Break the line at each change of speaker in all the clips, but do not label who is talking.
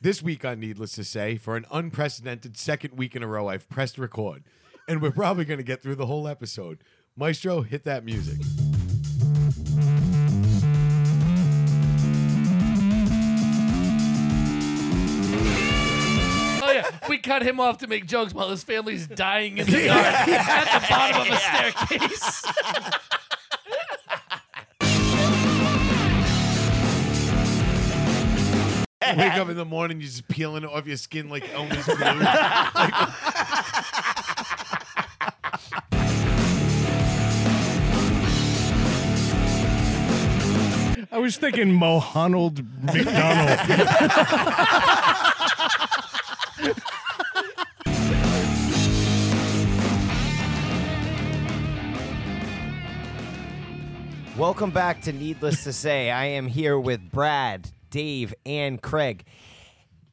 This week on Needless to Say, for an unprecedented second week in a row, I've pressed record. And we're probably going to get through the whole episode. Maestro, hit that music.
Oh yeah, we cut him off to make jokes while his family's dying in the dark at the bottom of a staircase.
Wake up in the morning, you're just peeling it off your skin like Elmer's glue. Like-
I was thinking Mohanald McDonald.
Welcome back to Needless to Say. I am here with Brad, Dave, and Craig.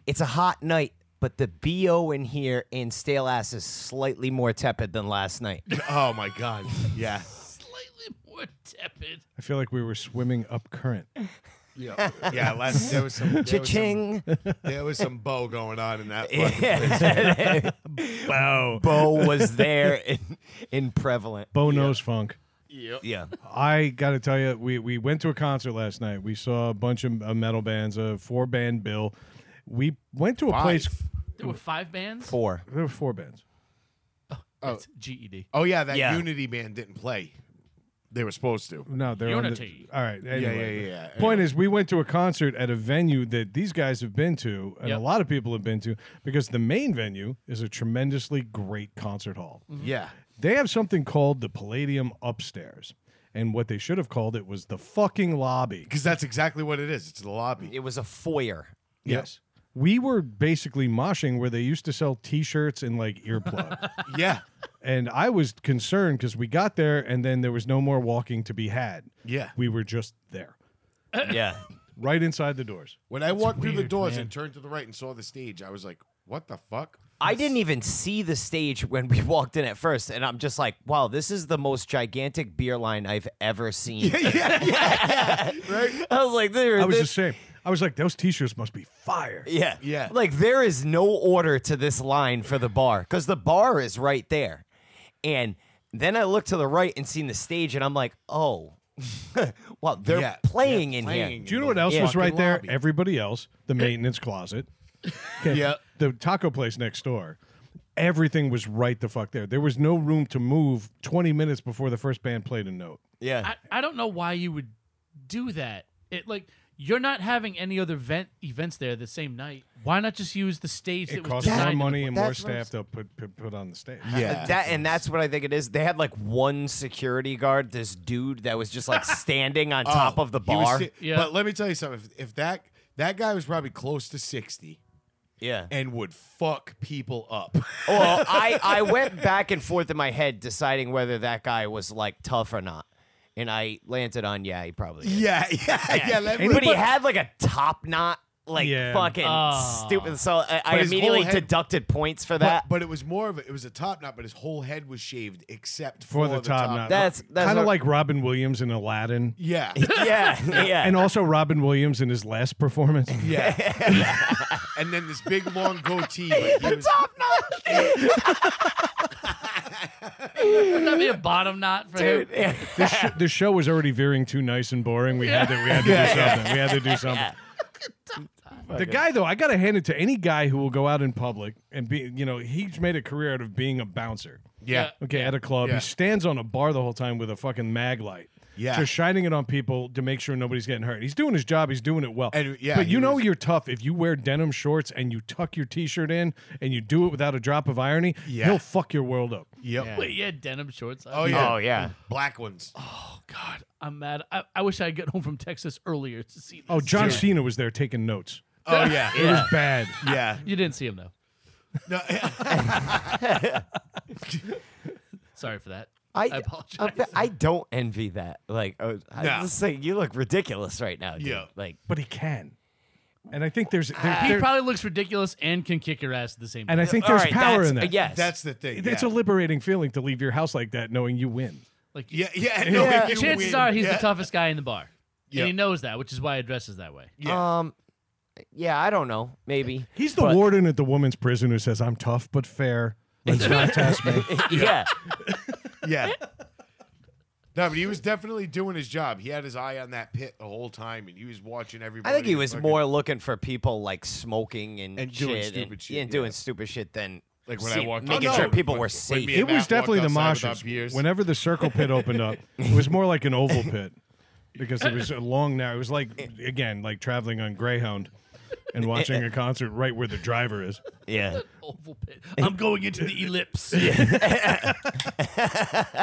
It's a hot night, but the BO in here in Stale Ass is slightly more tepid than last night.
oh my God. Yeah.
Slightly more tepid.
I feel like we were swimming up current.
Yeah. Yeah. Last, there was some. there was some-
Cha-ching!
There was some bow going on in that. fucking-
Yeah.
Wow.
Bo was there in, in prevalent.
Bo knows funk.
Yeah.
I got to tell you, we, we went to a concert last night. We saw a bunch of uh, metal bands, a four band bill. We went to a place.
Five.
There were five bands. E
Four.
There were four bands.
That's GED.
Oh yeah, that
Yeah.
Unity band didn't play. They were supposed to.
No, they're on the-
Unity.
all right. Anyway.
yeah, yeah, yeah.
Point is, we went to a concert at a venue that these guys have been to, and
Yep.
a lot of people have been to, because the main venue is a tremendously great concert hall.
Yeah.
They have something called the Palladium upstairs, and what they should have called it was the fucking lobby.
Because that's exactly what it is. It's the lobby.
It was a foyer.
Yes. We were basically moshing where they used to sell T-shirts and like earplugs.
Yeah.
and I was concerned because we got there and then there was no more walking to be had.
Yeah.
We were just there,
Yeah.
right inside the doors.
When I walked through the
weird,
doors
man.
and turned to the right and saw the stage, I was like, "What the fuck?"
I didn't even see the stage when we walked in at first, and I'm just like, wow, this is the most gigantic beer line I've ever seen.
yeah, yeah, yeah. Right.
I was like, there,
I was
this-
the same. I was like, those T-shirts must be fire.
Yeah.
Yeah.
Like there is no order to this line for the bar because the bar is right there. And then I look to the right and seen the stage and I'm like, oh, wow, they're
Yeah.
playing in
playing.
Do you know what else
Yeah.
was right
Fucking
there?
lobby. Eh.
Everybody else, the maintenance closet. 'Kay.
Yeah.
The taco place next door. Everything was right the fuck there. There was no room to move 20 minutes before the first band played a note.
here. Yeah.
I, I don't know why you would do that. It like you're not having any other event events there the same night. Why not just use the stage
It
that was
cost more
designed?
money and more
That's what I'm
staff to put, put put on the stage.
Yeah.
That and that's what I think it is. They had like one security guard, this dude that was just like standing on top of the
He was
bar.
si-
Yeah.
But let me tell you something. If, if that that guy was probably close to sixty
yeah.
and would fuck people up.
well, I, I went back and forth in my head deciding whether that guy was like tough or not. And I landed on yeah, he probably is.
yeah, yeah, yeah. that
but he had like a top knot, like
Yeah.
fucking
Ah.
stupid. So I, I
his
immediately
whole head-
deducted points for
But,
that.
but it was more of a, it was a top knot, but his whole head was shaved except
For
for,
the top knot.
That's- that's
kind of
what-
like Robin Williams in Aladdin.
Yeah,
yeah, yeah.
And also Robin Williams in his last performance.
yeah. and then this big long goatee. But he was,
top knot,
Wouldn't that be a bottom knot for
dude.
him?
Yeah.
The, sh- the show was already veering too nice and boring. We had to we had to do something. We had to do something. The guy though, I gotta hand it to any guy who will go out in public and be you know, he's made a career out of being a bouncer.
yeah,
Okay, at a club.
Yeah.
He stands on a bar the whole time with a fucking mag light.
Yeah.
Just shining it on people to make sure nobody's getting hurt. He's doing his job, he's doing it well.
And, yeah,
but you
he
know
was-
you're tough if you wear denim shorts and you tuck your t shirt in and you do it without a drop of irony,
Yeah.
he'll fuck your world up.
yep.
Wait, yeah, denim shorts.
Oh yeah.
Oh yeah.
black ones.
Oh, God, I'm mad. I, I wish I would get home from Texas earlier to see. This.
Oh, John Cena was there taking notes.
Oh yeah,
It was bad.
yeah.
you didn't see him though.
No,
Sorry for that.
I,
I apologize.
I, I don't envy that. Like, oh,
No.
I just like you look ridiculous right now. Dude.
Yeah.
Like,
but he can. And I think there's there,
he
there-
probably looks ridiculous and can kick your ass at the same time.
and I think
all
there's
right,
power
that's-
in that.
Yes,
that's the thing.
It's a
yeah.
liberating feeling to leave your house like that knowing you win.
like,
yeah, yeah. No,
Yeah.
you
chances
win.
are he's
yeah.
the toughest guy in the bar,
Yeah.
and he knows that, which is why he dresses that way.
Yeah.
um, yeah, I don't know. Maybe.
He's the warden at the woman's prison who says, I'm tough but fair. Let's not test me.
yeah.
Yeah. No, but he was definitely doing his job. He had his eye on that pit the whole time, and he was watching everybody.
I think he was
fucking-
more looking for people like smoking and,
And doing
shit
stupid
and,
shit,
and doing
yeah.
stupid shit than
Like when I
see-
walked out-
making
Oh,
sure
no.
people
When-
were
when
safe.
me
It
and Matt
was
walked
definitely the
outside without
moshes.
beers.
Whenever the circle pit opened up, it was more like an oval pit because it was a long now. It was like again, like traveling on Greyhound and watching a concert right where the driver is.
yeah.
Oval pit. I'm going into the ellipse.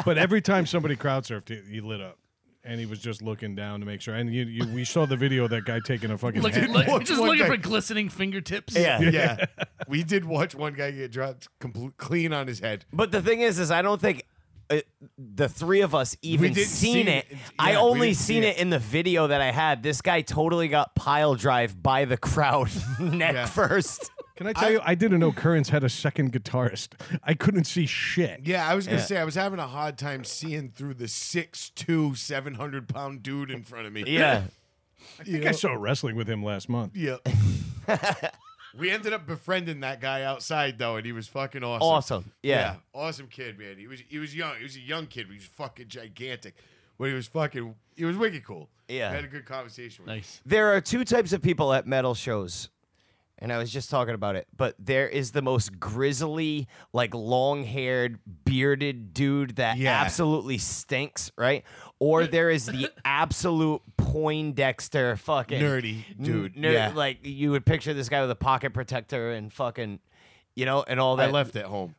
But every time somebody crowd surfed, he, he lit up. And he was just looking down to make sure. And you, you, we saw the video of that guy taking a fucking.
Look,
hand-
look-
One-
just
one
looking
guy-
for glistening fingertips.
Yeah.
Yeah, we did watch one guy get dropped complete, clean on his head.
But the thing is, is I don't think uh the three of us even
didn't
seen
see
it.
it.
I
Yeah, we
only
didn't see
seen it.
it.
in the video that I had. This guy totally got pile drive by the crowd neck
Yeah.
first.
Can I tell you? I didn't know Currents had a second guitarist. I couldn't see shit.
Yeah, I was gonna
Yeah.
say I was having a hard time seeing through the six two, seven hundred pound dude in front of me.
Yeah.
I think I saw wrestling with him last month.
Yeah. we ended up befriending that guy outside though, and he was fucking awesome.
Awesome. Yeah.
Awesome kid, man. He was he was young. He was a young kid, but he was fucking gigantic. But he was fucking he was wicked cool.
Yeah.
I had a good conversation with him.
Nice.
There are two types of people at metal shows. And I was just talking about it, but there is the most grizzly, like long haired, bearded dude that
Yeah.
absolutely stinks, right? Or there is the absolute Poindexter fucking
Nerdy dude.
N- ner-
yeah.
Like you would picture this guy with a pocket protector and fucking, you know, and all that.
I left at home.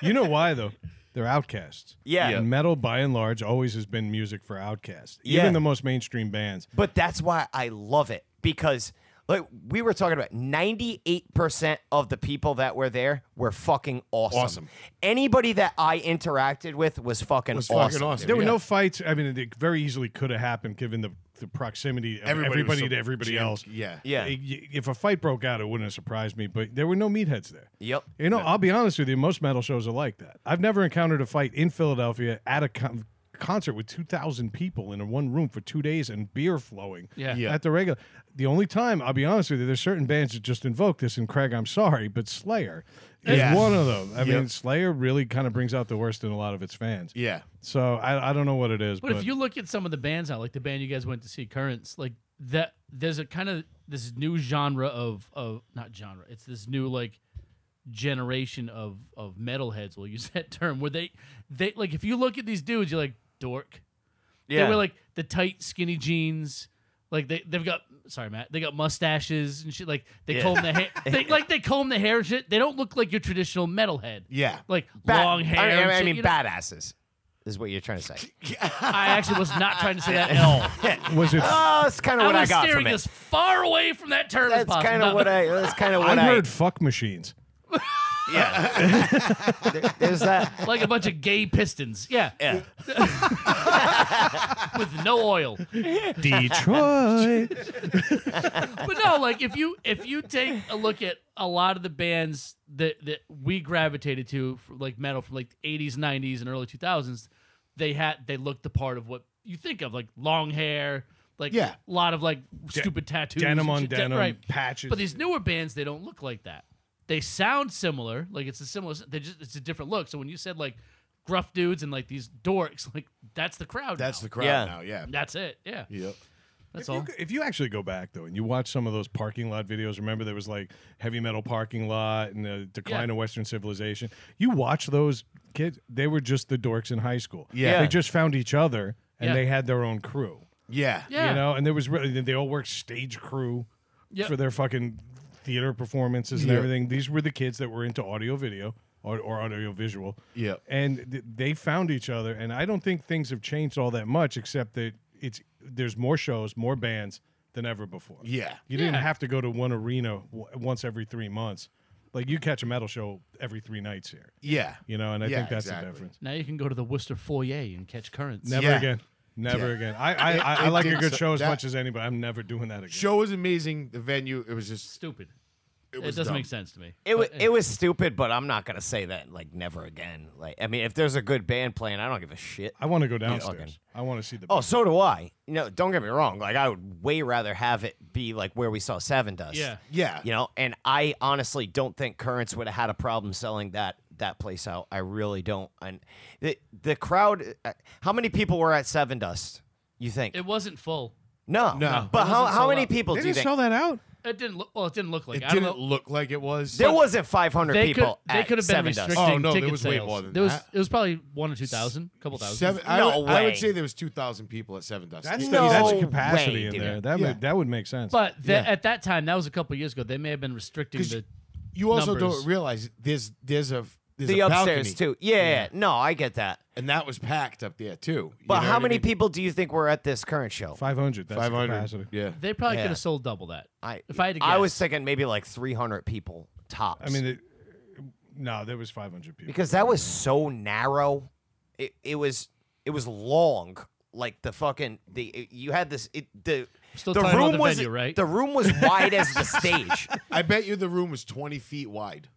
You know why though? They're outcasts.
Yeah.
And metal, by and large, always has been music for outcasts.
Yeah.
Even the most mainstream bands.
But that's why I love it because like we were talking about 98% of the people that were there were fucking awesome.
Awesome.
Anybody that I interacted with was fucking
Was
awesome.
fucking awesome.
There were
yeah.
no fights. I mean, it very easily could have happened given the, the proximity of everybody,
Everybody was so
to everybody
jammed.
else.
Yeah.
Yeah.
I- If a fight broke out, it wouldn't have surprised me, but there were no meatheads there.
Yep.
You know, I'll be honest with you, most metal shows are like that. I've never encountered a fight in Philadelphia at a con- concert with 2,000 people in one room for two days and beer flowing
Yeah.
Yeah.
at the regular. The only time, I'll be honest with you, there's certain bands that just invoke this, and Craig, I'm sorry, but Slayer is
Yeah.
one of them. I mean,
Yep.
Slayer really kind of brings out the worst in a lot of its fans.
Yeah.
So I, I don't know what it is,
But,
but,
if you look at some of the bands out, like the band you guys went to see, Currents, like that, there's a kind of this new genre of of not genre. It's this new like generation of of metalheads. We'll use that term where they they like if you look at these dudes, you're like dork. They wear like the tight skinny jeans. Like they they've got sorry Matt they got mustaches and shit. Like they comb the hair. They, like they comb the hair and shit. They don't look like your traditional metalhead.
Yeah.
Like
Ba-
long hair.
I mean,
and
I
shit,
mean
you know?
badasses is what you're trying to say.
I actually was not trying to say that at all.
was
Ah,
it?
oh, that's kind of what
I
I
was
got
staring
from
as
it.
far away from that term as
That's
possible.
kind of
No,
what I. That's kind of what
I
I.
heard fuck machines.
There's that.
like a bunch of gay pistons. Yeah. Yeah. With no oil.
Detroit.
But no, like if you if you take a look at a lot of the bands that that we gravitated to for like metal from like 80s, 90s and early 2000s, they had they looked the part of what you think of like long hair, like
Yeah.
a lot of like stupid tattoos,
denim
and
on
shit. De-
denim,
right.
patches.
But these newer bands, they don't look like that. They sound similar, like it's a similar. They just it's a different look. So when you said like gruff dudes and like these dorks, like that's the crowd.
That's
now.
the crowd
Yeah.
now. Yeah.
That's it. Yeah.
Yep.
That's
If you
all.
go- if you actually go back though and you watch some of those parking lot videos, remember there was like heavy metal parking lot and the decline
Yeah.
of Western civilization. You watch those kids; they were just the dorks in high school.
Yeah.
they just found each other and
Yeah.
they had their own crew.
Yeah.
Yeah.
You know, and there was really they all worked stage crew
Yep.
for their fucking theater performances and
Yeah.
everything. These were the kids that were into audio video or, or audio visual.
Yeah.
And th- they found each other and I don't think things have changed all that much except that it's there's more shows, more bands than ever before.
Yeah.
You didn't
Yeah.
have to go to one arena w- once every 3 months. Like you catch a metal show every 3 nights here.
Yeah.
You know, and I
Yeah,
think that's
exactly.
the difference.
Now you can go to the Worcester Foyer and catch currents.
Never
Yeah.
again. Never
Yeah.
again. I I, I, I
it
like a
did
good
so-
show as
that-
much as anybody. I'm never doing that again.
Show was amazing. The venue, it was just
Stupid. It,
was
doesn't
dumb.
make sense to me.
It, wa
But, eh,
it was stupid, but I'm not gonna say that like never again. Like I mean, if there's a good band playing, I don't give a shit.
I want to go
fucking-
downstairs. I want to see the.
Oh, so do I. No, don't get me wrong. Like I would way rather have it be like where we saw Seven Dust.
Yeah.
Yeah.
You know, and I honestly don't think Currents would have had a problem selling that that place out. I really don't. And the the crowd, uh, how many people were at Seven Dust? You think?
it wasn't full.
no,
No.
But
It
how,
wasn't
how
sold
many
out.
people
They
do you
didn't
think?
sell that out.
It didn't look well. It didn't look like
It
I don't
didn't
know.
look like it was.
there wasn't 500
They could
people.
they
at
could have been
Seven
restricting
Dust.
Oh, no, there
ticket
was way
sales.
more than
there was
that.
it was probably one or two thousand, couple thousand.
seven. I,
No
would, I
way.
would say there was two thousand people at Seven Dust.
That's
Yeah.
No
that's capacity
way,
in
dude.
there. That
Yeah.
would that would make sense.
But the,
Yeah.
at that time, that was a couple years ago. They may have been restricting
'Cause
the.
you also
numbers.
don't realize there's there's a there's
The
a
upstairs
balcony,
too. Yeah, yeah. No, I get that.
and that was packed up there too. You
But
know
how
what I
many
mean?
people do you think were at this current show?
Five hundred. That's the
500.
capacity.
Yeah.
They probably
Yeah.
could have sold double that.
I,
If I had to guess,
I was thinking maybe like 300 people tops.
I mean, it, no, there was five hundred people.
because that was so narrow. It it was it was long. Like the fucking the it- you had this it, the
Still
the
talking about
room
the
was
venue, right?
the room was wide as the stage.
I bet you the room was twenty feet wide.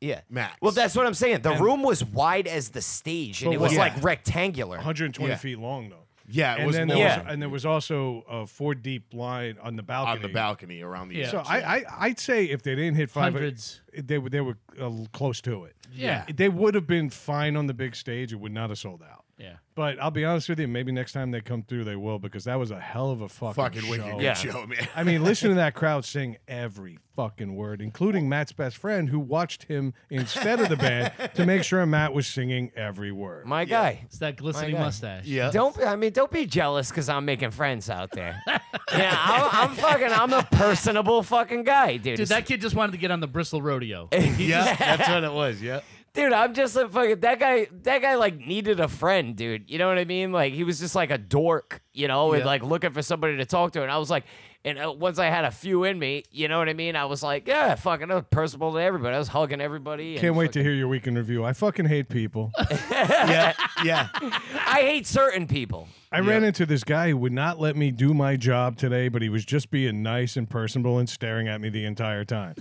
Yeah.
Max.
Well, that's what I'm saying. The room was wide as the stage, and
But
it was
what-
like
Yeah.
rectangular.
one hundred and twenty
Yeah.
feet long though.
Yeah, it
and
was
then
long.
there
Yeah.
was, and there was also a four deep line on the balcony.
on the balcony around the.
Yeah.
So I, I I'd say if they didn't hit five
Hundreds.
they were they were uh, close to it.
Yeah.
they would have been fine on the big stage. It would not have sold out.
yeah.
But I'll be honest with you, maybe next time they come through, they will because that was a hell of a fucking,
fucking
show.
wicked good
Yeah.
show, man.
I mean, listen to that crowd sing every fucking word, including Matt's best friend, who watched him instead of the band to make sure Matt was singing every word.
My guy.
It's that glistening
God.
mustache.
Yeah.
Don't be- I mean don't be jealous because I'm making friends out there. yeah, I'm, I'm fucking I'm a personable fucking guy, dude.
Dude,
It's-
that kid just wanted to get on the Bristol Rodeo.
yeah, that's what it was. Yeah.
Dude, I'm just a fucking that guy. That guy like needed a friend, dude. You know what I mean? Like he was just like a dork, you know, and
Yeah.
like looking for somebody to talk to. And I was like, and uh, once I had a few in me, you know what I mean? I was like, yeah, fucking, I was personable to everybody. I was hugging everybody. and
Can't wait to hear your weekend review. I fucking hate people.
Yeah. Yeah.
I hate certain people.
I ran into this guy who would not let me do my job today, but he was just being nice and personable and staring at me the entire time.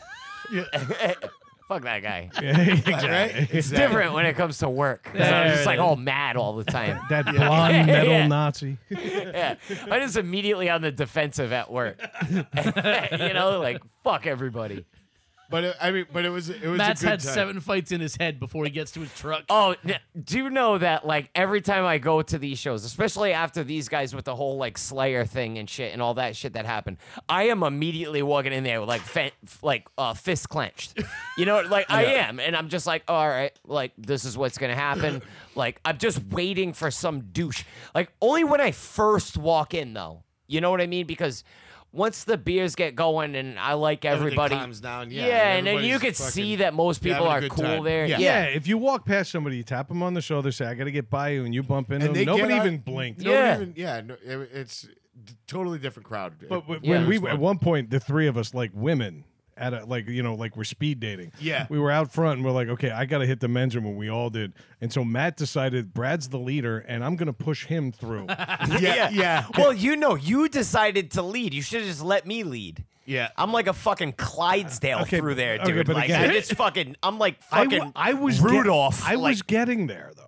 Fuck that guy.
Yeah, exactly.
Right. It's
Different when it comes to work. 'Cause I'm
There
just
it
like
is.
all mad all the time.
That blonde metal
Yeah.
Nazi.
yeah, I just immediately on the defensive at work. you know, like fuck everybody.
But it, I mean, but it was it was
Matt's
a good
had
time.
seven fights in his head before he gets to his truck.
Oh, n- do you know that like every time I go to these shows, especially after these guys with the whole like Slayer thing and shit and all that shit that happened, I am immediately walking in there with like fe- f- like uh, fist clenched. You know, like I am, and I'm just like, all right, like this is what's gonna happen. like I'm just waiting for some douche. Like only when I first walk in though, you know what I mean? Because once the beers get going and I like
Everything
everybody,
calms down, yeah,
and then you could
everybody's
see
fucking
that most people
having a
are
good
cool
time.
there.
Yeah.
Yeah, if you walk past somebody, you tap them on the shoulder, say, I got to get by you, and you bump into
And they
them. Nobody
get out-
even blinked.
Don't
Yeah.
even- yeah. No, it, it's d- totally different crowd.
But w-
Yeah.
when
It
we at one point, the three of us, like women, at a, like you know, like we're speed dating.
Yeah.
we were out front, and we're like, okay, I gotta hit the men's room, and we all did. And so Matt decided Brad's the leader, and I'm gonna push him through.
yeah, yeah,
Well, you know, you decided to lead. You should have just let me lead.
Yeah.
I'm like a fucking Clydesdale
Okay,
through there,
okay,
dude.
but
like
again-
I just fucking I'm like
I,
fucking
w- I was get-
Rudolph.
I
like,
was getting there though.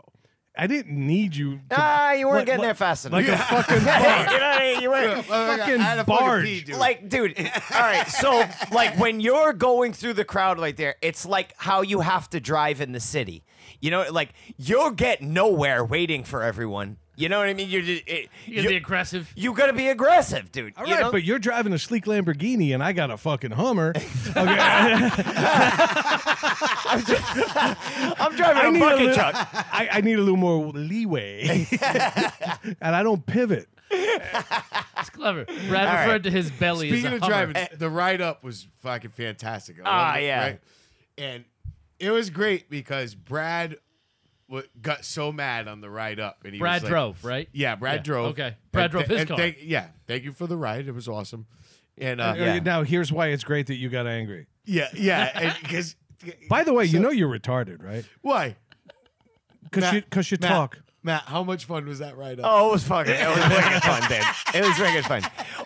I didn't need you. To,
Ah, you weren't
like-
getting
like-
there fast enough.
Like a fucking
Hey,
bar.
you know what I mean? You weren't
Oh my God,
fucking
I had a
barge.
pee, dude.
like, dude, all right. So, like, when you're going through the crowd right there, it's like how you have to drive in the city. You know, like you'll get nowhere waiting for everyone. You know what I mean? You're just, it,
You're
you,
the aggressive.
you gotta be aggressive, dude.
All
you
right,
know?
but you're driving a sleek Lamborghini and I got a fucking Hummer. Okay,
I'm driving
I
a
need
bucket
little,
truck.
I, I need a little more leeway, and I don't pivot.
It's clever. Brad
right.
referred to his belly
Speaking
as a
of
Hummer.
driving, the ride up was fucking fantastic. I
Ah,
loved it,
yeah.
right? And it was great because Brad w- got so mad on the ride up, and he
Brad
was like-
drove, right?
Yeah, Brad
Yeah,
drove.
okay. Brad
And
drove his
and
car.
Thank, yeah, thank you for the ride. It was awesome. And uh,
Yeah.
yeah,
Now here's why it's great that you got angry.
yeah, yeah, because
By the way, you know you're retarded, right?
why?
Because
Matt-
you because you
Matt-
talk.
Matt, how much fun was that ride up?
Oh, it was fucking. It was wicked fun, dude. It was wicked fun.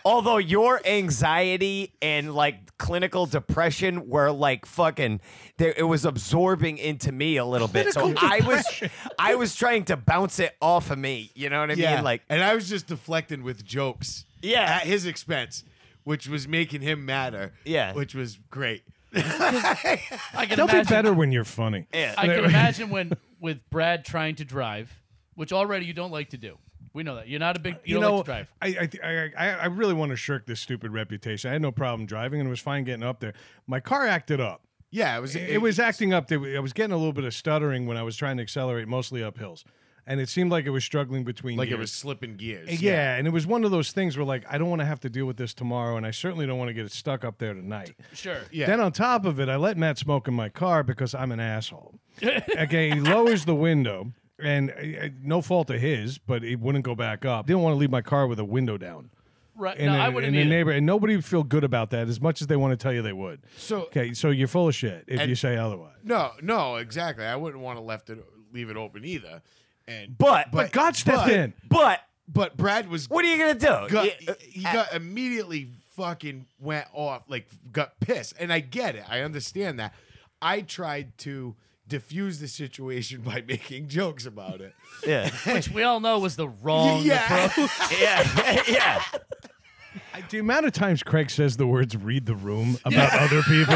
Although your anxiety and like clinical depression were like fucking, there, it was absorbing into me a little bit. So I was, I was trying to bounce it off of me. You know what I mean? Like,
and I was just deflecting with jokes.
Yeah.
At his expense, which was making him madder.
Yeah.
Which was great.
I can
They'll be
imagine,
better when you're funny.
yeah.
I can imagine when with Brad trying to drive, which already you don't like to do. We know that you're not a big you,
you
don't
know,
like to drive.
I, I, th- I, I I really want to shirk this stupid reputation. I had no problem driving and it was fine getting up there. My car acted up.
Yeah. It was.
It, was acting up. There- I was getting a little bit of stuttering when I was trying to accelerate, mostly up hills, and it seemed like it was struggling between.
like it
gears.
was slipping gears.
Yeah, and it was one of those things where like I don't want to have to deal with this tomorrow, and I certainly don't want to get it stuck up there tonight.
Sure.
Yeah.
Then on top of it, I let Matt smoke in my car because I'm an asshole. okay, he lowers the window, and uh, uh, no fault of his, but it wouldn't go back up. Didn't want to leave my car with a window down.
Right.
And
no, I
a-
wouldn't
and a
either.
neighbor, and nobody would feel good about that as much as they want to tell you they would.
So-
okay, so you're full of shit if
And-
you say otherwise.
No, no, exactly. I wouldn't want to left it leave it open either. And
But-
But God stepped
but-
in.
but
But Brad was
what are you gonna do?
got,
You-
he got immediately fucking went off, like got pissed. And I get it. I understand that. I tried to diffuse the situation by making jokes about it.
yeah, uh,
which we all know was the wrong
yeah.
approach.
yeah, yeah.
The amount of times Craig says the words "read the room" about other people.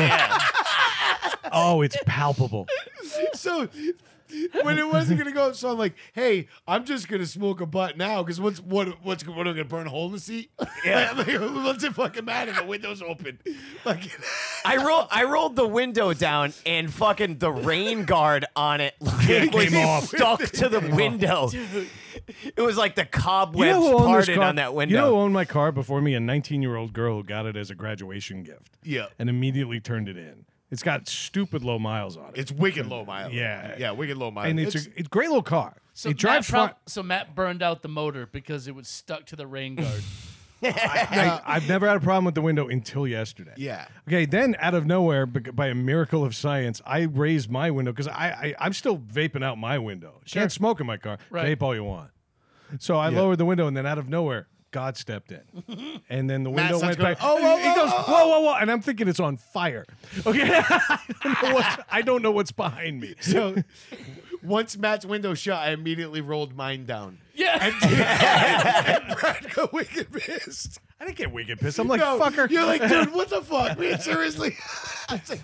Oh, it's palpable.
so when it wasn't gonna go, so I'm like, hey, I'm just gonna smoke a butt now because what's what what's what am I gonna burn a hole in the seat? Yeah, like, what's it fucking matter? The window's open. Like,
I roll, I rolled the window down, and fucking the rain guard on it like, was
came off.
stuck to the window. It was like the
You
cobwebs
know who owned this
parted
car?
on that window.
You know who owned my car before me? A 19 year old girl who got it as a graduation gift.
Yeah.
And immediately turned it in. It's got stupid low miles on it.
it's wicked low mile.
Yeah.
yeah, wicked low mile.
and it's, a it's a great little car.
So
it
Matt,
drives
prob-
fine.
so Matt burned out the motor because it was stuck to the rain guard.
I, I've never had a problem with the window until yesterday.
Yeah.
Okay. Then out of nowhere, bec- by a miracle of science, I raised my window because I, I I'm still vaping out my window. Can't smoke in my car.
Right.
Vape all you want. So I lowered the window, and then out of nowhere, God stepped in, and then the window
starts
went back.
going, "Oh, whoa,
he
whoa,
goes, whoa, whoa, whoa, and I'm thinking it's on fire. Okay, I don't know what's, I don't know what's behind me.
So once Matt's window shut, I immediately rolled mine down.
Yeah.
And, and Brad got wicked pissed.
I didn't get wicked pissed. I'm like,
No,
fucker.
You're like, dude, what the fuck? Man, seriously. I was like,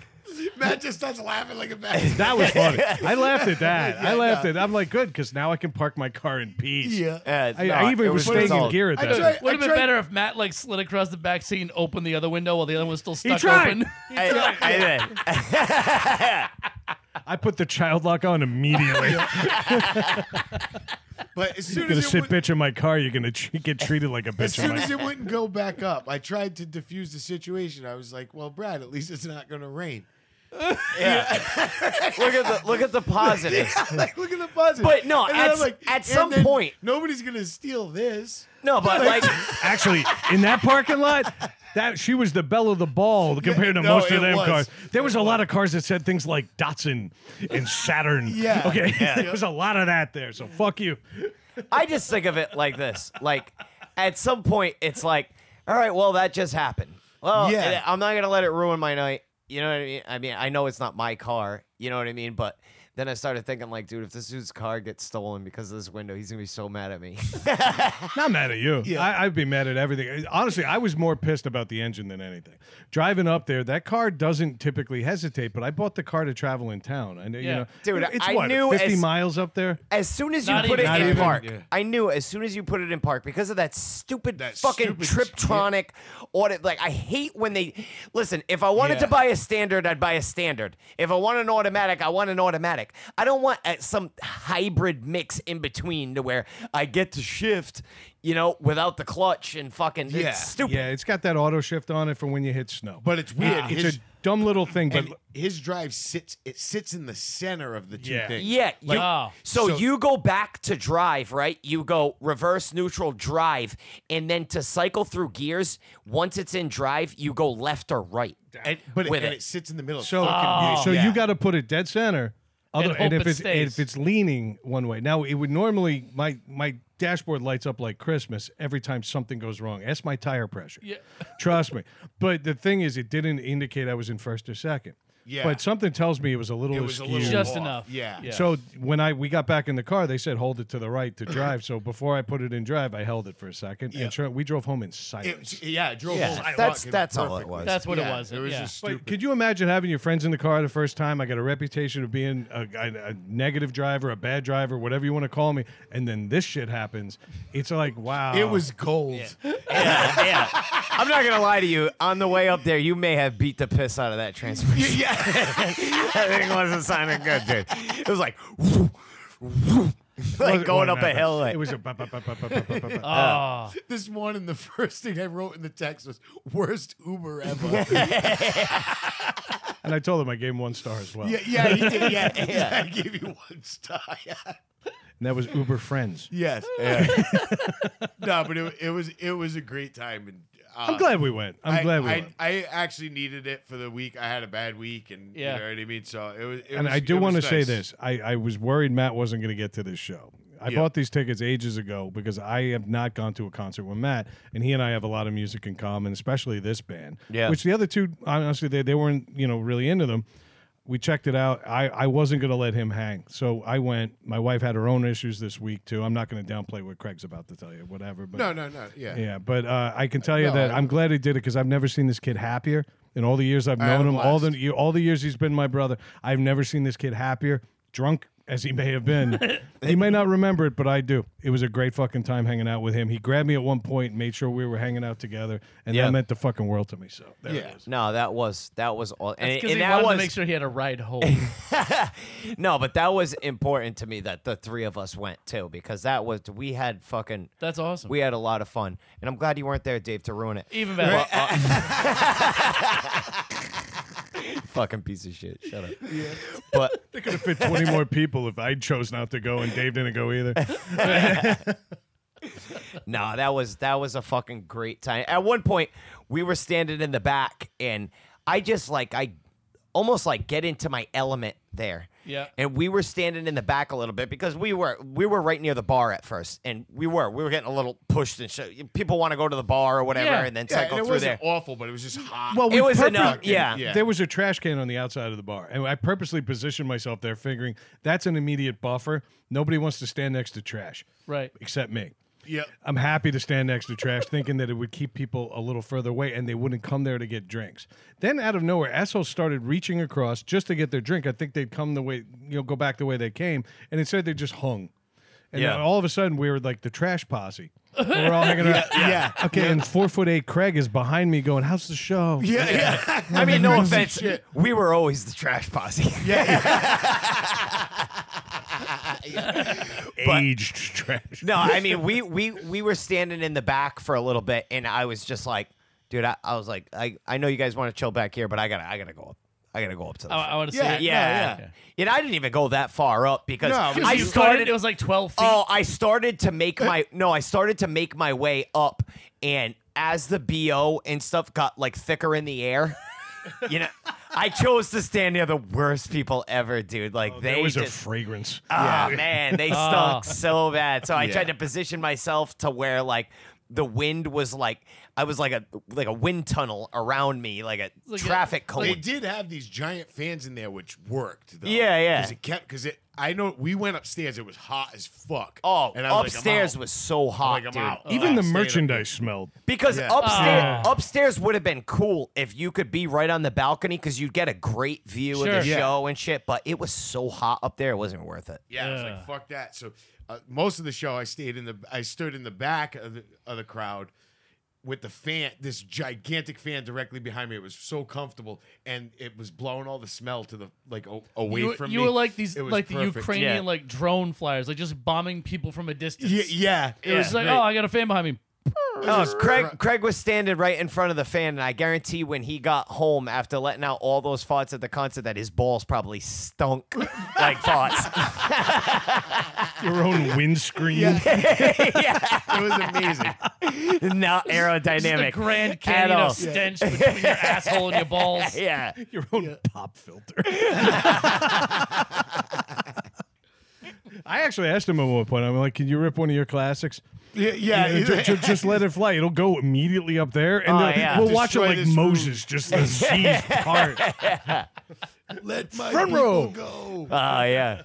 Matt just starts laughing like a bad.
That was funny. I laughed at that. I laughed at. I'm like, good, because now I can park my car in peace.
Yeah.
Uh,
I,
no,
I even
it
was staying in
all-
gear at
I
that.
tried-
time.
Would have
I
been
tried-
better if Matt like slid across the back seat and opened the other window while the other one was still stuck
tried.
open.
I, I did.
I put the child lock on immediately. you're
But as soon
gonna
as it
sit
went,
bitch in my car. You're gonna tr- get treated like a
as
bitch. in
soon
my
as it wouldn't go back up, I tried to diffuse the situation. I was like, well, Brad, at least it's not going to rain.
Look at the look at the positives.
like, look at the buzzer.
But no,
And
at
then I'm
s- at
and
some
then
point-
nobody's going to steal this.
No, but like
Actually, in that parking lot, that she was the belle of the ball compared
No,
to most of
it
them
was.
cars. There was a lot of cars that said things like Datsun and Saturn.
Yeah.
Okay. there was a lot of that there. So fuck you.
I just think of it like this. Like at some point it's like, all right, well that just happened. Well,
Yeah.
yeah. I'm not gonna let it ruin my night. You know what I mean? I mean, I know it's not my car, you know what I mean? But then I started thinking like, dude, if this dude's car gets stolen because of this window, he's gonna be so mad at me.
Not mad at you.
Yeah.
I, I'd be mad at everything. Honestly, I was more pissed about the engine than anything. Driving up there, that car doesn't typically hesitate, but I bought the car to travel in town. I know, you
Yeah.
know,
Dude,
it's
I
what,
knew
50
as-
miles up there.
As soon as you
Not
put
even-
it
Not
in
even,
park,
yeah.
I knew as soon as you put it in park because of that stupid
That
fucking
stupid
Triptronic audit. Like I hate when they listen. If I wanted to
Yeah.
buy a standard, I'd buy a standard. If I want an automatic, I want an automatic. I don't want uh, some hybrid mix in between to where I get to shift, you know, without the clutch and fucking.
Yeah.
It's stupid.
Yeah, it's got that auto shift on it for when you hit snow.
But it's weird.
it's
His-
a dumb little thing, but
And his drive sits it sits in the center of the two
Yeah.
things.
Yeah. you-
Oh.
so,
So-
you go back to drive, right? You go reverse neutral drive, and then to cycle through gears, once it's in drive, you go left or right.
And, but it,
With
and
it.
it sits in the middle.
So,
Fucking-
so
yeah.
you got to put it dead center. Other,
hope
and, if
it
it's
stays.
if it's leaning one way, now it would normally my my dashboard lights up like Christmas every time something goes wrong. That's my tire pressure.
Yeah.
Trust me. But the thing is, it didn't indicate I was in first or second.
Yeah.
But something tells me it was a little
It was a
askew.
little
Just
off.
enough.
Yeah.
Yeah.
So when I we got back in the car, they said hold it to the right to drive. So before I put it in drive, I held it for a second,
Yeah.
and sure, we drove home in
It-
silence.
yeah, it drove
Yeah,
home. I
that's-
fucking
that's all it
perfectly.
was.
That's what
Yeah,
it was.
It was
yeah.
just
But
stupid.
could you imagine having your friends in the car the first time? I got a reputation of being a, a, a negative driver, a bad driver, whatever you want to call me, and then this shit happens. It's like wow,
It was gold.
Yeah, yeah. I'm not gonna lie to you. On the way up there, you may have beat the piss out of that transmission.
Yeah.
that thing wasn't sounding good, dude. It was like, whoosh, whoosh, like
Wasn't
going
one
up a
of
hill.
those.
Like,
it was a. bu- bu- bu- bu- bu- bu- bu- bu-
Uh,
Ah.
This one and the first thing I wrote in the text was worst Uber ever.
and I told him I gave him one star as well.
yeah, yeah, he did. Yeah, yeah. I gave you one star. Yeah.
And that was Uber Friends.
Yes. Yeah. no, but it, it was it was a great time. And uh,
I'm glad we went. I'm
I-
glad we
I,
went.
I actually needed it for the week. I had a bad week, and
Yeah.
you know what I mean. So it was. It
and
was,
I do
it
want to
was
say
nice.
this. I, I was worried Matt wasn't going to get to this show. I
Yeah.
bought these tickets ages ago because I have not gone to a concert with Matt, and he and I have a lot of music in common, especially this band.
Yeah.
Which the other two, honestly, they, they weren't you know really into them. We checked it out. I, I wasn't going to let him hang, so I went. My wife had her own issues this week too. I'm not going to downplay what Craig's about to tell you, whatever. But
No, no, no. Yeah.
yeah, but uh, I can tell you
No,
that
I-
I'm glad he did it because I've never seen this kid happier in all the years I've
I had a
known him. All the
blast.
you- all the years he's been my brother, I've never seen this kid happier, drunk as he may have been. he may not remember it, but I do. It was a great fucking time hanging out with him. He grabbed me at one point, and made sure we were hanging out together, and
Yeah.
that meant the fucking world to me. So there it
Yeah.
is.
no, that was that was all. And,
That's because
and
he
that
wanted
was
to make sure he had a ride home.
no, but that was important to me that the three of us went too because that was we had fucking
That's awesome.
we had a lot of fun, and I'm glad you weren't there, Dave, to ruin it.
Even better.
fucking piece of shit. Shut up. But
They could have fit 20 more people if I chose not to go and Dave didn't go either.
No, that was that was a fucking great time. At one point, we were standing in the back, and I just like I almost like get into my element there.
Yeah.
And we were standing in the back a little bit because we were we were right near the bar at first, and we were we were getting a little pushed and shit. People want to go to the bar or whatever,
Yeah.
and then
Yeah,
cycle
and it
through
wasn't
there.
awful, but it was just hot.
Well, we
It was
purpose-
enough, yeah.
Yeah.
There was a trash can on the outside of the bar, and I purposely positioned myself there, figuring that's an immediate buffer. Nobody wants to stand next to trash,
right.
except me.
yeah.
I'm happy to stand next to trash, thinking that it would keep people a little further away, and they wouldn't come there to get drinks. Then, out of nowhere, assholes started reaching across just to get their drink. I think they'd come the way, you know, go back the way they came, and instead they just hung. And
Yeah.
then all of a sudden, we were like the trash posse. We're all hanging out.
Yeah.
Okay, and four foot eight Craig is behind me, going, "How's the show?"
Yeah. Yeah.
I mean, no offense,
Shit.
we were always the trash posse.
Aged trash.
No, I mean we we we were standing in the back for a little bit, and I was just like, dude, I, I was like, I, I know you guys want to chill back here, but I gotta I gotta go up. I gotta go up to the.
I,
front.
want to
Yeah,
say
no,
it.
yeah,
yeah.
And I didn't even go that far up because
No, because
I
you
started.
It was like 12 feet.
oh, I started to make my no, I started to make my way up, and as the bo and stuff got like thicker in the air, you know, I chose to stand near the worst people ever, dude. Like they
Oh, There was a
just
fragrance.
Oh man, they stunk
Oh.
so bad. So I tried
Yeah.
to position myself to where like the wind was like I was like a like a wind tunnel around me, like a
like a-
traffic cone.
They did have these giant fans in there, which worked. Though,
Yeah, yeah.
Because it kept. Because it. I know we went upstairs. It was hot as fuck.
oh,
and I was
upstairs
like, I'm out.
was so
I'm
hot,
like, I'm
dude.
out.
Even
I'm
the
staying up
merchandise smelled.
Because
Yeah. Uh.
upstairs
Ah.
upstairs would have been cool if you could be right on the balcony because you'd get a great view
Sure.
of the
Yeah.
show and shit. But it was so hot up there, it wasn't worth it.
Yeah, I was
Yeah.
like, fuck that. So uh, most of the show, I stayed in the, I stood in the back of the, of the crowd with the fan, this gigantic fan directly behind me. It was so comfortable, and it was blowing all the smell to the like o- away
you,
from
you
me.
were like these,
It was
like
perfect.
the Ukrainian,
Yeah.
like drone flyers, like just bombing people from a distance.
Yeah, yeah. It
It was like, oh, I got a fan behind me.
No, Uh, Craig Craig was standing right in front of the fan, and I guarantee when he got home after letting out all those farts at the concert, that his balls probably stunk like farts.
Your own windscreen.
it was amazing.
Just
Not
the
aerodynamic.
Grand
At
Canyon
all.
of stench between your asshole and your balls.
yeah.
Your own pop filter. I actually asked him at one point. I'm like, "Can you rip one of your classics?
Yeah, yeah.
You know, ju- ju- just, let it fly. It'll go immediately up there, and
Oh,
they'll-
yeah.
we'll watch it
Destroy
like
this
Moses, just the seized part.
Let my
Front
people
row.
go.
Oh yeah.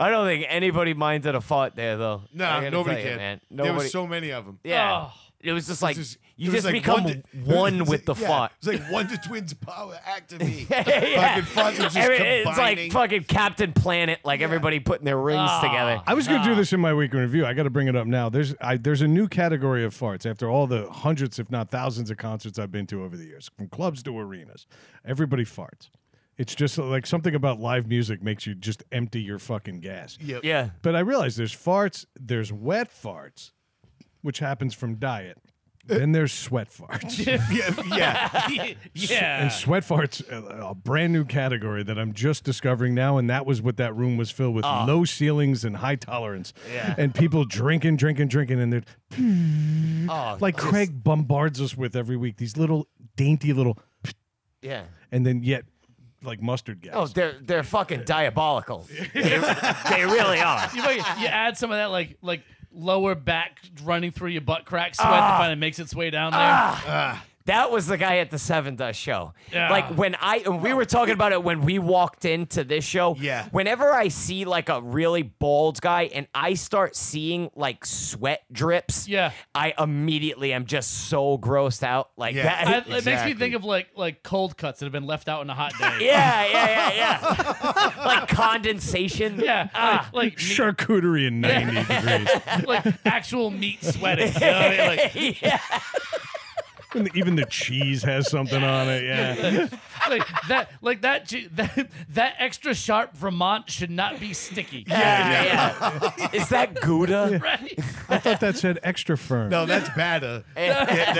I don't think anybody minds at a fought there though.
No,
I gotta
nobody
tell
can.
You, man.
There
Nobody-
was so many of them.
yeah. It was just like
Just-
you
it was
just
like
become one,
to- it was
with the
like- yeah,
fought.
It's like one to twins power activate.
yeah.
Fucking fonts are just
Every- it's like
combining. Ah.
fucking Captain Planet, like everybody putting their rings together.
I was gonna do this in my weekend review. I got to bring it up now. There's I, there's a new category of farts after all the hundreds, if not thousands, of concerts I've been to over the years, from clubs to arenas. Everybody farts. It's just like something about live music makes you just empty your fucking gas.
Yep.
Yeah.
But I realized there's farts, there's wet farts, which happens from diet. Then there's sweat farts.
yeah, yeah.
yeah.
And sweat farts, uh, a a brand new category that I'm just discovering now, and that was what that room was filled with: low ceilings and high tolerance,
Oh. Yeah.
and people drinking, drinking, drinking, and they're
Oh,
like
just-
Craig bombards us with every week. These little dainty little,
Yeah.
and then yet, like mustard gas.
Oh, they're they're fucking diabolical. they, they really are.
You, fucking- you add some of that like like lower back running through your butt crack sweat
Ah.
that finally makes its way down there.
That was the guy at the Seven Dust show.
Yeah.
Like when I and we were talking about it when we walked into this show.
Yeah.
Whenever I see like a really bald guy and I start seeing like sweat drips,
Yeah.
I immediately am just so grossed out. Like
Yeah.
that.
I, It makes me
Exactly.
think of like like cold cuts that have been left out in a hot day.
yeah, yeah, yeah, yeah. like condensation.
yeah. Like, like, meat,
Charcuterie in 90 degrees.
like actual meat sweating. You know what I mean? Like,
yeah.
And even the cheese has something on it. Yeah.
like that like that ju- that that extra sharp Vermont should not be sticky.
Yeah, yeah. Is that Gouda?
Right?
I thought that said extra firm.
No, that's uh, badder. Yeah,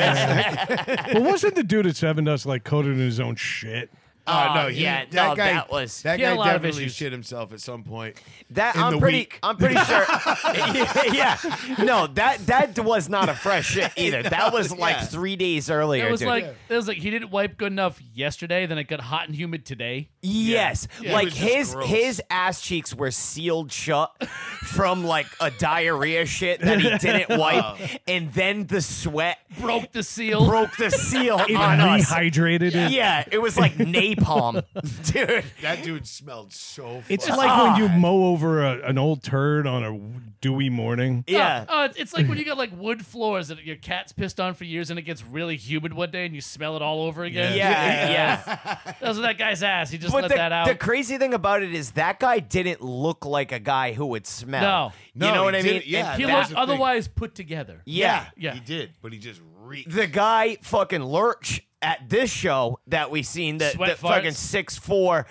that's,
But wasn't the dude at Seven Dust like coated in his own shit?
oh,
Oh,
no, he,
yeah,
that
no,
guy,
that was-
that
He had
guy
a lot of
definitely
issues.
shit himself at some point.
That
In
I'm
the
pretty.
week.
I'm pretty sure. yeah, No, that that was not a fresh shit either. That was like
Yeah.
three days earlier.
It was
dude.
like it was like he didn't wipe good enough yesterday, then it got hot and humid today.
yes,
Yeah. It
like
was just
his
gross.
his ass cheeks were sealed shut from like a diarrhea shit that he didn't wipe,
Oh.
and then the sweat
Broke the seal.
broke the seal
It
on us.
rehydrated it.
Yeah, it was like napalm, dude.
That dude smelled so.
It's
fucking-
like when you mow over a, an old turd on a dewy morning.
Yeah.
Oh, it's- it's like when you got like wood floors that your cat's pissed on for years and it gets really humid one day and you smell it all over again.
Yeah, yeah.
That was that guy's ass. He just
But
let
the,
that out.
the crazy thing about it is that guy didn't look like a guy who would smell.
No.
you
No,
know what
he
I mean?
didn't. Yeah,
And
he
that was
looked
the thing.
otherwise put together.
yeah.
Yeah.
he did, but he just reeked.
the guy fucking lurch at this show that we seen the,
Sweat
the fucking
farts.
6'4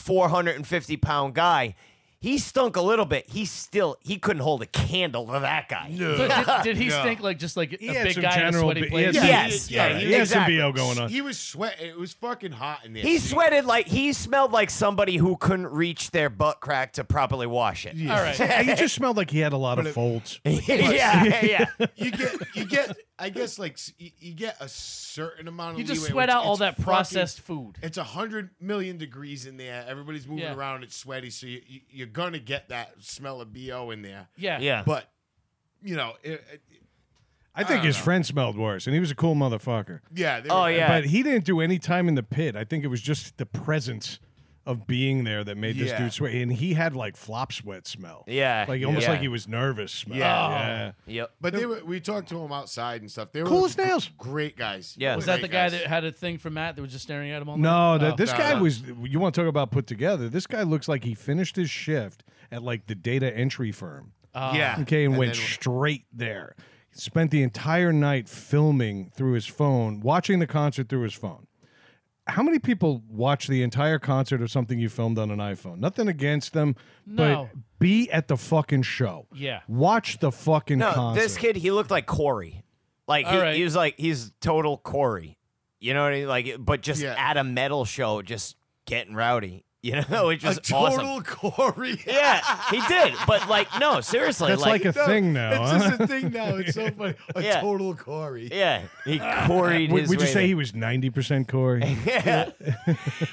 450 pound guy he stunk a little bit he still he couldn't hold a candle to that guy
But did, did he
Yeah.
stink like just like a
had
big
some
guy in a
general
sweaty
bi- he
place?
had
Yeah,
some-
yes
he-
yeah,
yeah,
he had some
exactly.
BO going on.
He was sweating. It was fucking hot in there.
he sweated like he smelled like somebody who couldn't reach their butt crack to properly wash it
All right.
Yeah, he just smelled like he had a lot of
it-
folds.
yeah yeah, yeah.
You get, you get. I guess like s- you, you get a certain amount of.
You just
leeway,
sweat
which
out all
it's
that
fucking-
processed food.
It's a hundred million degrees in there. Everybody's moving
Yeah.
around. It's sweaty, so you, you, you're gonna get that smell of bo in there.
Yeah.
Yeah.
But you know, it, it,
I think his friend smelled worse, and he was a cool motherfucker.
yeah. there
oh
we go.
yeah
But he didn't do any time in the pit. I think it was just the presence of being there that made this
Yeah.
dude sweat. And he had like flop sweat smell.
Yeah,
Like almost
yeah.
like he was nervous smell.
Yeah.
yep
But they were, we talked to him outside and stuff. They were
Cool as nails.
Great guys.
Yeah.
Was that the
Great
guy
guys.
that had a thing for Matt that was just staring at him all
No,
night?
that this
No,
guy
no.
was. You want to talk about put together? This guy looks like he finished his shift at like the data entry firm.
uh,
yeah.
Okay, and, went
then-
straight there. Spent the entire night filming through his phone, watching the concert through his phone. How many people watch the entire concert of something you filmed on an iPhone? Nothing against them,
No.
but be at the fucking show.
Yeah.
Watch the fucking
No,
concert.
this kid, he looked like Corey. Like he,
All right.
he was like he's total Corey. You know what I mean? Like, but just
Yeah.
at a metal show, just getting rowdy. You know, which
a
was awesome.
total Corey.
Yeah, he did. But like, no, seriously,
That's like, a
No,
thing now.
It's
huh?
just a thing now. It's so funny. A
Yeah.
total Corey.
yeah, he Coreyed
would
his.
would you
way
say
there.
he was ninety percent Corey?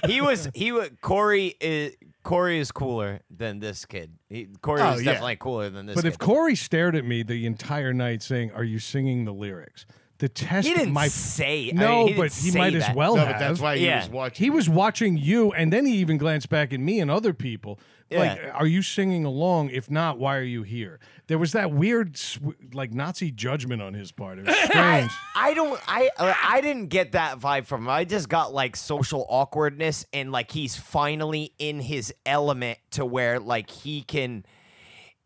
he was he was Corey is Corey is cooler than this kid. He, Corey
Oh,
is
yeah.
definitely cooler than this.
But if
kid.
Corey stared at me the entire night saying, "Are you singing the lyrics?" The test
he didn't
my
say, I mean,
no,
he didn't
but he
say
might as
that.
well
No,
have.
but that's why he
Yeah.
was watching.
He was watching you, and then he even glanced back at me and other people. Like,
Yeah.
are you singing along? If not, why are you here? There was that weird, sw- like Nazi judgment on his part. It was strange.
I don't. I uh, I didn't get that vibe from him. I just got like social awkwardness and like he's finally in his element to where like he can,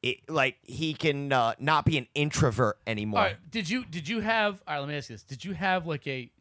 it, like he can uh, not be an introvert anymore.
All right. Did you did you have? All right. Let me ask you this. Did you have like a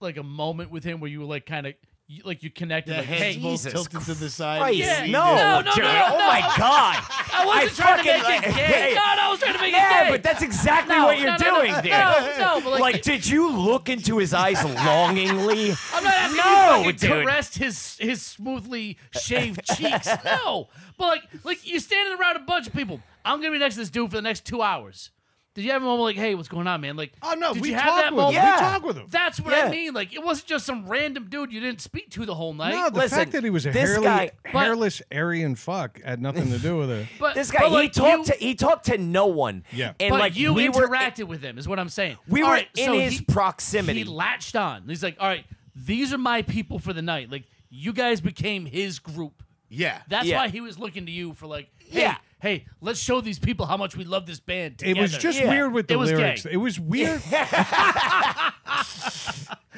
like a moment with him where you were like kind of like you connected?
the
like,
head's
hey,
both
Jesus
tilted to the side.
Christ,
Yeah.
no,
No, no,
dude.
no, no,
oh
no.
my god.
I wasn't
I
trying to make
fucking
it
like-
gay. No, no, I was trying to make it
Yeah,
gay.
but that's exactly what you're
no, no,
doing,
no,
dude.
No, no, but like,
Like, did you look into his eyes longingly?
I'm not asking
no,
you to fucking
dude.
caress his his smoothly shaved cheeks. No, but like like you're standing around a bunch of people. I'm gonna be next to this dude for the next two hours. Did you have a moment like, hey, what's going on, man? Like,
oh no,
did
we
you
talked
have that
with
moment?
him.
Yeah.
We talked with him.
That's what
Yeah.
I mean. Like, it wasn't just some random dude you didn't speak to the whole night.
no, the
Listen,
fact that he was a
this
hairly,
guy-
But-
hairless Aryan fuck had nothing to do with it.
but
This guy,
but,
he
like,
talked
you-
to he talked to no one.
Yeah.
and
but
like
you
we were
interacted with him, is what I'm saying.
We
All
were
right,
in
so
his
he-
proximity.
He latched on. He's like, all right, these are my people for the night. Like, you guys became his group.
Yeah.
That's
Yeah.
why he was looking to you for like, hey,
Yeah.
hey, let's show these people how much we love this band.
It
Together.
was just
Yeah.
weird with the
It was
lyrics.
gay.
It was weird. I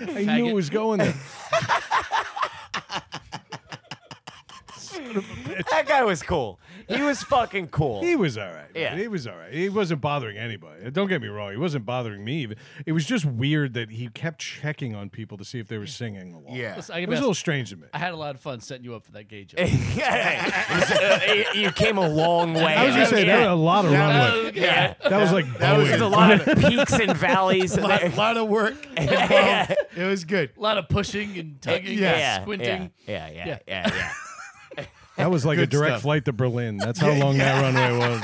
knew it was going there.
that guy was cool. He was fucking cool.
He was all right.
Yeah.
Yeah. He was all right. He wasn't bothering anybody. Don't get me wrong. He wasn't bothering me. Even. It was just weird that he kept checking on people to see if they were singing along.
Yeah.
Listen, I,
It
can
was a
best-
little strange to me.
I had a lot of fun setting you up for that gay joke.
Hey, you came a long way.
I was going to say,
Yeah.
there were a lot of runway.
Okay. Uh, Yeah.
That was like
that was
Bowie.
There's a lot of peaks and valleys.
A lot, lot of work.
Yeah.
It was good.
A lot of pushing and tugging
Yeah.
and
yeah,
squinting.
yeah, yeah, yeah,
Yeah.
yeah.
That was like a
Good
direct
stuff.
flight to Berlin. That's how long that runway was.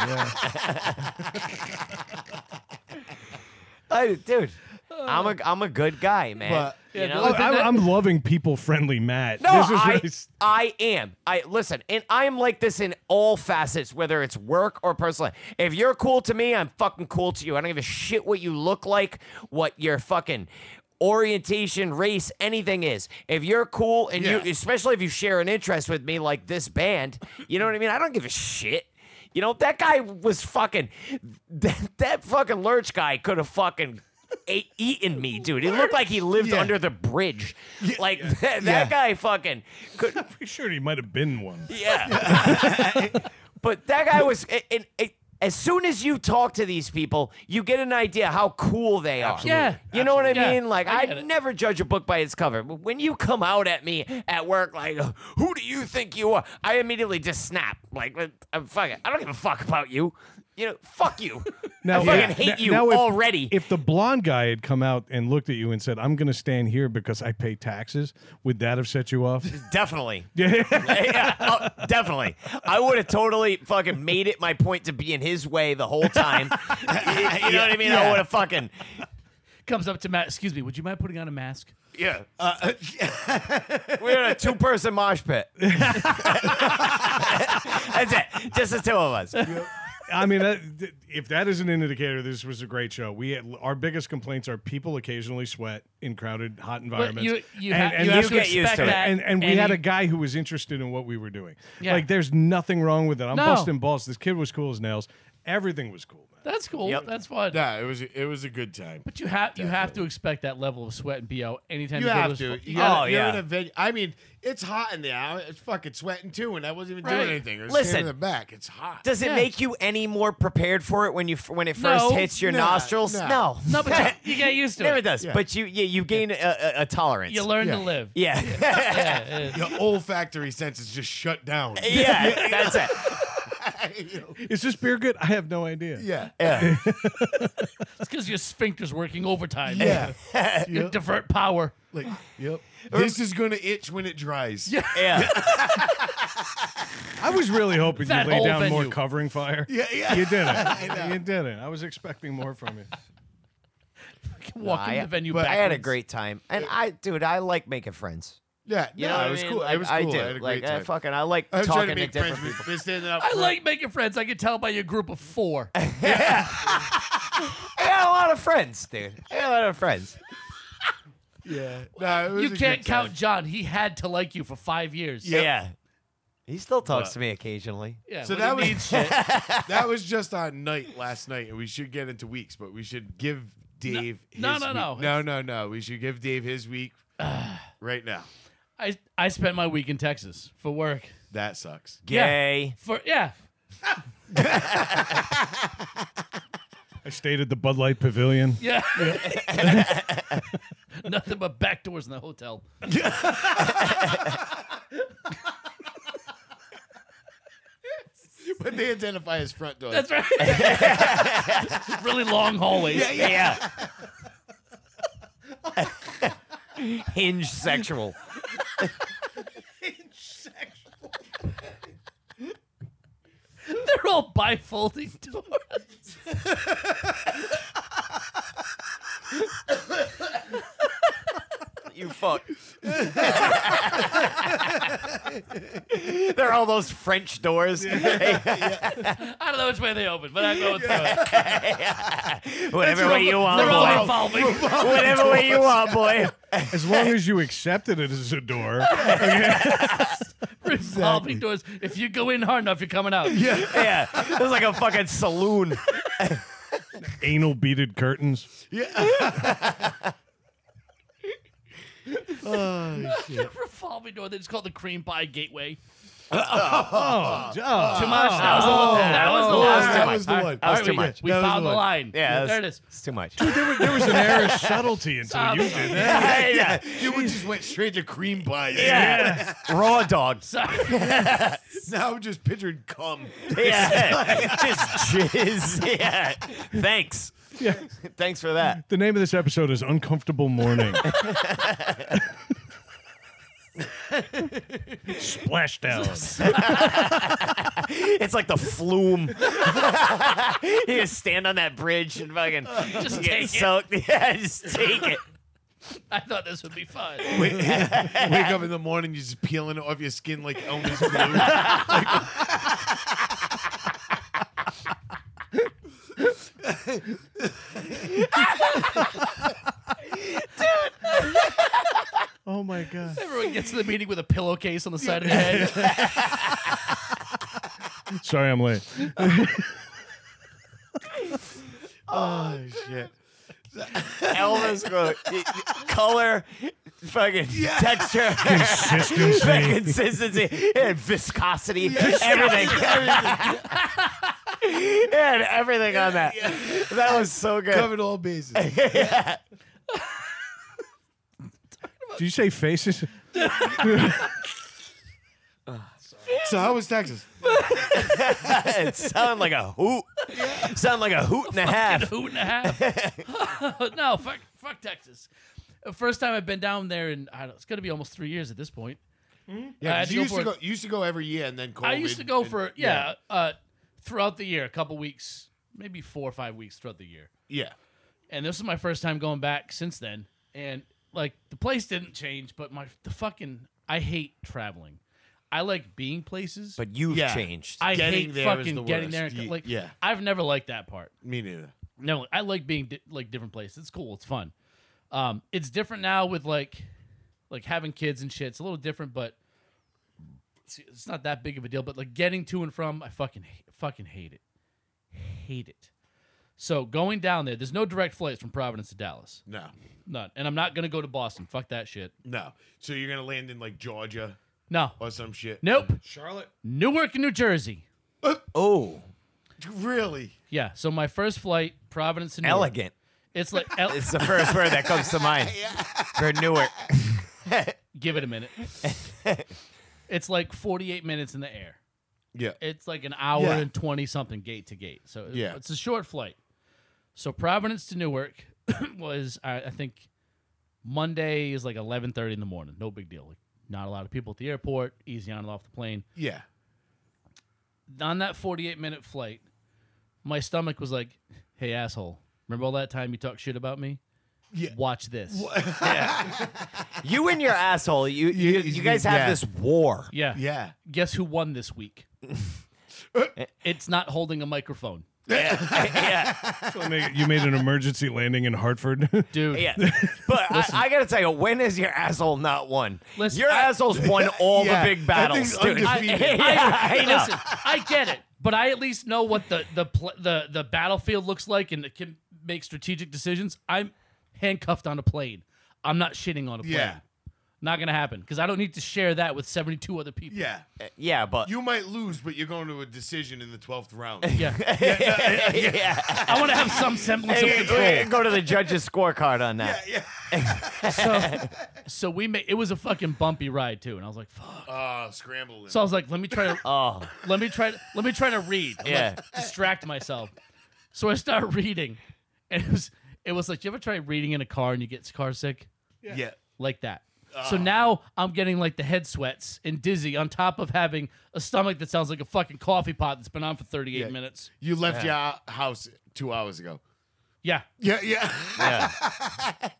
Yeah.
I- dude, I'm a I'm a good guy, man.
But-
you
Yeah,
know?
the
Oh, I, I'm loving people friendly Matt.
No,
this is
I,
really s-
I am. I listen, and I am like this in all facets, whether it's work or personal. life. If you're cool to me, I'm fucking cool to you. I don't give a shit what you look like, what your fucking orientation, race, anything is. If you're cool and
Yeah.
you, especially if you share an interest with me, like this band, you know what I mean. I don't give a shit. You know that guy was fucking that, that fucking lurch guy could have fucking. Ate, eaten me, dude. It looked like he lived
Yeah.
under the bridge. like that, that
Yeah.
guy fucking could
pretty sure he might have been one.
yeah but that guy was and, and, as soon as you talk to these people you get an idea how cool they are
Absolutely. Yeah.
you know what i
Absolutely.
mean like
I
i,
get it.
never judge a book by its cover but when you come out at me at work like who do you think you are i immediately just snap like i'm fucking i don't give a fuck about you you know fuck you i fucking hate
Now-
you
now if-
already
If the blonde guy had come out and looked at you and said, "I'm going to stand here because I pay taxes," would that have set you off?
definitely
Yeah.
yeah, oh, definitely. I would have totally fucking made it my point to be in his way the whole time. you know what I mean? I would have fucking
Comes up to Matt. Excuse me. Would you mind putting on a mask?
yeah. We're in a two-person mosh pit. That's it. Just the two of us.
I mean, that, th- if that is an indicator, this was a great show. We had, our biggest complaints are people occasionally sweat in crowded, hot environments.
you you,
and,
ha-
and
you
this
have to
get used
expect
to it.
that.
and, and we
and
had
he-
a guy who was interested in what we were doing.
Yeah.
Like, there's nothing wrong with it. I'm
No.
busting balls. This kid was cool as nails. Everything was cool, man.
That's cool.
Yep.
That's fun.
Nah, it was it was a good time.
But you have you have to expect that level of sweat and bo anytime you,
You
go
have
this
to.
fu-
You gotta,
Oh,
you're
yeah.
in a venue. I mean, it's hot in there. I was fucking sweating too, and I wasn't even
Right.
doing anything. I was
Listen.
standing in the back. It's hot.
Does it
Yeah.
make you any more prepared for it when you when it
No.
first hits your
Nah,
nostrils?
nah.
No.
No, but you, you get used to
Never
it.
does.
Yeah.
But you yeah, you gain a, a, a tolerance.
You learn
Yeah.
to live.
yeah.
Yeah, yeah.
Your olfactory senses just shut down.
yeah. That's it.
Is this beer good? I have no idea.
yeah.
Yeah.
It's because your sphincter's working overtime.
Yeah.
You divert power.
Like, yep. This is gonna itch when it dries. Yeah.
Yeah.
I was really hoping you
That
laid
whole
down more
venue.
covering fire.
Yeah, yeah.
You didn't. you didn't. I was expecting more from you.
Walking
I-
the venue
but
back.
I had a great time, and I, dude, I like making friends.
Yeah,
You
no,
know what
it was
I mean?
cool.
Like,
it was
I
cool.
do.
I had a
like
great time.
I fucking I like
I was trying to
talking to,
make
different
friends
people.
with, with standing up.
I
front.
like making friends. I can tell by your group of four.
I got a lot of friends, dude. I got a lot of friends.
Yeah, no, it was
you
a good
can't
time.
count John. He had to like you for five years.
Yep.
Yeah. He still talks
But-
to me occasionally.
Yeah.
So
when
that
he
was-
needs shit.
that was just on night last night, and we should get into weeks, but we should give Dave.
no,
his
no,
week. no,
no.
no, no. We should give Dave his week right now.
I I spent my week in Texas for work.
That sucks.
Yeah.
Gay.
For yeah.
I stayed at the Bud Light Pavilion.
Yeah. Nothing but back doors in the hotel.
But they identify as front door.
That's right. really long hallways.
Yeah. Hinge sexual.
They're all bifolding doors.
You fuck. there are all those French doors.
I don't know which way they open, but I'm going through it.
Whatever way you
They're all
want, boy.
revolving.
Whatever way you want, boy.
As long as you accepted it as a door.
revolving doors. If you go in hard enough, you're coming out. Yeah.
Yeah. It was like a fucking saloon.
anal beaded curtains.
revolving door. They just call it the cream pie gateway.
Oh, oh.
Uh,
Too much. That was the, Oh. that was the last
that
time.
was the
All right,
one.
all
That
right,
was too
we-
much.
We
That was
found
the
the,
one.
line.
Yeah.
There it is.
It's too much.
There was an air of subtlety until you did that.
yeah. yeah.
You just went straight to cream pies.
Yeah. Raw dog.
Sorry.
Now I'm just picturing cum.
Yeah. Just jizz. Yeah. Thanks.
Yeah.
Thanks for that.
The name of this episode is Uncomfortable Morning. Splashdown.
It's like the flume. you just stand on that bridge and fucking
Just
get
take it.
soaked. Yeah, just take it.
I thought this would be fun.
Wake up in the morning, you're just peeling it off your skin like Elmer's glue.
Oh my god.
Everyone gets to the meeting with a pillowcase on the side of their head.
Sorry I'm late.
oh shit!
Elvis go color, fucking texture,
Consistency.
consistency, and viscosity, everything. and everything on that. That was so good.
Covered all bases.
Did you say faces?
So how was Texas?
it sounded like a hoot. Sound like a hoot and a
And a
half.
hoot and a half. no, fuck, fuck Texas. The First time I've been down there, and I don't, it's going to be almost three years at this point. I
Yeah, 'cause
had to
you
Uh, go
used to
for
go.
it.
You used to go every year, and then COVID
I used to go
and-
for yeah, uh, throughout the year, a couple weeks, maybe four or five weeks throughout the year.
yeah.
And this is my first time going back since then. And like the place didn't change, but my the fucking I hate traveling. I like being places,
But you've
Yeah.
changed.
I
Getting
hate
there is
fucking
the
getting
worst.
there. and co-
Ye-
like,
yeah.
I've never liked that part.
Me neither.
No, I like being di- like different places. It's cool. It's fun. Um, it's different now with like, like having kids and shit. It's a little different, but it's, it's not that big of a deal. But like getting to and from, I fucking ha- fucking hate it, hate it. So going down there, there's no direct flights from Providence to Dallas,
No,
none. And I'm not gonna go to Boston. Fuck that shit.
no. So you're gonna land in like Georgia
No,
or some shit.
nope.
Charlotte.
Newark, New Jersey.
oh,
Really?
Yeah. So my first flight, Providence to Newark.
elegant.
It's like el-
It's the first word that comes to mind for Newark.
give it a minute. it's like 48 minutes in the air.
Yeah.
It's like an hour
Yeah.
and 20 something gate to gate. So it-
Yeah.
it's a short flight. So Providence to Newark was I, I think Monday is like 11:30 in the morning. No big deal. Like not a lot of people at the airport, easy on and off the plane.
Yeah.
On that 48 minute flight, my stomach was like, "Hey asshole, remember all that time you talked shit about me?
Yeah.
Watch this.
You and your asshole. You you,
You-
you guys have
yeah.
this war.
Yeah.
Yeah.
Guess who won this week? it's not holding a microphone,
yeah,
So they- you made an emergency landing in Hartford.
dude.
yeah. But I, I gotta tell you, when has your asshole not won?
Listen,
your
I-
asshole's won all
Yeah,
the big
that
battles,
thing's
dude.
undefeated.
Yeah,
I,
I
hey,
know.
listen, I get it, but I at least know what the the pl- the the battlefield looks like and can make strategic decisions. I'm handcuffed on a plane. I'm not shitting on a plane.
Yeah.
Not gonna happen because I don't need to share that with 72 other people.
Yeah.
Yeah, but
Eh. You might lose, but you're going to a decision in the 12th round.
Yeah.
yeah.
I want to have some semblance of
Hey,
control.
hey, Go to the judge's scorecard on that.
yeah.
So, so we made it was a fucking bumpy ride too, and I was like, fuck.
Uh, scrambling.
So I was like, let me try to
Oh,
let me try let me try to read. I'm
Yeah.
like, distract myself. So I start reading, and it was it was like you ever try reading in a car and you get car sick
yeah.
like that. So now I'm getting like the head sweats and dizzy on top of having a stomach that sounds like a fucking coffee pot that's been on for 38
Yeah.
minutes.
You left your house two hours ago.
Yeah.
Yeah, yeah.
yeah.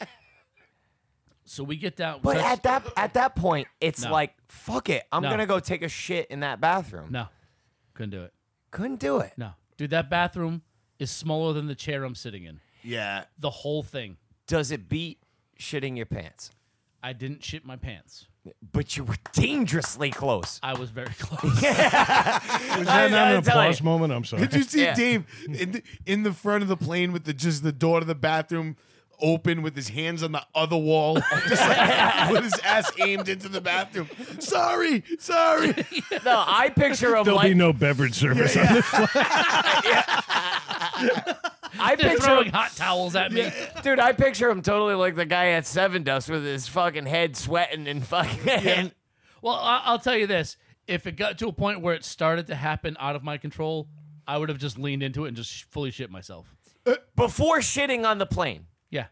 So we get down.
But
so-
at that at that point, it's
No.
like fuck it. I'm
No.
gonna go take a shit in that bathroom.
no, couldn't do it.
Couldn't do it.
No, dude, that bathroom is smaller than the chair I'm sitting in.
yeah.
The whole thing.
Does it beat shitting your pants?
I didn't shit my pants.
But you were dangerously close.
I was very close.
Was that
I-
not an
I'm telling
applause
you.
moment? I'm sorry.
Did you see
Yeah.
Dave in the, in the front of the plane with the just the door to the bathroom open with his hands on the other wall, just like with his ass aimed into the bathroom? Sorry, sorry.
No, I picture him
There'll
like
be no beverage service on this.
I
They're
picture
throwing hot towels at me.
dude, I picture him totally like the guy at Seven Dust with his fucking head sweating and fucking
Well, I- I'll tell you this: if it got to a point where it started to happen out of my control, I would have just leaned into it and just sh- fully shit myself.
before shitting on the plane.
Yeah.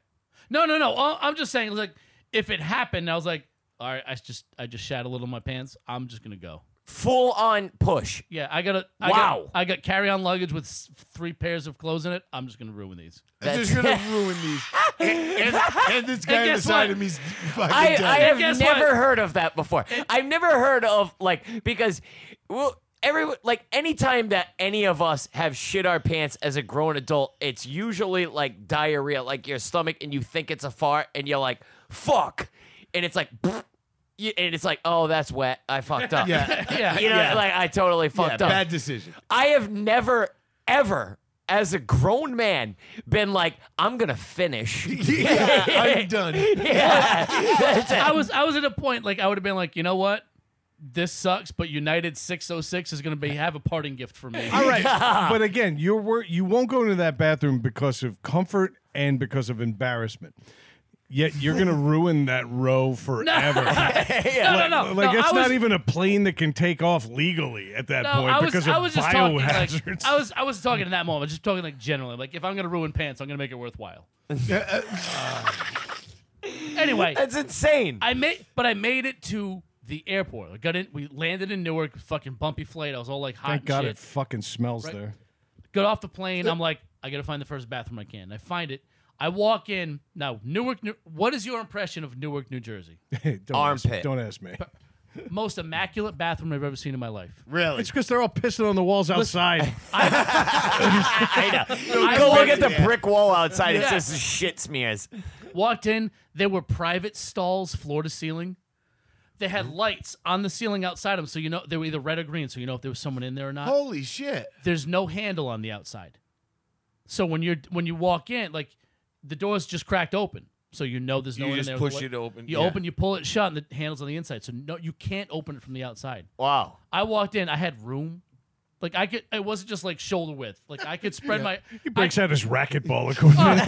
No, no, no. I- I'm just saying, like, if it happened, I was like, all right, I just, I just shat a little in my pants. I'm just gonna go.
Full on push.
Yeah, I gotta. I
Wow.
Got, I got carry-on luggage with s- three pairs of clothes in it. I'm just gonna ruin these.
I'm just
That's-
gonna ruin these. And, and this guy
guess
beside
what?
him, he's fucking
I,
dead.
I have
Guess what?
never heard of that before. I've never heard of like because well every like anytime that any of us have shit our pants as a grown adult, it's usually like diarrhea, like your stomach and you think it's a fart and you're like, fuck. And it's like you- and it's like, oh, that's wet. I fucked up.
Yeah.
Yeah.
You know,
Yeah.
like I totally
yeah,
fucked up.
bad decision.
I have never ever as a grown man been like, I'm gonna finish.
yeah, I'm done.
yeah. That's it.
I was I was at a point like I would have been like, you know what? This sucks, but United 606 is going to be have a parting gift for me.
All right, but again, you're wor- you won't go into that bathroom because of comfort and because of embarrassment. Yet you're gonna ruin that row forever.
No, no, no.
Like
no,
it's
I was,
not even a plane that can take off legally at that
No,
point
I was,
because
I
of
was just talking. Like,
biohazards.
I was, I was talking in that moment. Just talking like generally. Like if I'm gonna ruin pants, I'm gonna make it worthwhile. anyway,
That's insane.
I made, but I made it to the airport. I got in. We landed in Newark. Fucking bumpy flight. I was all like hot.
Thank
and
God
shit.
it fucking smells there.
Got off the plane. I'm like, I gotta find the first bathroom I can. I find it. I walk in. Now Newark. New, what is your impression of Newark, New Jersey?
don't
Armpit.
Ask, don't ask me.
Most immaculate bathroom I've ever seen in my life.
Really?
It's because they're all pissing on the walls outside.
I
Go look
walked-
at the brick wall outside.
Yeah.
It's just shit smears.
Walked in, there were private stalls, floor to ceiling. They had
Mm-hmm.
lights on the ceiling outside them, so you know they were either red or green, so you know if there was someone in there or not.
Holy shit.
There's no handle on the outside, so when you're when you walk in, like the door's just cracked open, so you know there's no
You
one
just
in there.
push
with a light.
it open,
You
yeah.
open, you pull it shut, and the handle's on the inside, so no, you can't open it from the outside.
Wow.
I walked in, I had room. Like I could, it wasn't just like shoulder width. Like I could spread my.
he breaks out his racquetball equipment.
I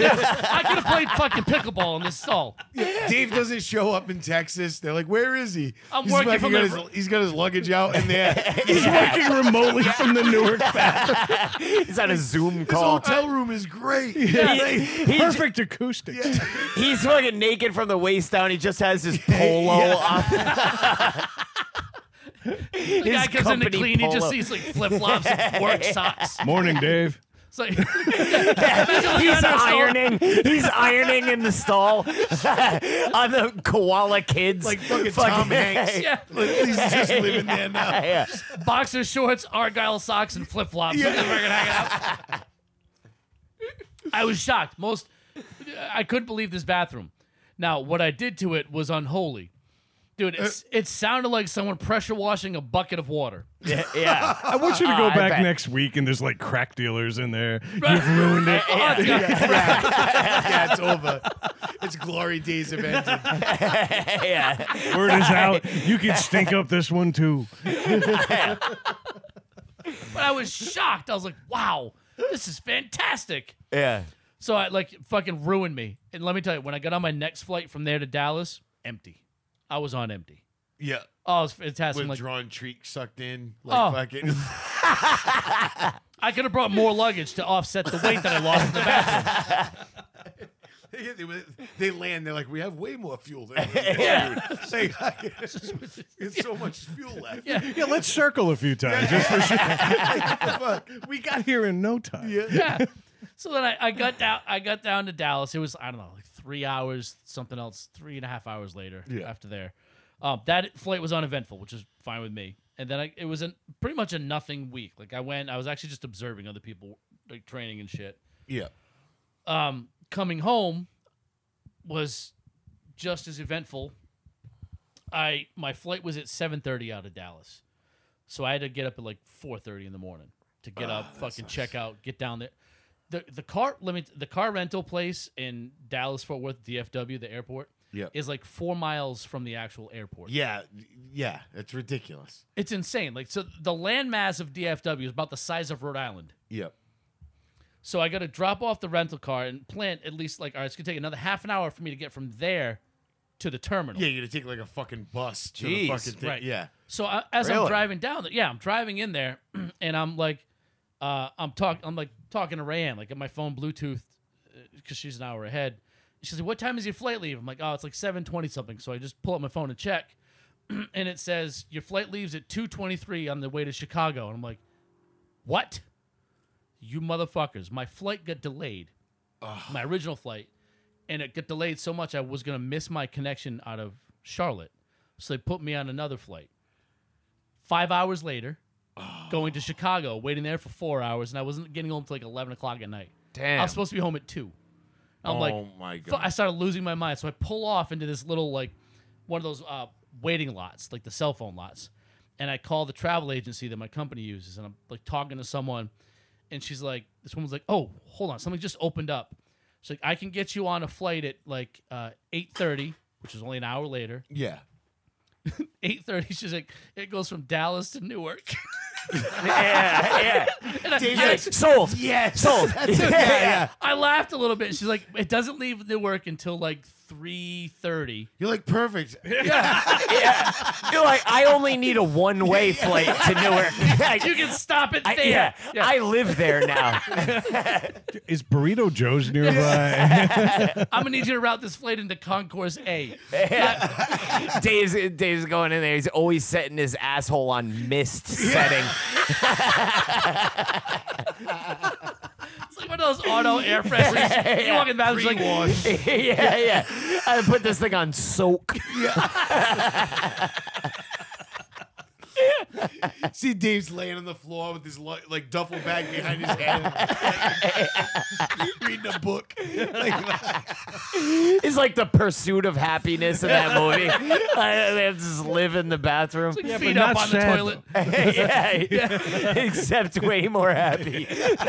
could have played fucking pickleball in this stall.
Dave doesn't show up in Texas. They're like, "Where is he?"
I'm
he's
working
fucking
from
got
the-
his, He's got his luggage out, and there
Oh,
He's working remotely from the Newark bathroom.
He's on a Zoom
Oh.
his
call.
hotel room is great.
He-
Like,
he-
Perfect acoustics.
he's fucking naked from the waist down. He just has his polo on.
The guy
His
comes in to
company
clean, he
polo.
just sees like flip flops and work socks.
Morning, Dave.
It's like Imagine looking
He's
under a stall-
ironing. He's ironing in the stall on the koala kids.
Like fucking Tom Hanks.
Yeah.
Like, he's just living there now.
Yeah.
Boxer shorts, argyle socks, and flip flops. I was shocked. Most, I couldn't believe this bathroom. Now, what I did to it was unholy, dude. It's, it sounded like someone pressure washing a bucket of water.
Yeah. yeah.
I want you
Uh,
to go
I
back
bet.
next week and there's like crack dealers in there. You've ruined it.
Oh, it's got-
yeah, it's over. It's glory days have ended.
yeah.
Word is out. You can stink up this one too.
but I was shocked. I was like, wow, this is fantastic.
Yeah.
So I like fucking ruined me. And let me tell you, when I got on my next flight from there to Dallas, empty. I was on empty.
Yeah.
Oh, it was fantastic. I'm like,
Withdrawn treat sucked in. Like
Oh.
fucking.
I could have brought more luggage to offset the weight that I lost in the bathroom.
Yeah, they, were- they land. They're like, we have way more fuel. Than yeah. Like, it's so much fuel left.
Yeah.
Yeah, let's circle a few times. Just for sure.
Fuck.
We got here in no time.
yeah. So then I, I got down I got down to Dallas. It was I don't know like three hours something else three and a half hours later
Yeah.
after there. Um, that flight was uneventful, which is fine with me. And then I, it was an, pretty much a nothing week. Like I went, I was actually just observing other people like training and shit.
Yeah.
Um, coming home was just as eventful. I my flight was at seven thirty out of Dallas, so I had to get up at like four thirty in the morning to get
Ah,
up, fucking check out, get down there. the The car let me the car rental place in Dallas Fort Worth DFW, the airport,
Yeah.
is like four miles from the actual airport.
Yeah. Yeah. It's ridiculous.
it's insane. Like so, the landmass of DFW is about the size of Rhode Island.
Yeah.
So I got to drop off the rental car and plan at least like, all right, it's gonna take another half an hour for me to get from there to the terminal.
Yeah. You're going to take like a fucking bus to
Jeez.
the fucking thing.
Right.
Yeah.
So I, as I'm
Really?
driving down, the, yeah, I'm driving in there, and I'm like, uh, I'm talk, I'm like talking to Rayanne, like at my phone Bluetooth, because she's an hour ahead. She's like, "What time is your flight leave?" I'm like, "Oh, it's like 7:20 something." So I just pull up my phone and check, and it says your flight leaves at 2:23 on the way to Chicago. And I'm like, "What? You motherfuckers! My flight got delayed, my original flight, and it got delayed so much I was gonna miss my connection out of Charlotte." So they put me on another flight five hours later,
Oh.
going to Chicago, waiting there for four hours, and I wasn't getting home till like eleven o'clock at night.
Damn.
I was supposed to be home at two. I'm like,
oh my
fu- I
God.
started losing my mind, so I pull off into this little like one of those uh, waiting lots, like the cell phone lots, and I call the travel agency that my company uses, and I'm like talking to someone, and she's like, this woman's like, oh, hold on, something just opened up. She's like, I can get you on a flight at like uh, eight thirty, which is only an hour later.
yeah.
Eight thirty, she's like, it goes from Dallas to Newark.
Yeah.
And I-
Yeah.
yes,
Sold.
Yes.
Sold.
yeah, yeah.
I laughed a little bit. She's like, it doesn't leave the work until like three thirty.
You're like perfect.
You're like, I only need a one-way flight to Newark. Like,
You can stop it there.
I, yeah, I live there now.
Is Burrito Joe's nearby?
I, am gonna need you to route this flight into Concourse A.
Dave's Dave's going in there. He's always setting his asshole on mist setting.
It's like one of those auto air fresheners. You walk in the bathroom, it's like,
yeah, yeah. I put this thing on soak.
See Dave's laying on the floor with his lo- like duffel bag behind his head, reading a book. Like,
It's like the pursuit of happiness in that movie. I, they have to just live in the bathroom.
like feet
but
up
not
on
sad,
the toilet.
yeah, yeah. Except way more happy.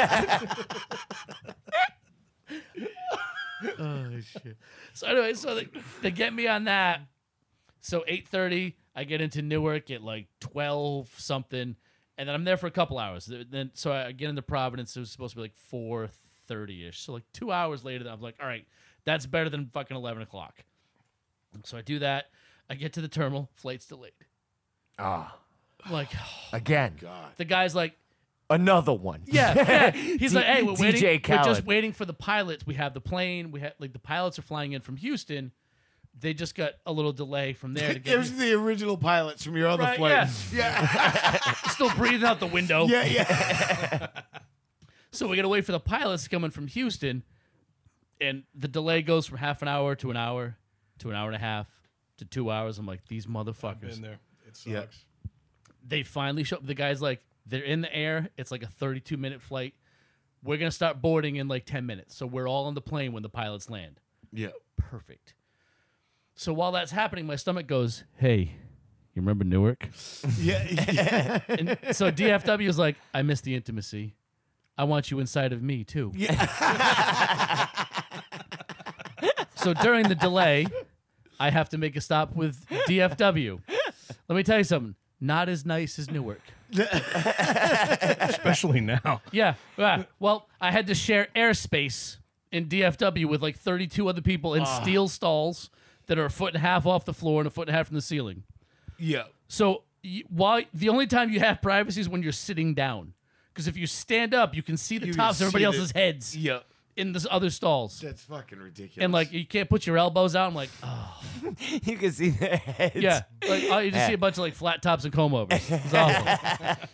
Oh, So anyway, so they, they get me on that. So eight thirty, I get into Newark at like twelve something, and then I'm there for a couple hours. Th- Then so I get into Providence. It was supposed to be like four thirty ish. So like two hours later, I'm like, all right, that's better than fucking eleven o'clock. So I do that. I get to the terminal. Flight's delayed.
Ah,
I'm Like
again,
God.
the guy's like,
another one.
yeah, yeah. He's
D-
like, hey, we're waiting.
DJ
We're just
Khaled.
waiting for the pilots. We have the plane. We have like the pilots are flying in from Houston. They just got a little delay from there to
It
get
was the original pilots from your other
Right,
flight. Yeah.
still breathing out the window.
Yeah, yeah.
So we gotta wait for the pilots coming from Houston, and the delay goes from half an hour to an hour, to an hour and a half, to two hours. I'm like, these motherfuckers.
Been there. It sucks.
Yeah.
They finally show up. The guy's like, they're in the air. It's like a 32 minute flight. We're gonna start boarding in like 10 minutes. So we're all on the plane when the pilots land.
Yeah.
Perfect. So while that's happening, my stomach goes, hey. You remember Newark?
Yeah. Yeah.
And so DFW is like, I miss the intimacy. I want you inside of me too. so during the delay, I have to make a stop with DFW. Let me tell you something. Not as nice as Newark.
Especially now.
Yeah. yeah. Well, I had to share airspace in DFW with like 32 other people in steel stalls that are a foot and a half off the floor and a foot and a half from the ceiling.
yeah.
So y- why the only time you have privacy is when you're sitting down. Because if you stand up, you can see the
You
tops of
see
everybody
the-
else's heads
Yeah.
in the other stalls.
That's fucking ridiculous.
and like you can't put your elbows out. I'm like, oh
you can see their heads.
yeah, like oh, you just see a bunch of like flat tops and comb overs. It's awful.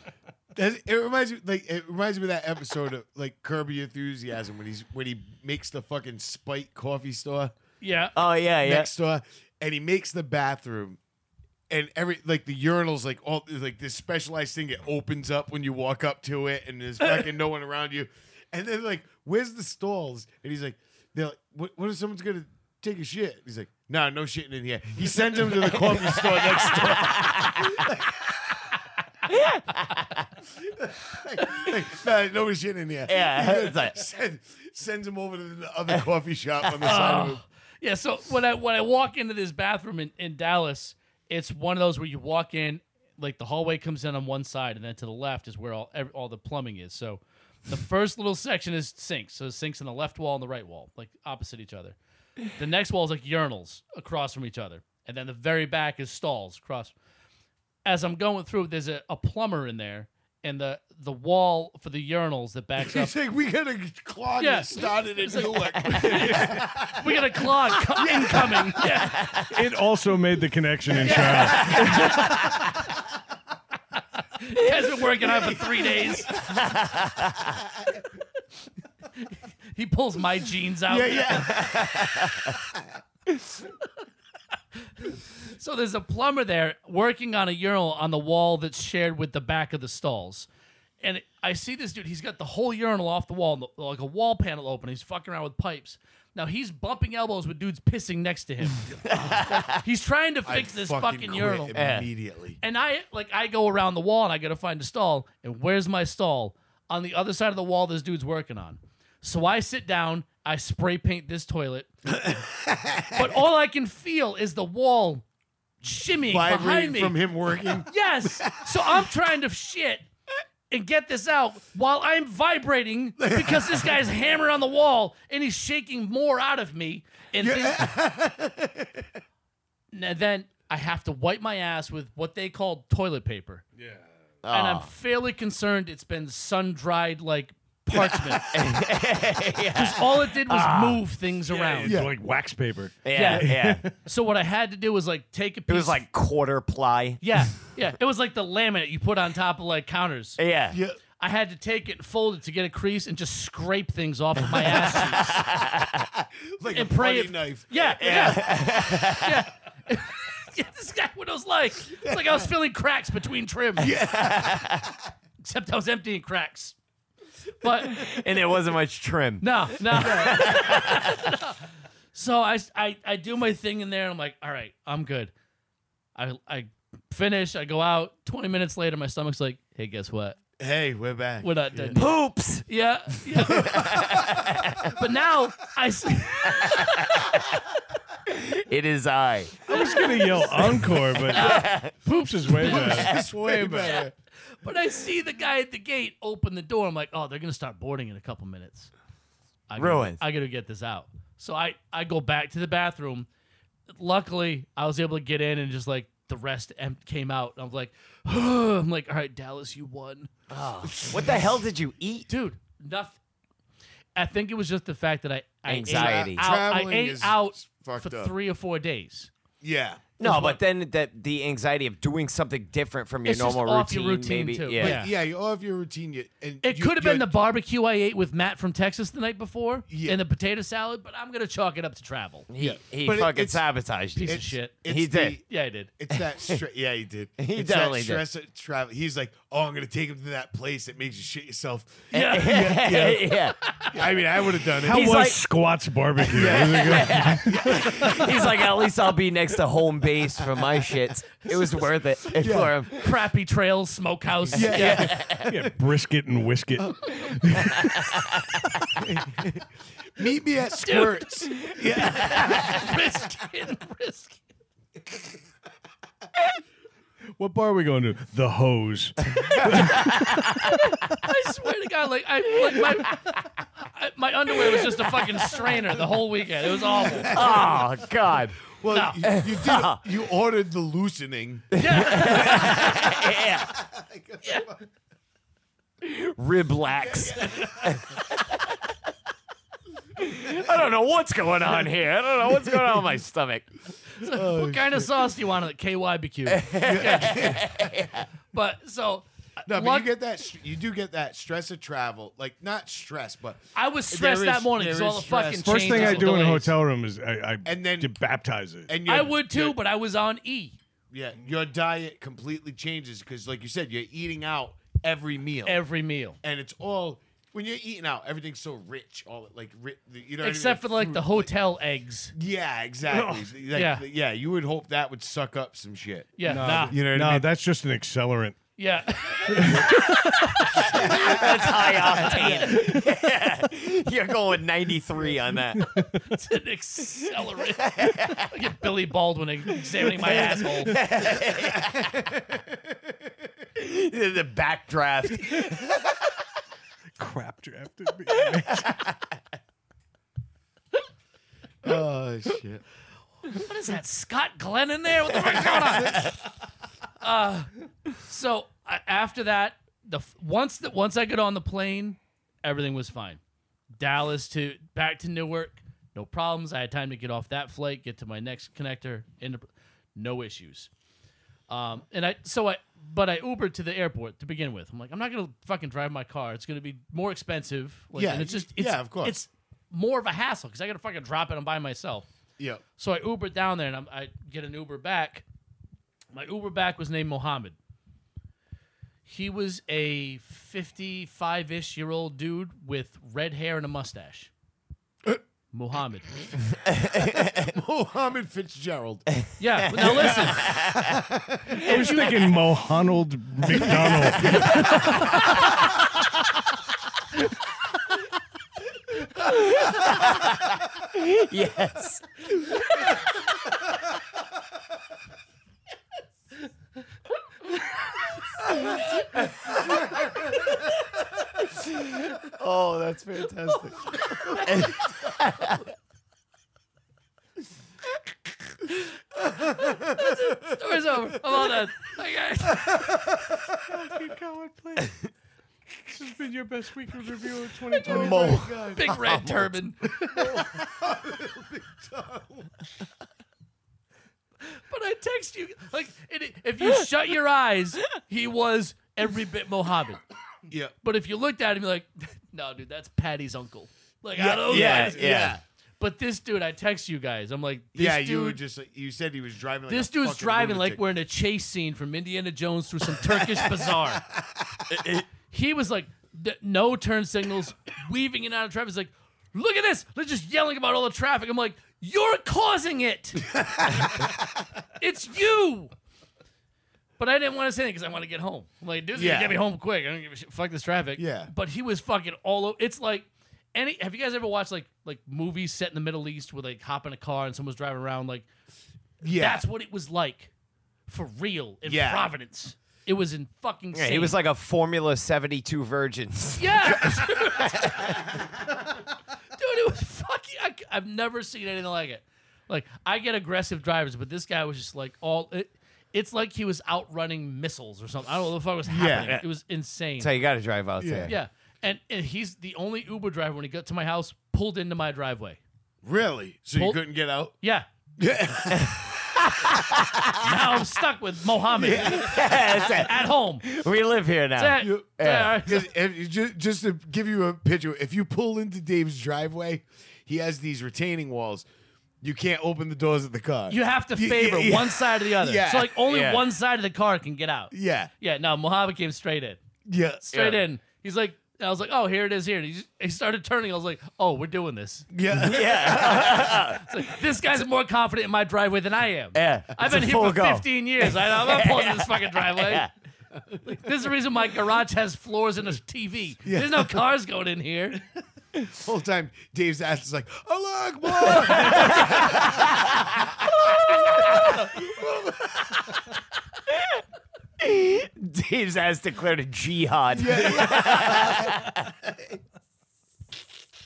That's, it reminds me, like it reminds me of that episode of like Curb Your Enthusiasm when he's when he makes the fucking Spike coffee store
Yeah,
Oh yeah, yeah.
next door, and he makes the bathroom, and every like the urinals like all like this specialized thing it opens up when you walk up to it, and there's fucking no one around you, and then like where's the stalls? And he's like, they're like, what, what if someone's gonna take a shit? He's like, nah, no shitting in here. He sends him to the coffee store next door. Like, nah, nobody's shitting in here.
Yeah, it's like-
Send- sends him over to the other coffee shop on the side of it.
yeah. So when I when I walk into this bathroom in, in Dallas, it's one of those where you walk in, like the hallway comes in on one side, and then to the left is where all every, all the plumbing is. So the first little section is sinks. So sinks in the left wall and the right wall, like opposite each other. The next wall is like urinals across from each other, and then the very back is stalls across. As I'm going through, there's a, a plumber in there, and the the wall for the urinals that backs up
He's like, we gotta clog
Yeah.
this started in Newark.
We got a clog co- incoming. Yeah.
It also made the connection in Charlotte.
He has been working on it for three days. he pulls my jeans out.
yeah, yeah.
So there's a plumber there working on a urinal on the wall that's shared with the back of the stalls. And I see this dude, he's got the whole urinal off the wall, like a wall panel open. He's fucking around with pipes. Now he's bumping elbows with dudes pissing next to him. he's trying to fix this fucking urinal.
immediately.
And I like I go around the wall and I gotta find a stall. And where's my stall? On the other side of the wall, this dude's working on. So I sit down, I spray paint this toilet. but all I can feel is the wall shimmying behind
Vibrating
me.
from him working.
Yes. So I'm trying to shit and get this out while I'm vibrating because this guy's hammering on the wall and he's shaking more out of me. And then- and then I have to wipe my ass with what they call toilet paper. Yeah. And
Ah.
I'm fairly concerned it's been sun dried like parchment. Because all it did was
Ah.
move things around.
It's like wax paper.
Yeah, yeah.
So what I had to do was like take a piece.
It was like quarter ply.
Yeah, yeah. It was like the laminate you put on top of like counters.
Yeah.
yeah.
I had to take it and fold it to get a crease and just scrape things off of my ass cheeks.
Like
And
a
pray
putty
it-
knife.
Yeah, yeah. Yeah. yeah. This guy what it was like. It's like I was filling cracks between trims. Except I was emptying cracks. But
And there wasn't much trim.
no, no. No. So I, I I do my thing in there and I'm like, all right, I'm good. I I finish, I go out, 20 minutes later, my stomach's like, hey, guess what?
Hey, we're back.
We're not done yet.
Poops.
Yeah. yeah. but now I s-
It is I.
I was gonna yell encore, but poops is way better.
It's way better.
but I see the guy at the gate open the door. I'm like, oh, they're gonna start boarding in a couple minutes. I gotta,
Ruined.
I gotta get this out. So I I go back to the bathroom. Luckily, I was able to get in and just like the rest em- came out. I'm like, I'm like, all right, Dallas, you won,
What the hell did you eat?
dude. Nothing. I think it was just the fact that I, I ate
Anxiety.
out. I
Traveling
ate
is
out
fucked
for
up.
three or four days.
Yeah.
No, but then that the anxiety of doing something different from your
It's just
normal
off your routine,
routine, maybe.
too.
Yeah.
Like,
Yeah, you're off your routine. You, and
It
you-
could have been
you're-
the barbecue I ate with Matt from Texas the night before
Yeah.
and the potato salad, but I'm going to chalk it up to travel.
He,
Yeah.
he
But it-
fucking
it's-
sabotaged you.
Piece of
it's-
shit.
it's
He did.
the-
yeah, I did.
It's that stress. Yeah, he did.
He
it's
definitely
that
did.
stress at travel. He's like, oh, I'm gonna take him to that place that makes you shit yourself.
Yeah.
yeah, yeah.
I mean, I would have done it.
How
He's
was
like-
Squats barbecue? Was it good?
He's like, at least I'll be next to home base for my shit. It was worth it for him.
Crappy trails, smokehouse. Yeah.
yeah, brisket and whisket.
Meet me at Squirts.
risk it, risk it.
What bar are we going to? The hose.
I swear to God, like I like my I, my underwear was just a fucking strainer the whole weekend. It was awful.
Oh, God.
Well,
No.
you, you did. You ordered the loosening.
Yeah. Rib lax. I don't know what's going on here. I don't know what's going on with my stomach.
what kind of sauce do you want on it? KYBQ. but so
No, but
luck-
you get that. str- You do get that stress of travel. Like not stress, but
I was stressed
There
that
is-
morning
there
because all
is
the fucking
stress.
First thing
changes
I
and
do in a
delays.
hotel room is I, I
And then-
d- baptize it.
and your,
I would too,
your-
but I was on E
yeah, your diet completely changes because, like you said, you're eating out every meal,
every meal.
and it's all when you're eating out. Everything's so rich, all like ri- you know, what I mean?
Except for like the
fruit.
hotel eggs.
Yeah, exactly. Like,
Yeah.
yeah, You would hope that would suck up some shit.
Yeah. nah.
You know what
no,
I mean?
that's just an accelerant.
Yeah.
That's high octane. You're going 93 on that.
it's an accelerant. Look at Billy Baldwin examining my asshole.
the backdraft.
Crap drafted me.
Oh shit.
What is that, Scott Glenn in there? What the fuck's going on? Uh, so I after that, the f- once that once I got on the plane, everything was fine. Dallas to back to Newark, no problems. I had time to get off that flight, get to my next connector, into, no issues. Um, and I so I but I Ubered to the airport to begin with. I'm like, I'm not gonna fucking drive my car. It's gonna be more expensive. Like,
Yeah,
and it's just
y-
it's,
yeah, of course.
It's more of a hassle because I gotta fucking drop it on by myself.
Yeah.
So I Ubered down there and I'm, I get an Uber back. My Uber back was named Mohammed. He was a 55 ish year old dude with red hair and a mustache. Mohammed.
Mohammed Fitzgerald.
Yeah. but Now listen,
I was thinking Mohanald McDonald.
Yes. oh, that's fantastic.
story's over. I'm all done. Like, I-
Keep going, please. This has been your best week of review of 2020.
Mo.
big red turban. But I text you, like, it, if you shut your eyes, he was every bit Mohammed.
Yeah.
But if you looked at him, you're like, no, dude, that's Patty's uncle. Like, I don't
Yeah,
know.
yeah.
But this dude, I text you guys. I'm like, this
yeah,
dude,
you were just like, you said he was driving like
this
a
dude's
fucking
driving like
lunatic.
we're in a chase scene from Indiana Jones through some Turkish bazaar. he was like, th- no turn signals, weaving in and out of traffic. He's like, look at this. They're just yelling about all the traffic. I'm like, you're causing it. it's you. But I didn't want to say anything because I want to get home. I'm like, dude's
Yeah.
gonna get me home quick. I don't give a shit. Fuck this traffic.
Yeah.
But he was fucking all over. It's like any. Have you guys ever watched like like movies set in the Middle East where they hop in a car and someone's driving around like
yeah.
that's what it was like for real in
Yeah.
Providence. It was in fucking
Yeah, he was like a Formula 72 virgin.
Yeah. dude, it was fucking I, I've never seen anything like it. Like I get aggressive drivers, but this guy was just like all it, it's like he was outrunning missiles or something. I don't know what the fuck was happening.
yeah.
It was insane.
That's how you got to drive out there.
yeah. And, and he's the only Uber driver when he got to my house pulled into my driveway.
Really? So
Pull-
you couldn't get out?
Yeah.
Yeah.
now I'm stuck with Mohammed
That's it.
at home.
We live here now.
That's it.
Yeah,
That's it.
'cause if you ju- just to give you a picture, if you pull into Dave's driveway, he has these retaining walls. You can't open the doors of the car.
You have to
Yeah,
favor
yeah, yeah.
one side or the other.
Yeah,
So like only
yeah.
one side of the car can get out.
Yeah,
Yeah, no, Mohammed came straight in.
yeah,
Straight
yeah.
in. He's like, I was like, oh, here it is here. And he, just, he started turning. I was like, oh, we're doing this.
Yeah,
It's like, this guy's more confident in my driveway than I am.
Yeah,
I've
it's a
been here
full
for
go.
15 years. I, I'm not pulling in this fucking driveway. Like, This is the reason my garage has floors and a TV. There's no cars going in here.
Whole time Dave's ass is like, "Oh look, more."
Dave's has declared a jihad.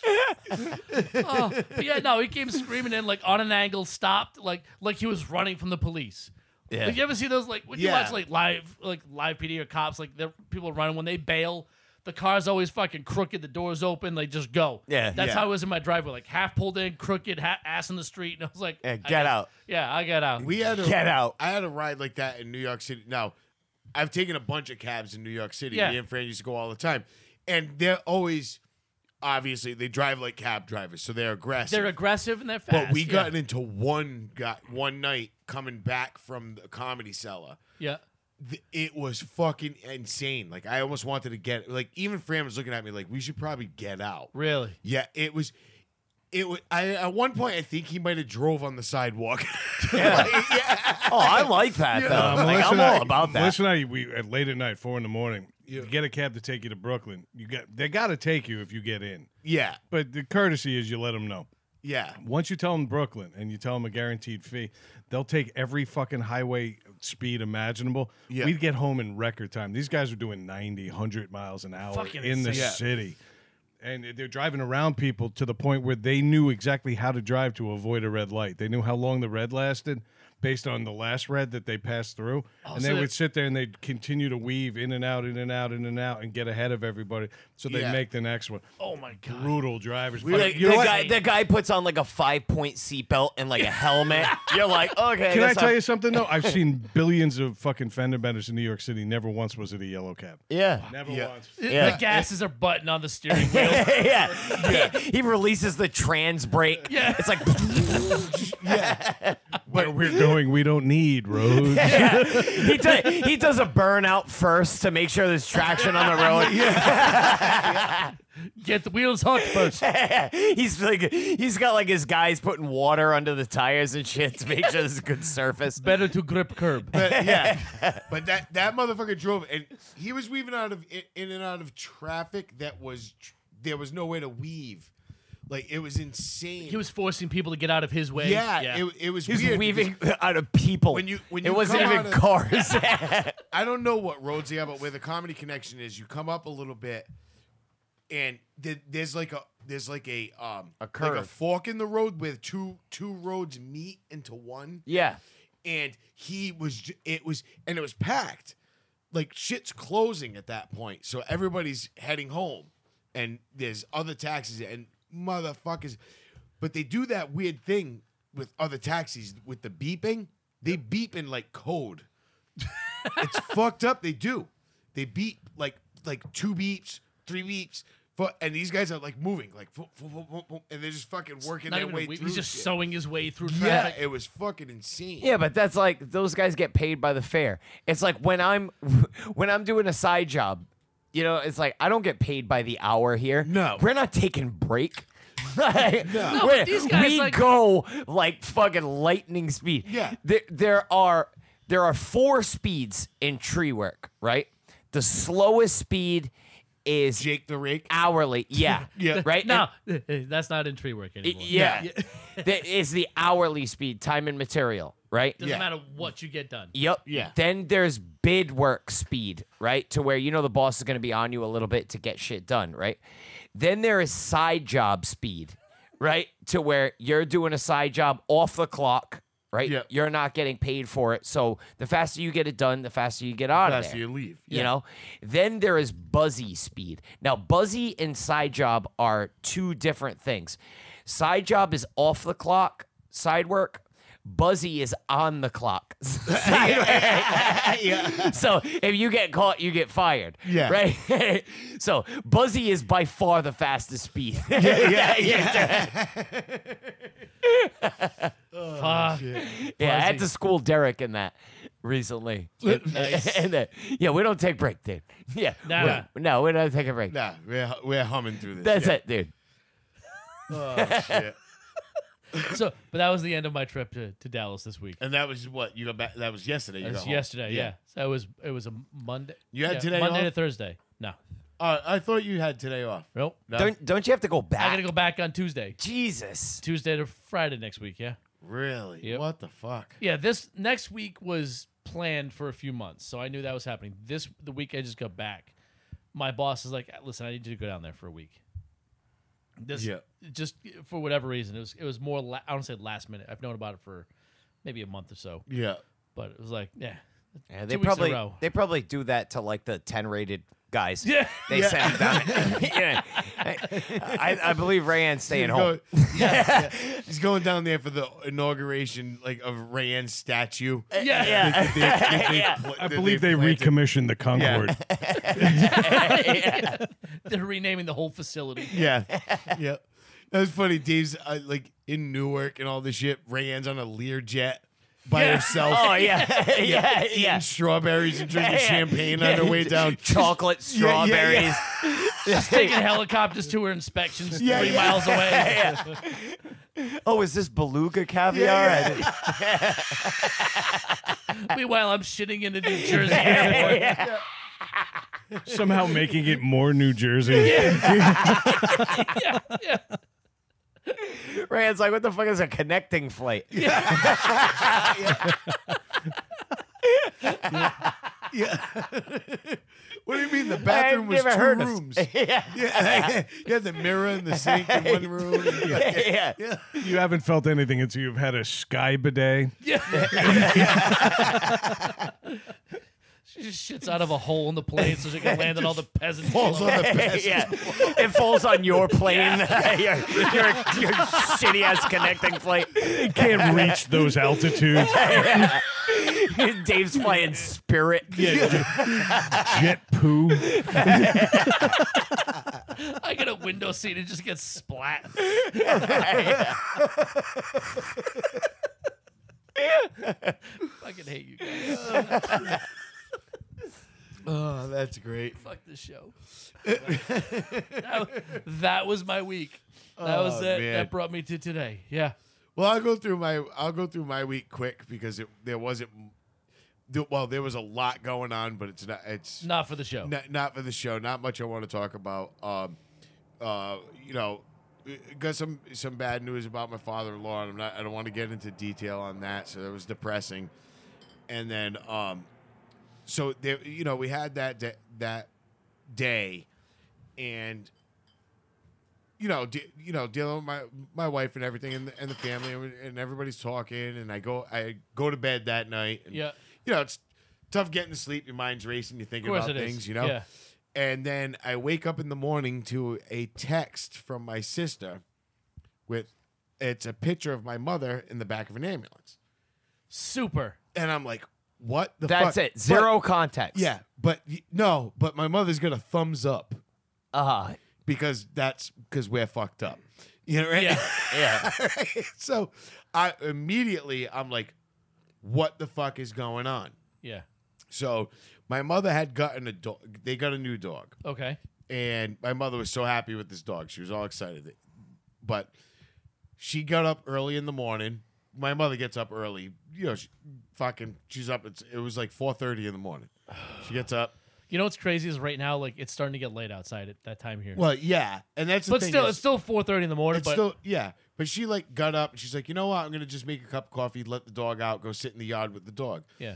Oh, but yeah, no, he came screaming in like on an angle, stopped like like he was running from the police.
Yeah.
Like, you ever see those like when
Yeah.
you watch like live like live PD or cops like they're- people running when they bail, the car's always fucking crooked, the doors open, they just go.
Yeah,
that's
yeah.
how I was in my driveway, like half pulled in, crooked, ha- ass in the street, and I was like,
Yeah,
I
get
guess-
out.
Yeah, I got out.
we had a,
Get out.
I had a ride like that in New York City. Now, I've taken a bunch of cabs in New York City.
Yeah.
Me and Fran used to go all the time, and they're always obviously they drive like cab drivers, so they're aggressive.
they're aggressive and they're fast.
But we
yeah.
gotten into one got one night coming back from the comedy cellar.
yeah.
Th- It was fucking insane. Like I almost wanted to get like even Fran was looking at me like we should probably get out.
Really?
Yeah, it was. It was. I at one point I think he might have drove on the sidewalk.
Oh, I like that though.
Uh,
like,
Melissa
I'm
and I-
all about that.
Melissa and I, we at late at night, four in the morning.
Yeah.
You get a cab to take you to Brooklyn. You got they got to take you if you get in.
yeah,
But the courtesy is you let them know.
yeah.
Once you tell them Brooklyn and you tell them a guaranteed fee, they'll take every fucking highway speed imaginable.
Yeah.
We'd get home in record time. These guys were doing 90, 100 miles an hour
Fucking
in the
insane.
Yeah.
city. And they're driving around people to the point where they knew exactly how to drive to avoid a red light. They knew how long the red lasted based on the last red that they passed through.
so
and they
they're-
would sit there and they'd continue to weave in and out, in and out, in and out, and get ahead of everybody. So they'd
Yeah.
make the next one.
Oh my god.
Brutal drivers.
The,
Fucking- you know
the
what?
guy, the guy puts on like a five point seatbelt and like a helmet. You're like, okay.
Can I
guess
tell
I'm-
you something though? I've seen billions of fucking fender benders in New York City. Never once was it a yellow cab.
Yeah.
Never
Yeah.
once.
Yeah.
The gases are button on the steering wheel.
yeah. He, he releases the trans brake.
Yeah.
It's like,
Where we're going, we don't need roads.
he, does he does a burnout first to make sure there's traction on the road.
Get the wheels hooked first.
he's like, he's got like his guys putting water under the tires and shit to make sure there's a good surface.
Better to grip curb.
But, yeah, but that that motherfucker drove, and he was weaving out of in, in and out of traffic that was tr- there was no way to weave, like it was insane.
He was forcing people to get out of his way.
yeah, It, it was
He's
weird
weaving out of people.
When you- when
it
you
wasn't
come
even
out of-
cars.
I don't know what roads they have, but where the comedy connection is, you come up a little bit, and th- there's like a there's like a um
A
like a
curve.
fork in the road with two two roads meet into one,
yeah.
and he was j- it was and it was packed, like shit's closing at that point, so everybody's heading home, and there's other taxis and motherfuckers, but they do that weird thing with other taxis with the beeping, they beep in like code it's fucked up. They do. They beep like like two beeps, three beeps, fu- and these guys are like moving, like fu- fu- fu- fu- fu- and they're just fucking working
Not
their
even a
way
week.
through.
He's just
shit.
sewing his way through
yeah,
traffic.
it was fucking insane.
Yeah, but that's like those guys get paid by the fare. It's like when I'm when I'm doing a side job, you know, it's like I don't get paid by the hour here.
No.
We're not taking break. Like,
but
we're-
these guys,
we
like-
go like fucking lightning speed.
Yeah.
There there are there are four speeds in tree work, right? The slowest speed is
Jake the Rake.
hourly. Yeah.
Yeah.
Right?
No, eh, that's not in tree work anymore.
Yeah. that is the hourly speed, time and material, right?
Doesn't
Yeah.
matter what you get done.
Yep.
Yeah.
Then there's bid work speed, right? To where you know the boss is going to be on you a little bit to get shit done, right? Then there is side job speed, right? To where you're doing a side job off the clock, right?
Yep.
You're not getting paid for it. So the faster you get it done, the faster you get out of
That's
there.
you leave.
You know, then there is buzzy speed. Now, buzzy and side job are two different things. Side job is off the clock, side work. Buzzy is on the clock.
Yeah.
so if you get caught, you get fired.
Yeah.
Right? so Buzzy is by far the fastest speed.
yeah, yeah. Oh,
Fuck.
Yeah, I
Buzzy.
had to school Derek in that recently.
Nice.
And, uh, yeah, we don't take break, dude. Yeah,
Nah,
we-
nah.
no, we don't take a break.
Nah, we're, hu- we're humming through this.
That's
yeah.
it, dude.
Oh, shit.
So, but that was the end of my trip to, to Dallas this week.
And that was what you got back. That was yesterday. You
It
got
was
home.
yesterday, yeah. So it was it was a Monday.
You had
yeah,
today
Monday to
off?
Thursday. No,
Uh, I thought you had today off.
nope.
No?
Don't don't you have to go
I
back?
gotta go back on Tuesday.
Jesus.
Tuesday to Friday next week. Yeah,
really?
Yep.
What the fuck?
yeah. This next week was planned for a few months, so I knew that was happening. This the week I just got back. My boss is like, "Listen, I need you to go down there for a week." This
Yeah.
just for whatever reason it was it was more la- I don't say last minute. I've known about it for maybe a month or so,
Yeah.
but it was like, yeah,
Yeah, they
Two weeks in a
probably
row.
they probably do that to like the ten rated guys.
Yeah.
they send them. yeah. I, I believe Rayanne's staying
He's
home.
going- yeah, yeah. He's going down there for the inauguration, like of Rayanne's statue.
yeah, Uh,
They-
yeah.
they- they- they pla-
I believe they
planted-
recommissioned the Concorde.
They're renaming the whole facility.
Yeah, yeah. That was funny. Dave's uh, like in Newark and all this shit. Rayanne's on a Lear jet by
Yeah.
herself.
Oh, yeah. yeah,
eating
yeah.
strawberries and drinking
Yeah.
champagne on her way down.
Chocolate,
Yeah, yeah,
strawberries.
yeah.
taking helicopters to her inspections
Yeah,
three
yeah.
miles away.
Oh, is this beluga caviar?
yeah.
I didn't-
Meanwhile, I'm shitting in the New Jersey airport.
Somehow making it more New Jersey.
Yeah, yeah.
Rayanne's like, what the fuck is a connecting flight?
What do you mean? The bathroom was two
never heard of-
rooms.
yeah.
yeah, you had the mirror and the sink in one room. Yeah.
yeah.
You haven't felt anything until you've had a sky bidet.
She just shits out of a hole in the plane so she can land on all the peasants.
Falls on the bed.
yeah. It falls on your plane. your, your, your shitty ass connecting flight.
It can't reach those altitudes.
Dave's flying Spirit.
Jet poo.
I get a window seat and just gets splat. Fucking hate you guys.
Oh, that's great.
Fuck this show. that, that was my week. That was
Oh,
it.
man.
That brought me to today. Yeah.
Well, I'll go through my I'll go through my week quick because it there wasn't. th- Well, there was a lot going on, but it's not. It's
Not for the show.
not, not for the show. Not much I want to talk about. Um, uh, you know, got some some bad news about my father-in-law, and I'm not. I don't want to get into detail on that. So that was depressing. And then, um, so there, you know, we had that da- that day, and you know, de- you know, dealing with my my wife and everything, and the, and the family, and, we- and everybody's talking, and I go I go to bed that night. And,
Yeah.
you know, it's tough getting to sleep. Your mind's racing. You think
Of course
about
it is.
things, you know.
Yeah.
And then I wake up in the morning to a text from my sister with it's a picture of my mother in the back of an ambulance.
Super.
And I'm like, what the fuck?
That's it.
But-
Zero context.
yeah, but y- no, but my mother's gonna thumbs up
Uh-huh.
Uh,
because that's because we're fucked up. You know, right?
Yeah.
yeah.
so I immediately I'm like, what the fuck is going on?
Yeah.
So my mother had gotten a dog. They got a new dog.
Okay.
and my mother was so happy with this dog. She was all excited. But she got up early in the morning. My mother gets up early. You know, she, fucking, she's up. It's, it was like 4.30 in the morning. She gets up.
You know what's crazy is right now, like it's starting to get late outside at that time here.
Well, yeah. And that's the
but
thing.
still,
is-
it's still four thirty in the morning.
it's
But
still- yeah. But she like got up and she's like, you know what? I'm going to just make a cup of coffee, let the dog out, go sit in the yard with the dog.
yeah,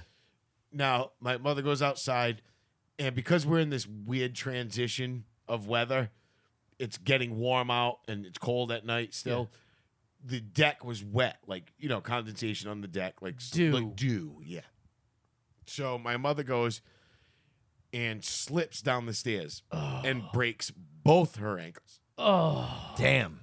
Now, my mother goes outside, and because we're in this weird transition of weather, it's getting warm out and it's cold at night still. The deck was wet, like, you know, condensation on the deck, like s-
Dew.
Like dew, yeah. So my mother goes and slips down the stairs and breaks both her ankles
oh,
Damn.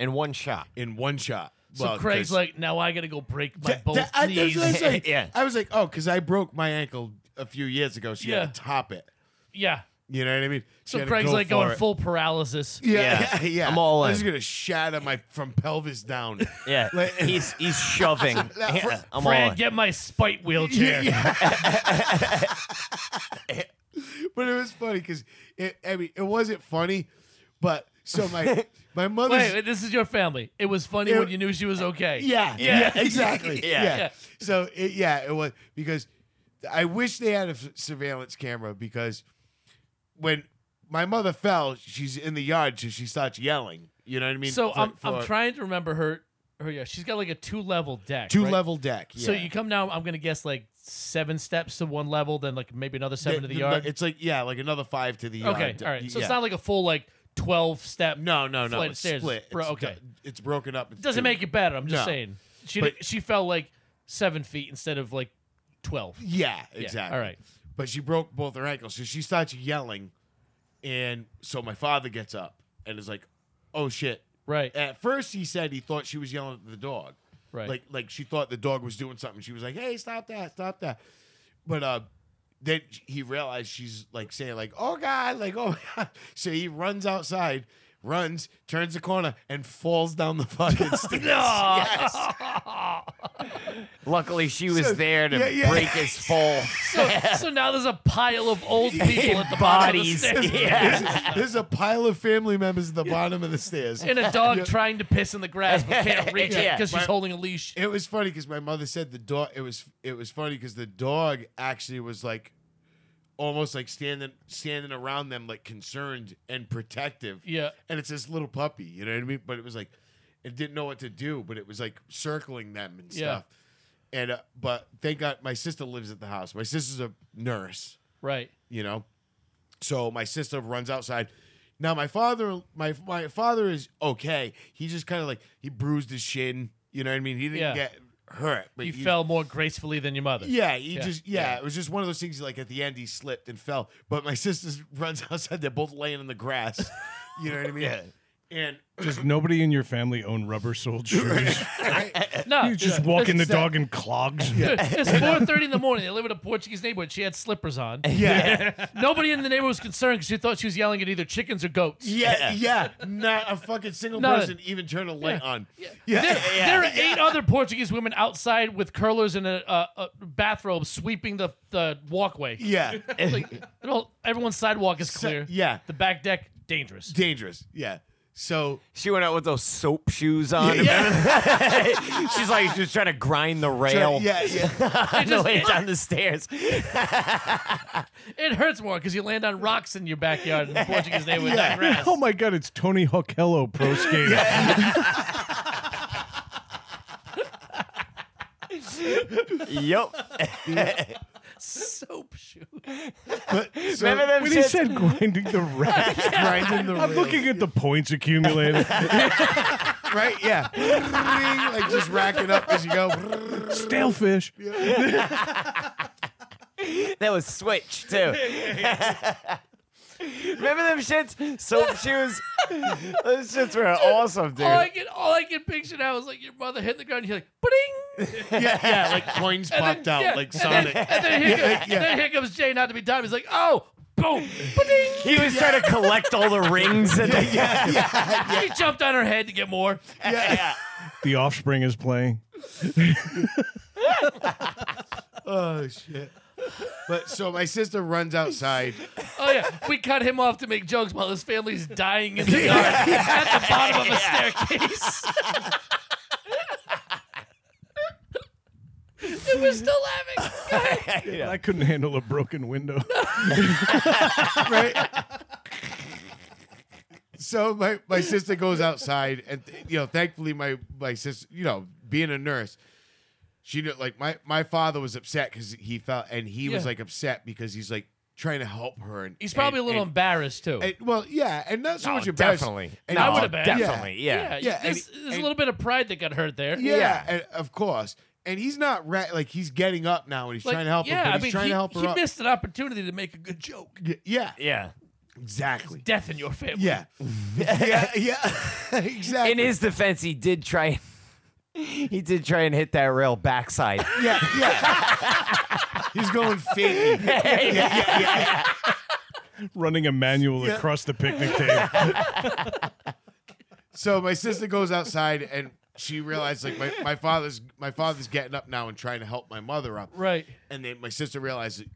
In one shot.
in one shot.
So
well,
Craig's
'cause-
like, now I gotta go break my
Th-
both
th- I, that's
knees.
what I was like.
Yeah.
I was like, oh, because I broke my ankle a few years ago, so you
Yeah.
had to top it.
yeah.
You know what I mean? She
So
had to
Craig's
go
like
for
going
it.
full paralysis.
Yeah, yeah,
I'm all
I'm just
in.
gonna shatter my from pelvis down.
Yeah,
Like-
he's he's shoving. Yeah, I'm all
Fran,
in.
get my spite wheelchair.
but it was funny because it, I mean, it wasn't funny, but so my my mother's
Wait, wait, this is your family. It was funny
It-
when you knew she was okay.
Yeah,
Yeah.
yeah, exactly.
Yeah.
yeah.
Yeah.
So it, yeah, it was because I wish they had a f- surveillance camera because when my mother fell, she's in the yard, so she starts yelling. You know what I mean?
So
For-
I'm, I'm
for
trying to remember her. Her yeah, she's got like a two level deck.
two
right?
level deck.
So
yeah.
you come down. I'm gonna guess like seven steps to one level, then like maybe another seven to the yard.
It's like yeah, like another five to the yard.
okay, all right. So
Yeah.
it's not like a full like twelve step.
no, no, no.
flight of
It's
stairs.
split.
Bro,
it's,
okay.
It's broken up. It's
doesn't
two.
make it better. I'm just
No.
saying she
But-
she fell like seven feet instead of like twelve.
Yeah,
Yeah,
exactly.
All right.
but she broke both her ankles. So she starts yelling. And so my father gets up and is like, oh shit.
Right.
At first, he said he thought she was yelling at the dog.
Right.
Like, like she thought the dog was doing something. She was like, hey, stop that, stop that. But uh, then he realized she's like saying, like, oh God, like, oh my God. So he runs outside, runs, turns the corner, and falls down the fucking stairs. Yes.
Luckily, she was there to
yeah, yeah.
break his fall.
So, so now there's a pile of old people at the bottom of the
Bodies.
stairs.
Yeah.
There's, there's a pile of family members at the bottom of the stairs.
and a dog trying to piss in the grass but can't reach it
Yeah.
because she's
But-
holding a leash.
It was funny because my mother said the dog. It was it was funny because the dog actually was like, almost like standing standing around them like concerned and protective.
Yeah.
And it's this little puppy, you know what I mean? But it was like, it didn't know what to do, but it was like circling them and
Yeah.
stuff. And uh, but thank God my sister lives at the house. My sister's a nurse
Right.
you know. So my sister runs outside. Now my father, my my father is okay. He just kind of like he bruised his shin. You know what I mean? He didn't
Yeah.
get hurt, but
You fell more gracefully than your mother.
Yeah, he
Yeah.
just yeah, It was just one of those things. Like at the end, he slipped and fell. But my sister runs outside. They're both laying in the grass. you know what I mean? And
Does nobody in your family own rubber-soled shoes?
No.
you just walk in the
That's exact-
dog in clogs.
Dude, it's 4.30 in the morning. They live in a Portuguese neighborhood. She had slippers on.
yeah,
Nobody in the neighborhood was concerned because she thought she was yelling at either chickens or goats.
yeah, yeah. Not a fucking single
No.
person even turned a light on. Yeah,
There, there are eight other Portuguese women outside with curlers and a, a, a bathrobe sweeping the, the walkway.
yeah.
Like, you know, everyone's sidewalk is clear.
yeah.
The back deck, dangerous.
Dangerous. Yeah. So
She went out with those soap shoes on. She's like, she was trying to grind the rail
yeah, yeah.
It,
the
just-
way
it,
down the stairs.
it hurts more because you land on rocks in your backyard in the Portuguese neighborhood. not
Yeah.
grass.
Oh my God! It's Tony Hockello, pro skater.
Yup.
Soap shoe.
So-
Remember them
When he
shits?
said grinding the rack,
grinding the
I'm
rails.
looking at the points accumulated.
right, yeah, Ring, like just racking up as you go.
Stale fish.
That was Switch too. Remember them shits? Soap shoes. Those shits were awesome, dude.
All I can all I can picture now is like your mother hitting the ground and you're like, bling!
Yeah, yeah, like coins popped out like Sonic.
And then here, comes, then here comes Jay not to be timed. He's like, oh, boom, bling!
he was trying to collect all the rings and the,
She jumped on her head to get more.
The offspring is playing.
oh shit! But so my sister runs outside.
Oh yeah, we cut him off to make jokes while his family's dying in the yard at the bottom of a staircase. and we're still laughing. Go ahead.
I couldn't handle a broken window.
right? so my, my sister goes outside, and th- you know, thankfully my my sister, you know, being a nurse, she knew, like my my father was upset because he felt, and he was
Yeah.
like upset because he's like trying to help her, and
He's probably
and-
a little
and-
embarrassed too.
and- well, yeah, and not so
No,
much embarrassed.
definitely.
and
No,
I would've been.
Definitely, yeah.
yeah,
yeah,
there's,
and-
there's a
and-
little bit of pride that got hurt there.
Yeah, and- of course. And he's not ra- like he's getting up now, and he's
Like,
trying to help
yeah,
her. But
I
he's
mean,
trying
he,
to help her
he
up.
missed an opportunity to make a good joke.
Y- yeah,
yeah.
exactly.
Death in your family.
Yeah, yeah, yeah. exactly.
In his defense, he did try
He did try and hit that rail backside.
Yeah, yeah. He's going fake. Yeah, yeah, yeah.
running a manual
Yeah.
across the picnic table.
So my sister goes outside and she realized like my, my father's my father's getting up now and trying to help my mother up.
Right.
And then my sister realized that,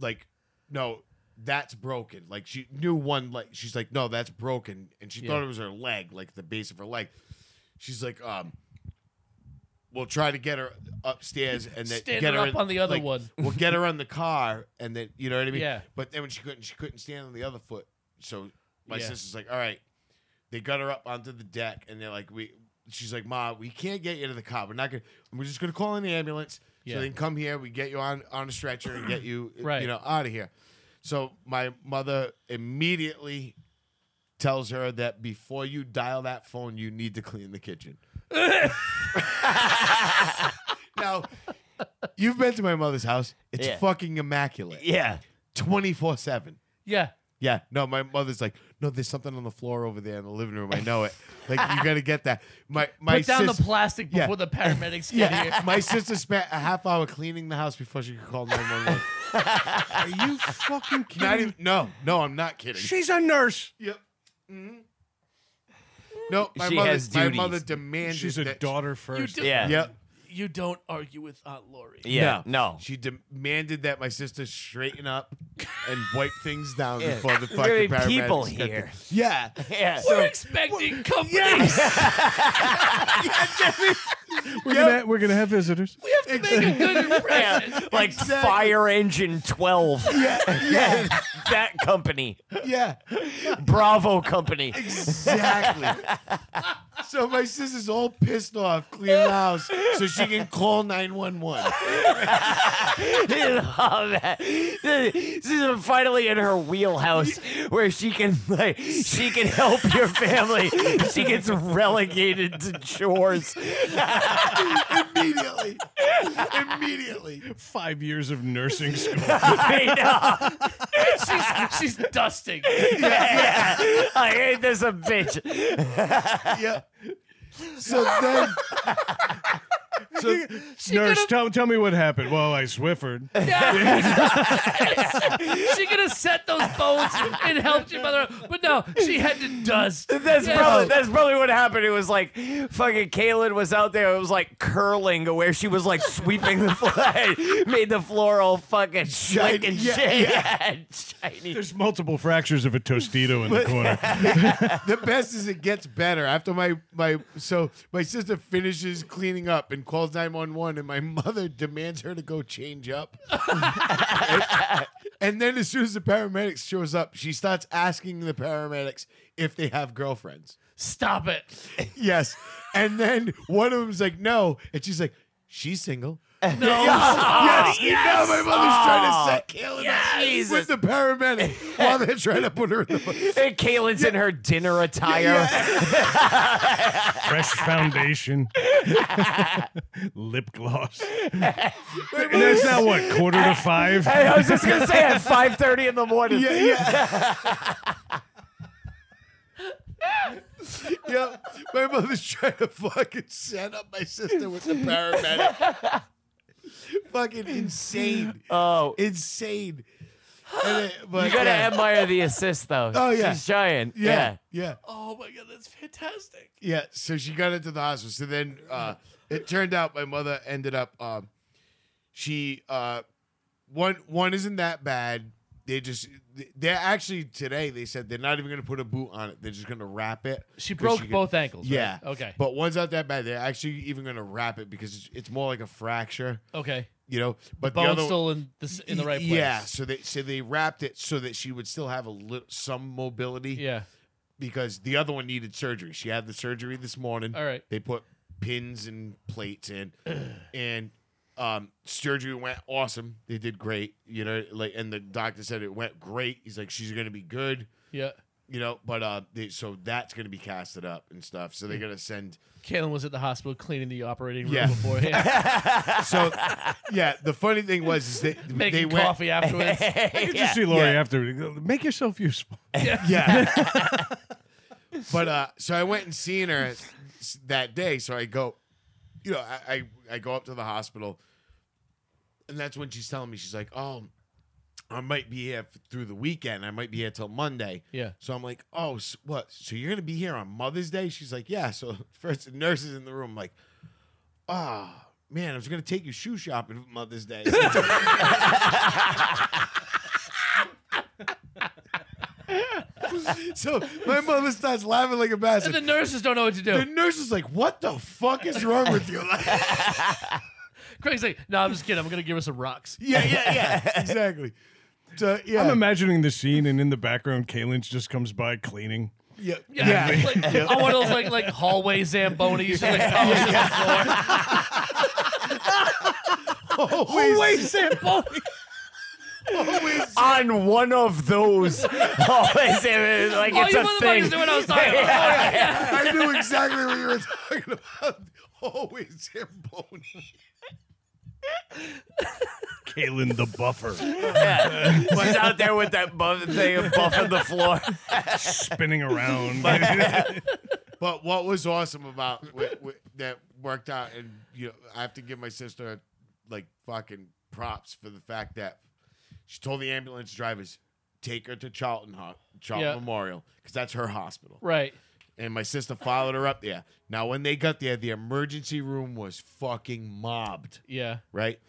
like, no, that's broken. Like she knew one leg. She's like, no, that's broken. And she thought
Yeah.
it was her leg, like the base of her leg. She's like, um, we'll try to get her upstairs and then
Stand
get
her
her
up
in-
on the other
like,
one.
We'll get her on the car and then you know what I mean?
Yeah.
But then when she couldn't, she couldn't stand on the other foot. So my
Yeah.
sister's like, all right. They got her up onto the deck and they're like, we she's like, Ma, we can't get you to the car. We're not gonna we're just gonna call an ambulance.
Yeah.
So they can come here, we get you on on a stretcher and get you
Right.
you know, out of here. So my mother immediately tells her that before you dial that phone, you need to clean the kitchen. now, you've been to my mother's house. It's
Yeah.
fucking immaculate.
yeah.
24 7.
Yeah.
Yeah. No, my mother's like, no, there's something on the floor over there in the living room. I know it. Like, you got to get that. My, my
Put down
sis-
the plastic
Yeah.
before the paramedics get here.
Yeah. My sister spent a half hour cleaning the house before she could call 911.
Are you fucking kidding?
Not
me?
even, no, no, I'm not kidding.
She's a nurse.
Yep. Mm-hmm. No, my
She
mother.
has
my
duties.
mother demanded.
She's a
that
daughter
You,
first.
do,
Yeah.
Yep.
you don't argue with Aunt Lori.
Yeah. No.
She demanded that my sister straighten up and wipe things down
Yeah.
before the
There
fucking
are
paramedics
people
got there.
here.
Yeah.
Yeah.
We're expecting company.
We're, gonna, we're gonna have visitors.
We have to make a good impression.
Like
Fire Engine 12.
Yeah. Yeah.
that company.
yeah.
Bravo company.
Exactly. so my sister's all pissed off, cleaning the house, so she can call nine one one.
Love that. This is finally in her wheelhouse where she can like she can help your family. She gets relegated to chores.
Immediately. Immediately.
Five years of nursing school.
I know.
she's, she's dusting.
I hate this a bitch.
Yeah. So then. So
nurse, tell, tell me what happened. Well, I Swiffered.
she could have set those bones and helped your mother, but no, she had to dust.
That's
Yeah.
probably that's probably what happened. It was like fucking Kaylin was out there. It was like curling, where she was like sweeping the floor, made the floor all fucking slick and
yeah,
shit. Yeah, shiny.
There's multiple fractures of a Tostito in the corner.
the best is it gets better after my my so my sister finishes cleaning up and calls 911 and my mother demands her to go change up and then as soon as the paramedics shows up she starts asking the paramedics if they have girlfriends
Stop it.
yes and then one of them's like no and she's like she's single yes, you know my mother's trying to set Kaylin up with the paramedic while they're trying to put her in the uh, bus.
And Kaylin's in her dinner attire.
Fresh foundation, lip gloss. and that's not what quarter to five.
Hey, I was just gonna say at five thirty in the morning.
Yeah, yeah. yeah, my mother's trying to fucking set up my sister with the paramedic. fucking insane,
Oh,
insane. And it- but
you gotta
yeah.
admire the assist though.
Oh, yeah.
she's trying. Yeah.
yeah, yeah,
Oh my god, that's fantastic.
yeah. So she got into the hospital. So then uh,
Mm.
it turned out my mother ended up. Um, she uh, one one isn't that bad. They just they're actually today they said they're not even gonna put a boot on it. They're just gonna wrap it.
She
'Cause
broke
could-
both ankles. right?
Yeah.
Okay.
But one's not that bad. They're actually even going to wrap it because it's, it's more like a fracture,
okay.
you know. But the
Bone's
other
still in the s- in the right place.
Yeah. So they so they wrapped it so that she would still have a little some mobility.
Yeah.
Because the other one needed surgery. She had the surgery this morning.
All right.
They put pins and plates in, and um, surgery went awesome. They did great. You know, like and the doctor said it went great. He's like, she's going to be good.
Yeah.
You know, but uh, they, so that's going to be casted up and stuff. So
Mm.
they're going to send.
Kaylin was at the hospital cleaning the operating room
Yeah.
beforehand,
So, yeah, the funny thing was is that they
making
went.
coffee afterwards.
I could just see Lori
Yeah.
after. Make yourself useful.
Yeah. but uh, so I went and seen her s- that day. So I go, you know, I, I I go up to the hospital, and that's when she's telling me she's like, "Oh, I might be here f- through the weekend. I might be here till Monday."
Yeah.
So I'm like, "Oh, s what? So you're gonna be here on Mother's Day?" She's like, "Yeah." So first, the nurse is in the room, like, "Oh man, I was gonna take you shoe shopping for Mother's Day." so my mother starts laughing like a bastard.
And the nurses don't know what to do.
The nurse is like, "What the fuck is wrong with you?" Like,
Craig's like, no, I'm just kidding. I'm gonna give her some rocks.
yeah, yeah, yeah, exactly. So yeah,
I'm imagining the scene, and in the background, Kalen's just comes by cleaning.
yeah,
Yeah, Like, on one of those like like hallway zambonis. Just, like, towels to the floor.
Always,
on one of those. Always, eh, like
Oh,
it's
you
a thing.
motherfuckers knew what I was talking about. Oh, yeah.
I knew exactly what you were talking about. Always Zamboni.
Kalen the buffer,
She's out there with that buff thing buffing the floor.
spinning around.
But what was awesome about wi- wi- that worked out, and you know, I have to give my sister like fucking props for the fact that she told the ambulance drivers take her to Charlton Ho- Charlton
Yeah.
Memorial because that's her hospital.
Right.
and my sister followed her up there. Now, when they got there, the emergency room was fucking mobbed,
Yeah.
right?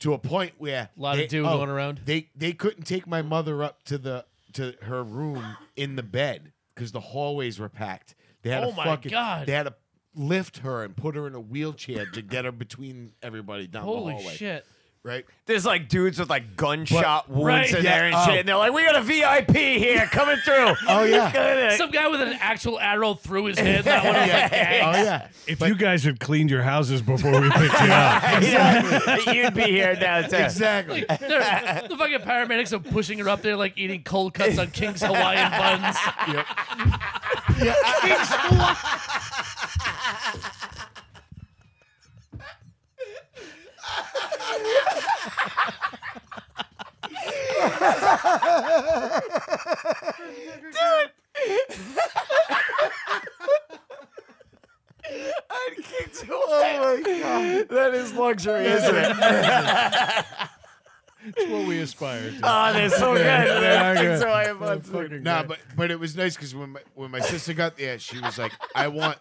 To a point where a
Lot of dude going around.
They they couldn't take my mother up to the to her room in the bed because the hallways were packed. They had
Oh
to
my
fucking,
God.
They had to lift her and put her in a wheelchair to get her between everybody down the
Holy
hallway.
shit.
Right?
There's like dudes with like gunshot wounds
Right,
in
yeah,
there and shit,
oh.
and they're like, "We got a VIP here coming through."
Oh yeah.
yeah.
Some guy with an actual arrow through his head. That one I was like, dang.
Oh yeah.
if you guys had cleaned your houses before we picked you up,
You'd be here now too.
Exactly.
They're- the fucking paramedics are pushing her up there, like eating cold cuts on King's Hawaiian buns.
oh my god, that is luxury, isn't it?
that's what we aspire to.
Oh, they're so good.
Yeah, yeah.
They're so high above.
Nah, but but it was nice because when my, when my sister got there, she was like, "I want,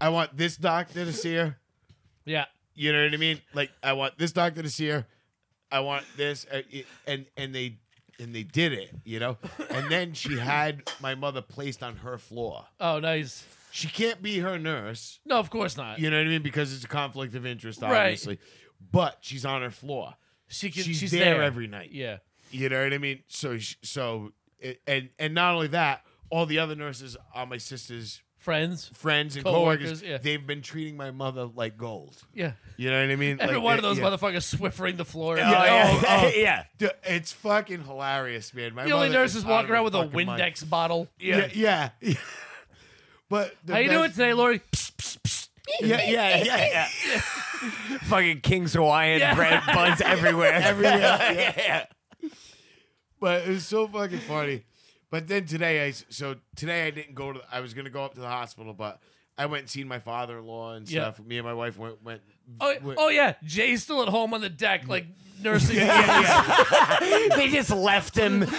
I want this doctor to see her."
Yeah.
You know what I mean? Like, I want this doctor to see her. I want this, uh, it- and and they and they did it. You know, and then she had my mother placed on her floor.
Oh, nice.
She can't be her nurse.
No, of course not.
You know what I mean? Because it's a conflict of interest,
Right.
obviously. But she's on her floor.
She can,
She's,
she's,
there, every night.
Yeah.
You know what I mean? So sh- so it, and and not only that, all the other nurses are my sister's
Friends.
friends and coworkers.
Coworkers, yeah.
They've been treating my mother like gold.
Yeah.
You know what I mean?
Every
Like,
one
uh,
of those
yeah.
motherfuckers swiffering the floor.
Oh, yeah.
oh, oh.
yeah.
Dude, it's fucking hilarious, man. My
The only
mother
nurse is
out of
walking
her
around with a
fucking mind.
Windex bottle.
Yeah, yeah. but the
How you doing
best-
today, Lori?
Yeah, yeah, yeah. yeah.
Fucking King's Hawaiian
Yeah.
bread buns everywhere.
Everywhere, yeah.
yeah.
But it was so fucking funny. But then today, I s- so today I didn't go to. I was gonna go up to the hospital, but I went and seen my father in law and
Yeah.
stuff. Me and my wife went went.
Oh,
went-
oh yeah, Jay's still at home on the deck, like nursing.
They just left him.
just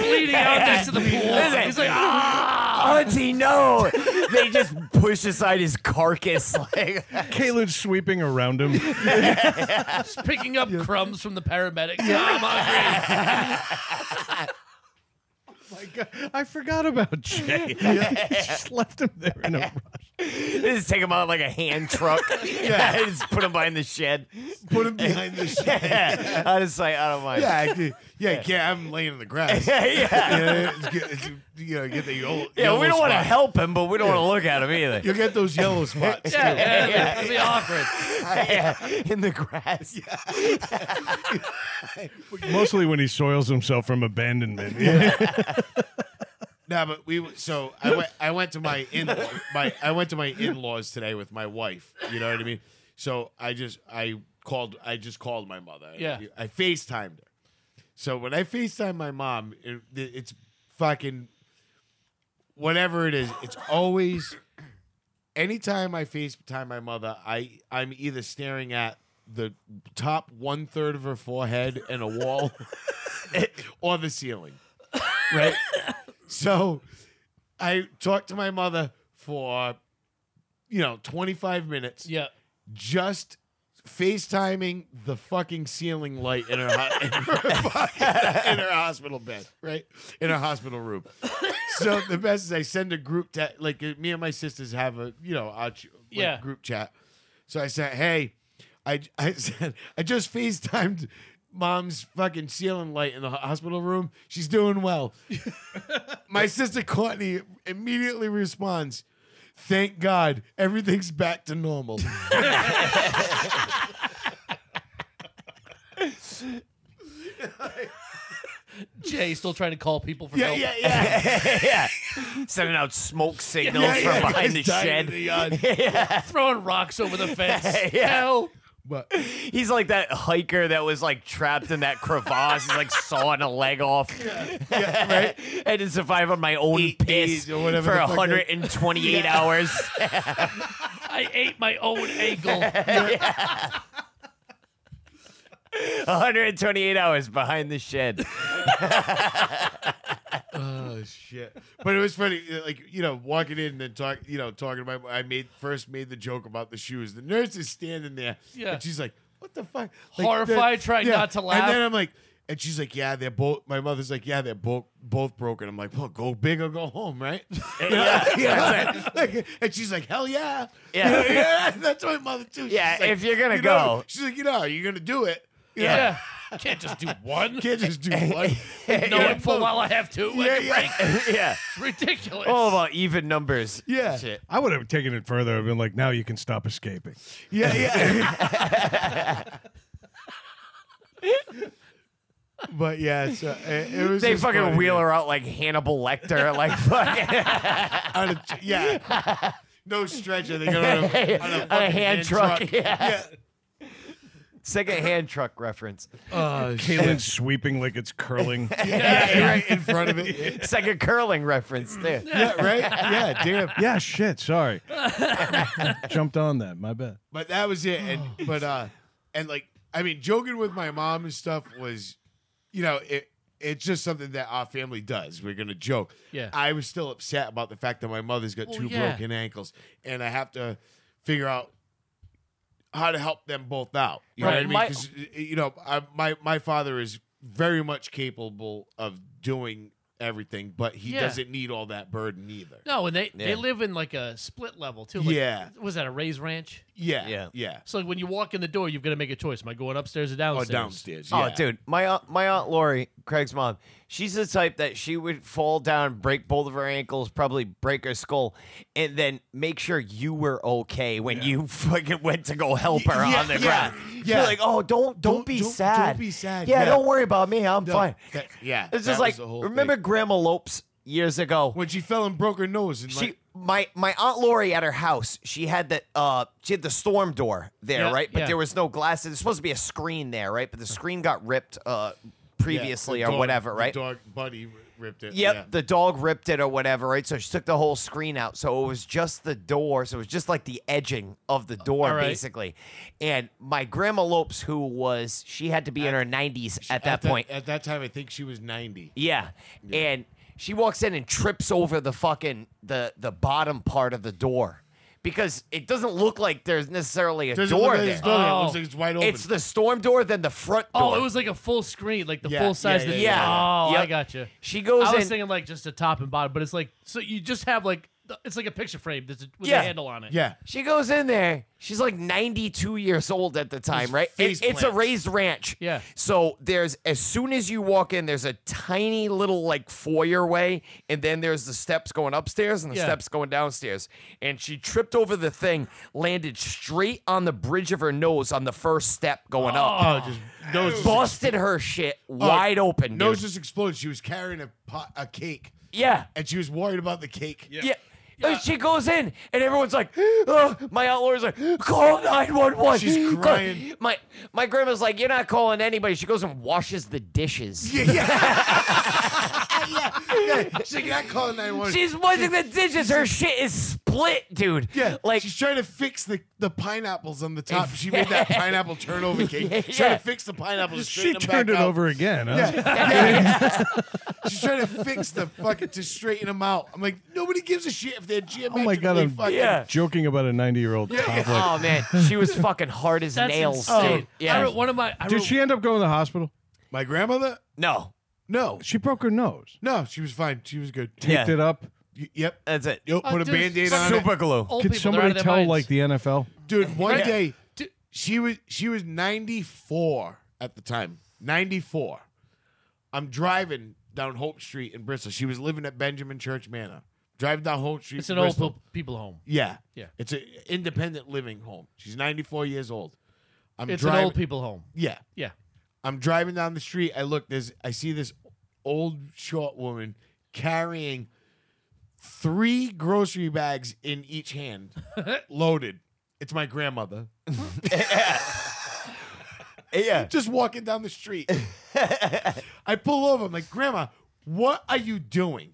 bleeding out next to the pool.
Listen.
He's like, ah.
Auntie, no. They just pushed aside his carcass. Like,
Kalen's sweeping around him.
Just picking up crumbs from the paramedics. Ah, I'm hungry.
My God, I forgot about Jay. just left him there in a rush.
they just take him out like a hand truck. Yeah. just put him behind the shed.
put him behind the shit.
Yeah. I just like, I don't mind.
Yeah, I did. yeah, yeah. Can't, I'm laying in the grass.
Yeah, yeah.
yeah, it's get, it's, you know, get the yellow.
Yeah, we don't want to
help.
help him, but we don't want to look at him either.
You'll get those yellow spots.
Yeah, yeah, yeah. It'd be awkward.
Yeah, in the grass.
Mostly when he soils himself from abandonment.
No, but we w- so I went I went to my in my I went to my in laws today with my wife. You know what I mean? So I just I called I just called my mother.
Yeah.
I, FaceTimed her. So when I FaceTime my mom, it, it's fucking whatever it is. It's always anytime I FaceTime my mother, I I'm either staring at the top one third of her forehead and a wall, or the ceiling. Right. So, I talked to my mother for, you know, 25 minutes
Yeah.
just FaceTiming the fucking ceiling light in her, ho- in, her fucking- in her hospital bed, right? In her hospital room. So the best is I send a group chat. Like uh, me and my sisters have a you know our ch- like,
Yeah.
group chat. So I said, hey, I I said I just FaceTimed mom's fucking ceiling light in the ho- hospital room. She's doing well. my sister Courtney immediately responds. Thank God, everything's back to normal.
Jay still trying to call people for
Yeah,
help.
yeah, yeah.
yeah. Sending out smoke signals
yeah,
from
yeah,
behind the
guys dying in
shed.
the yard.
yeah.
Throwing rocks over the fence.
Yeah.
Help.
But
He's like that hiker that was like trapped in that crevasse. He's like sawing a leg off.
right?
I had to survive on my own
Eight
piss
days or whatever
for
the fuck it-
128 hours.
I ate my own ankle.
128 hours behind the shed.
oh shit! But it was funny, uh, like you know, walking in and then talk, you know, talking about. I made first made the joke about the shoes. The nurse is standing there,
Yeah.
and she's like, "What the fuck?" Like,
Horrified,
the-
trying not to laugh.
And then I'm like, and she's like, "Yeah, they're both." My mother's like, "Yeah, they're both both broken." I'm like, "Well, go big or go home, right?"
yeah, that's
Yeah. Like, and she's like, "Hell yeah,
Yeah.
yeah." That's my mother too. She's
Yeah,
like,
if you're gonna
you know-
go.
she's like, "You know, you're gonna do it." You know,
Yeah. Can't just do one.
can't just do one.
no, for a while I have two.
Yeah,
Like,
yeah.
yeah. Oh,
Ridiculous.
All about even numbers.
Yeah.
Shit.
I would have taken it further. I've been like, now you can stop escaping.
Yeah, yeah. but yeah, so it, it was.
They
just
fucking
funny.
wheel her out like Hannibal Lecter. Like, fucking.
Out of, yeah. No stretcher. They go on a, on a,
On a
fucking
hand truck. Yeah.
Yeah.
Second hand truck reference.
Kaylin sweeping like it's curling.
Yeah, right in front of it.
Second curling reference there.
Yeah, right. Yeah, damn.
yeah, shit. Sorry. Jumped on that. My bad.
But that was it. And but uh, and like I mean, joking with my mom and stuff was, you know, it it's just something that our family does. We're gonna joke.
Yeah.
I was still upset about the fact that my mother's got
Well,
two
yeah.
broken ankles, and I have to figure out how to help them both out. You
Right.
know what I
My-
mean? 'Cause, uh, you know, I, my my father is very much capable of doing everything, but he
Yeah.
doesn't need all that burden either.
No, and they, they
Yeah.
live in like a split level too. Like,
Yeah.
Was that a raised ranch?
Yeah,
Yeah.
yeah, yeah.
So like, when you walk in the door, you've got to make a choice. Am I going upstairs or
Or
downstairs?
downstairs.
Oh,
yeah.
dude, my aunt, my aunt Lori, Craig's mom, she's the type that she would fall down, break both of her ankles, probably break her skull, and then make sure you were okay when you fucking went to go help her
yeah,
on the
yeah,
ground.
yeah.
You're like, oh, don't, don't,
Don't-
be
don't- don't
sad.
be sad,
Yeah,
yeah.
don't worry about me. I'm
No,
fine.
that- yeah,
It's
that
just
was
like
the whole
remember
thing.
Grandma Lopes years ago.
when she fell and broke her nose and
she
like,
my my aunt Lori at her house, she had that uh she had the storm door there,
Yeah,
right? But
yeah.
there was no glass. There's supposed to be a screen there, right? But the screen got ripped uh
yeah,
previously
the
or
dog-
whatever,
the
right?
dog buddy r- ripped it.
Yep,
yeah.
the dog ripped it or whatever, right? So she took the whole screen out. So it was just the door. So it was just like the edging of
Uh,
the door,
all right.
basically. And my grandma Lopes, who was, she had to be in her 90s at that point.
At that time, I think she was ninety.
Yeah. And she walks in and trips over the fucking the the bottom part of the door because it doesn't look like there's necessarily a
Doesn't
door
look like
there.
it's door,
Oh.
It looks like it's wide open.
It's the storm door, then the front door.
Oh, it was like a full screen, like the
Yeah,
full size.
yeah,
that-
yeah,
yeah.
Oh,
Yep.
I gotcha.
She goes
I was
in-
thinking like just a top and bottom, but it's like so you just have like the- it's like a picture frame that's a, with
Yeah.
a handle on it.
yeah.
She goes in there. She's like 92 years old at the time, right?
face
It- it's a
plants.
raised ranch.
Yeah.
So there's as soon as you walk in, there's a tiny little like foyer way, and then there's the steps going upstairs and the
Yeah.
steps going downstairs. And she tripped over the thing, landed straight on the bridge of her nose on the first step going
Oh,
up.
just
Nose just,
Busted her shit
Oh,
wide open. Dude.
nose just exploded. She was carrying a pot, a cake,
yeah.
and she was worried about the cake.
Yeah. And she goes in, and everyone's like, oh, my aunt Laura's like, call 911.
She's
Call-"
crying.
My my grandma's like, you're not calling anybody. She goes and washes the dishes.
Yeah, yeah, yeah. yeah. She got called nine one.
She's washing the dishes. Her shit is split, dude.
Yeah,
Like,
she's trying to fix the, the pineapples on the top. She made that pineapple turnover cake. She's trying
yeah.
to fix the pineapples.
She turned it over again. Huh?
She's trying to fix the fucking to straighten them out. I'm like, nobody gives a shit if they're
Oh
geometrically
my god, I'm
fucking.
Yeah.
joking about a 90 year old
yeah.
top.
oh man, she was fucking hard as
That's
nails,
insane.
Oh,
dude.
I
Yeah.
wrote one of my. I
Did
wrote,
she end up going to the hospital?
My grandmother?
No,
No,
She broke her nose.
no, she was fine. She was good.
Yeah.
Picked it up.
Y- yep,
that's it.
yep.
Oh,
Put a
dude,
band-aid
fuck
on it.
Super glue.
old people, they're
Could
out
somebody
of their
tell
minds.
like the NFL?
dude one
Yeah.
day
Dude.
she was she was 94 at the time 94 i'm driving down hope street in bristol she was living at benjamin church manor driving down hope street
It's
in
an old
Bristol.
po- people home.
yeah
Yeah.
it's an independent living home she's 94 years old i'm
It's
driving
an old people home.
yeah
Yeah.
i'm driving down the street i look there's i see this old short woman carrying three grocery bags in each hand loaded it's my grandmother
Yeah.
just walking down the street. I pull over. I'm like, Grandma, what are you doing?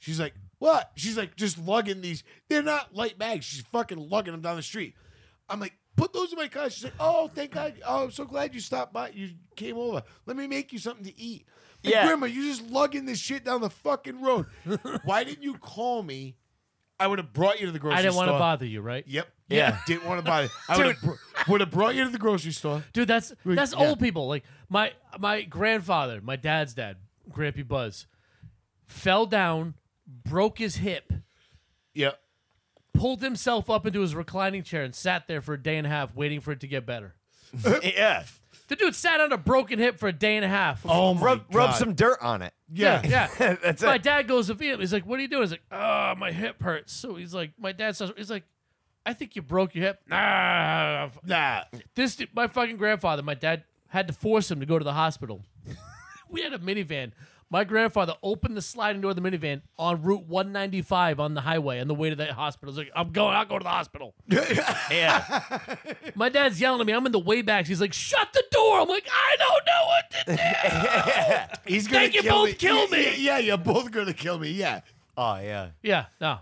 She's like, What? She's like, just lugging these. They're not light bags. She's fucking lugging them down the street. I'm like, Put those in my car. She's like, Oh, thank God. Oh, I'm so glad you stopped by. You came over. Let me make you something to eat. Like,
Yeah.
Grandma, you're just lugging this shit down the fucking road. Why didn't you call me? I would have brought you to the grocery
I didn't
store.
want to bother you, right?
Yep.
Yeah.
Didn't want to bother. I would have br- would have brought you to the grocery store.
Dude, that's
We-
that's
yeah.
old people. Like my my grandfather, my dad's dad, Grampy Buzz, fell down, broke his hip,
Yep.
pulled himself up into his reclining chair, and sat there for a day and a half waiting for it to get better.
Yeah.
The dude sat on a broken hip for a day and a half.
Oh my
Rub, rub some dirt on it.
Yeah.
yeah.
That's
my
it.
dad goes to Vietnam. He's like, "What are you doing?" He's like, "Ah, my hip hurts." So he's like, "My dad says," he's like, "I think you broke your hip." Nah,
Nah.
this dude- my fucking grandfather. My dad had to force him to go to the hospital. we had a minivan. My grandfather opened the sliding door of the minivan on Route 195 on the highway on the way to the hospital. He's like, "I'm going. I'll go to the hospital."
Yeah.
My dad's yelling at me. I'm in the way back. He's like, "Shut the door!" I'm like, "I don't know what to do."
He's gonna
Think you
kill
both
me.
kill
Yeah,
me.
Yeah, yeah, you're both gonna kill me. Yeah.
Oh yeah.
yeah, no,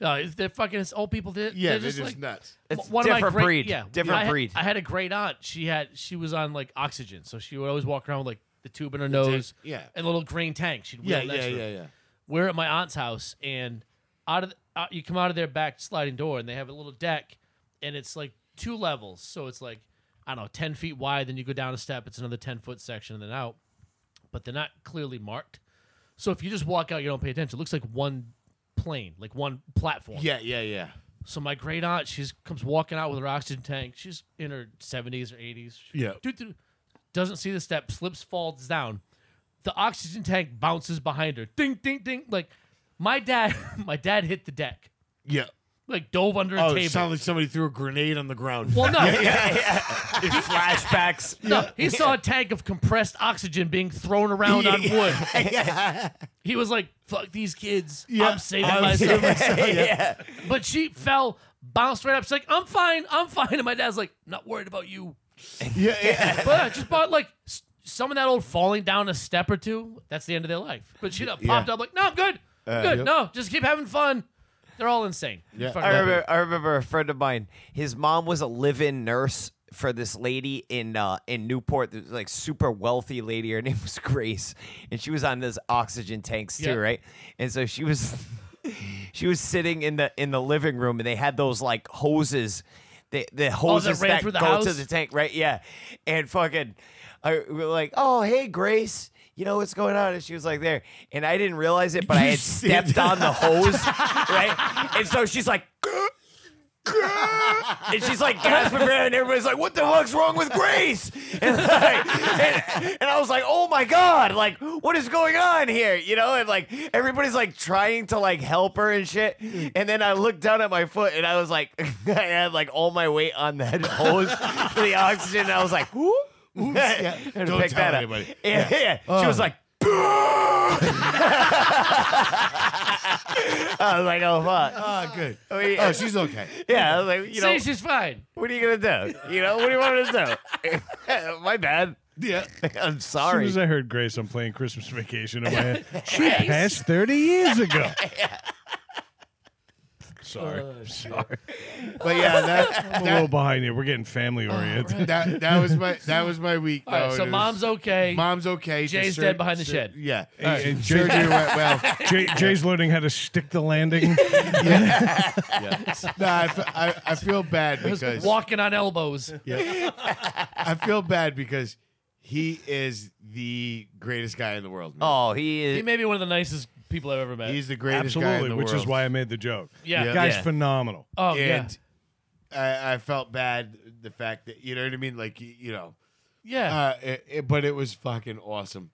no. it's- They're fucking. It's old people. Did
Yeah, they're just,
like,
nuts.
It's
one
different
of my great,
breed.
Yeah,
Different
I had,
breed.
I had a great aunt. She had she was on like oxygen, so she would always walk around with like the tube in her nose,
yeah.
and a little green tank. She'd
Yeah,
wheel
yeah,
next
yeah,
to her.
yeah,
We're at my aunt's house, and out of the, out, you come out of their back sliding door, and they have a little deck, and it's like two levels, so it's like I don't know, ten feet wide. Then you go down a step, it's another ten foot section, and then out. But they're not clearly marked, so if you just walk out, you don't pay attention. It looks like one plane, like one platform.
Yeah, yeah, yeah.
So my great aunt, she's comes walking out with her oxygen tank. She's in her seventies or eighties.
Yeah.
Doo, doo, doesn't see the step, slips, falls down. The oxygen tank bounces behind her. Ding, ding, ding. Like my dad, my dad hit the deck.
Yeah.
Like dove under a
Oh, it
table.
sounded like somebody threw a grenade on the ground.
well, no,
Flashbacks.
no. He saw a tank of compressed oxygen being thrown around on wood. He was like, "Fuck these kids! I'm saving
I'm
myself."
saving myself.
But she fell, bounced right up. She's like, "I'm fine, I'm fine." And my dad's like, "Not worried about you."
yeah, yeah.
but yeah, just about like s- some of that old falling down a step or two. That's the end of their life. But she done popped up like, no, I'm good, good.
Uh, yep.
No, just keep having fun. They're all insane.
Yeah.
Fucking
I
love
remember,
it.
I remember a friend of mine. His mom was a live-in nurse for this lady in uh, in Newport. That was like super wealthy lady. Her name was Grace, and she was on this oxygen tanks too,
Yeah.
right? And so she was, she was sitting in the in the living room, and they had those like hoses, the the hoses
Oh, ran
that,
through the
go to
house?
the tank, right? Yeah, and fucking, I we were like, oh hey Grace. You know what's going on, and she was like there, and I didn't realize it, but I
You
had
said
stepped
that.
on the hose, right? And so she's like, and she's like gasping for air, and everybody's like, "What the fuck's wrong with Grace?" And, like, and, and I was like, "Oh my god! Like, what is going on here?" You know, and like everybody's like trying to like help her and shit. And then I looked down at my foot, and I was like, I had like all my weight on that hose for the oxygen. And I was like, "Whoop!"
yeah.
And
Don't
picked
tell
that up.
anybody. Oh.
Yeah, yeah. She was like. I was like, oh fuck.
Ah, good.
Oh, yeah.
Oh, she's okay.
Yeah, I was like, you know,
See, she's fine.
what are you gonna do? You know, what do you want to do? My bad.
Yeah.
I'm
As soon
sorry.
as I heard Grace, I'm playing Christmas Vacation in my head. She passed 30 years ago. Sorry. Sorry.
But yeah, that
I'm a little
that,
behind you. We're getting family oriented.
that that was my that was my week.
All right,
though.
so
It was-
mom's okay.
mom's okay.
Jay's
Just
dead behind the shed.
Yeah,
right.
And surgery went well.
Jay, Jay's learning how to stick the landing.
Nah, I, fe- I, I feel bad because
walking on elbows.
I feel bad because he is the greatest guy in the world. man.
Oh, he is.
He may be one of the nicest people I've ever
Oh,
met.
He's the greatest guy in
Absolutely,
the
which
world.
is why I made the joke.
yeah.
Yeah.
Guy's
yeah.
phenomenal.
Oh yeah.
and I, I felt bad the fact that you know what I mean. Like you, you know,
Yeah.
uh, it, it- but it was fucking awesome.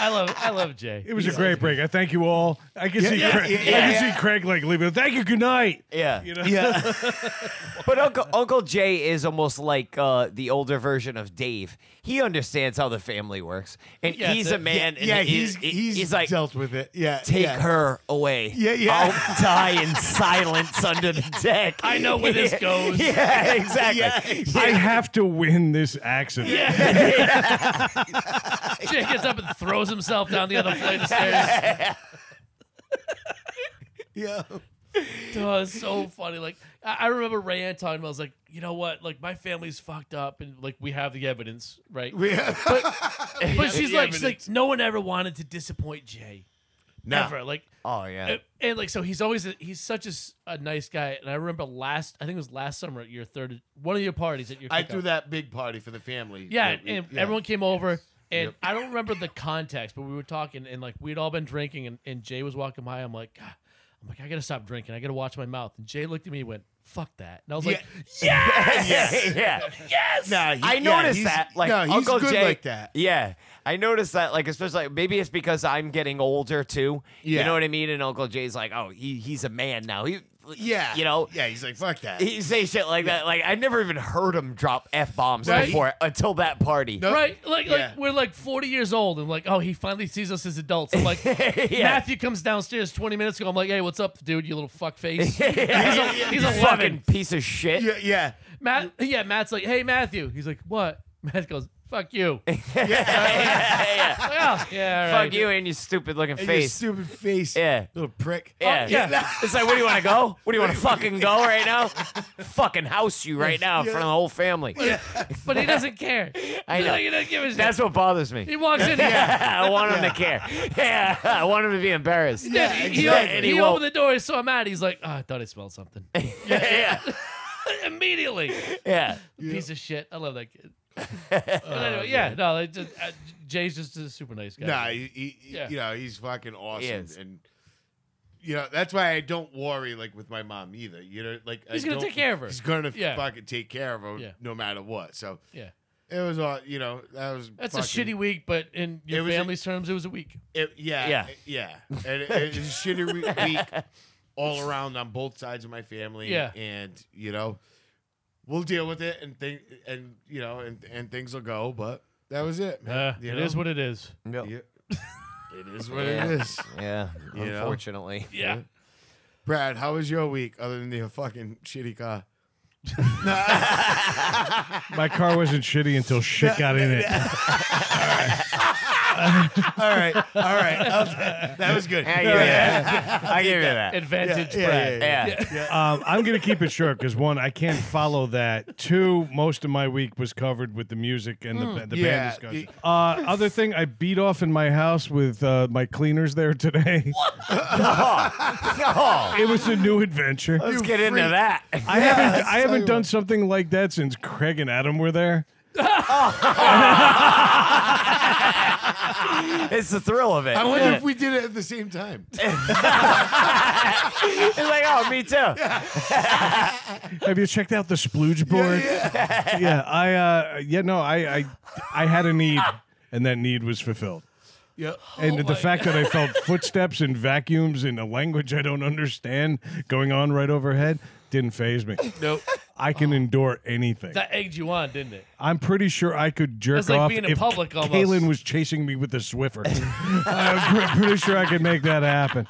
I love I love Jay.
It was a great break. I thank you all. I can see Craig,
yeah,
I can
yeah.
see Craig like leaving. Thank you. Good night.
yeah.
You know?
Yeah,
But Uncle Uncle Jay is almost like uh, the older version of Dave. He understands how the family works, and
Yes,
he's
uh,
a man. and
yeah,
he-
he's
he-
he's,
like,
dealt with it. Yeah,
take
yeah.
her away.
Yeah, yeah.
I'll die in silence under the deck.
I know where this goes.
Yeah, exactly.
I have to win this accident.
Jay gets up and throws himself down the other flight of stairs.
Yeah,
Oh, it's so funny. Like I, I remember Rayanne talking about. I was like, you know what? Like my family's fucked up, and like we have the evidence, right?
We-
but she's
the
like, she's like,
evidence.
no one ever wanted to disappoint Jay.
No.
Never. Like
Oh yeah.
and, and, like so he's always he's such a, s- a nice guy and i remember last i think it was last summer at your third one of your parties at your
I
cookout.
threw that big party for the family.
yeah
that we-
and
yeah.
everyone came over and
Yep.
i don't remember the context but we were talking and like we'd all been drinking and, and jay was walking by i'm like "God," i'm like i gotta stop drinking i gotta watch my mouth and jay looked at me and went fuck that and i was like
Yes. yeah. Yes.
Nah, he-
I
yeah,
noticed
he's-
that. Like
no, he's
Uncle
good
Jay,
like that.
Yeah. I noticed that. Like especially like, maybe it's because I'm getting older too.
Yeah.
You know what I mean? And Uncle Jay's like, oh, he, he's a man now. He,
Yeah,
You know.
Yeah, he's like fuck that.
He say shit like that. Like I never even heard him drop f bombs
Right.
before until that party.
No.
right like,
Yeah.
like we're like 40 years old and like oh he finally sees us as adults i'm like matthew comes downstairs 20 minutes ago i'm like hey what's up dude you little fuck face he's, a, he's
You
11
fucking piece of shit.
yeah, yeah.
Matt, yeah, Matt's like, hey, Matthew. He's like, what? Matt goes, fuck you. yeah,
yeah.
yeah, all
Fuck
right.
you and your stupid looking
And your
face.
stupid face.
Yeah.
little prick.
Yeah.
Oh,
It's like, where do you want to go? Where do you want to fucking go right now? fucking house you right now in front of the whole family.
But he doesn't care.
I know.
He doesn't give a shit.
That's what bothers me.
he walks in.
I want him to care. Yeah, I want him to be embarrassed.
Yeah, he, he,
exactly.
he,
And he won't.
opened the door, he saw Matt. He's like, oh, I thought I smelled something.
yeah,
Immediately.
yeah. Oh,
Piece of shit. I love that kid. but anyway, yeah, no, like, just, uh, Jay's just a super nice guy.
Nah, he, he, he-
Yeah.
you know, he's fucking awesome.
is.
And, you know, that's why I don't worry, like, with my mom either. You know, like, I
He's gonna
don't-
take care of her.
He's going to
Yeah.
fucking take care of her
Yeah.
no matter what. So
yeah.
it was all, you know, that was.
That's
fucking-
a shitty week, but in
It
your
was a-
family's terms, it was a week.
it- yeah.
Yeah.
Yeah. Yeah. And it, it was a shitty we- week all around on both sides of my family.
Yeah.
And, you know, we'll deal with it and think, and, you know, and, and things will go. But that was it, man.
Uh,
You
it
know?
is what it is.
Yeah. It is what
Yeah.
it is.
Yeah,
You know?
unfortunately.
Yeah.
Brad, how was your week other than the fucking shitty car?
My car wasn't shitty until shit got in it.
All right, all right, Okay. that was good.
I give you that. I give you that.
Advantage,
Yeah, yeah,
Brad.
yeah,
Yeah.
Um, I'm going to keep it short because one, I can't follow that. Two, most of my week was covered with the music and the, ba- the
yeah.
band discussion. Uh, other thing, I beat off in my house with uh, my cleaners there today.
Oh,
it was a new adventure.
let's get into
freak.
that.
I haven't
tell
I
you
haven't done
what.
something like that since Craig and Adam were there.
It's the thrill of it.
I wonder if we did it at the same time.
Oh
it's like, oh, me too.
Have you checked out the splooge board? Yeah, I uh, yeah no, I, I I had a need and that need was fulfilled.
Yeah,
Oh
And the fact that I felt footsteps and vacuums in a language I don't understand going on right overhead didn't phase me.
Nope.
I can endure anything.
Oh. That egged you on, didn't it?
I'm pretty sure I could jerk
That's like
off
being in
if
public almost.
Kalen was chasing me with a Swiffer. I'm pre- pretty sure I could make that happen.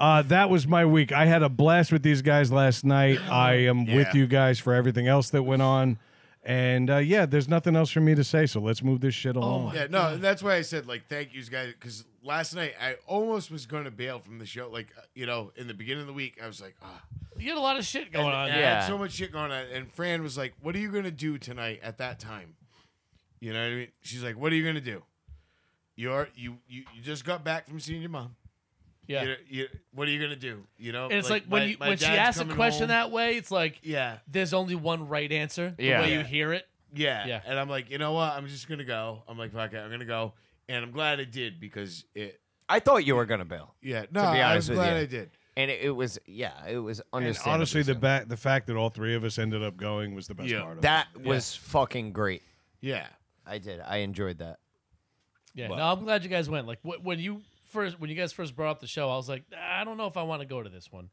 Uh, that was my week. I had a blast with these guys last night. I am with
Yeah.
you guys for everything else that went on. And uh, yeah, there's nothing else for me to say, so let's move this shit
Oh
along.
Yeah, no, and that's why I said like thank yous, guys. Because last night I almost was going to bail from the show. Like uh, you know, in the beginning of the week, I was like, ah,
You had a lot of shit going on.
I
Yeah.
had
Yeah.
so much shit going on. And Fran was like, "What are you going to do tonight at that time?" You know what I mean? She's like, "What are you going to do? You're you you you just got back from seeing your mom.
yeah.
You, you, what are you going to do? You know?"
And it's like,
my-
when you
my
when she
dad's
asks a
coming
question
home.
that way, it's like
yeah,
there's only one right answer. The
Yeah.
way you
Yeah.
hear it.
Yeah.
Yeah.
And I'm like, you know what? I'm just gonna go. I'm like, fuck it, I'm gonna go. And I'm glad I did because it.
I thought you were gonna bail,
Yeah. No,
be
I was
honest with
glad
you.
I did.
and it, it was yeah, it was
And
understandable.
honestly, the
so.
ba- the fact that all three of us ended up going was the best
Yeah.
part of
that was fucking great.
Yeah.
I did. I enjoyed that.
Yeah. no, I'm glad you guys went. Like wh- when you first when you guys first brought up the show, I was like, "Ah, I don't know if I want to go to this one.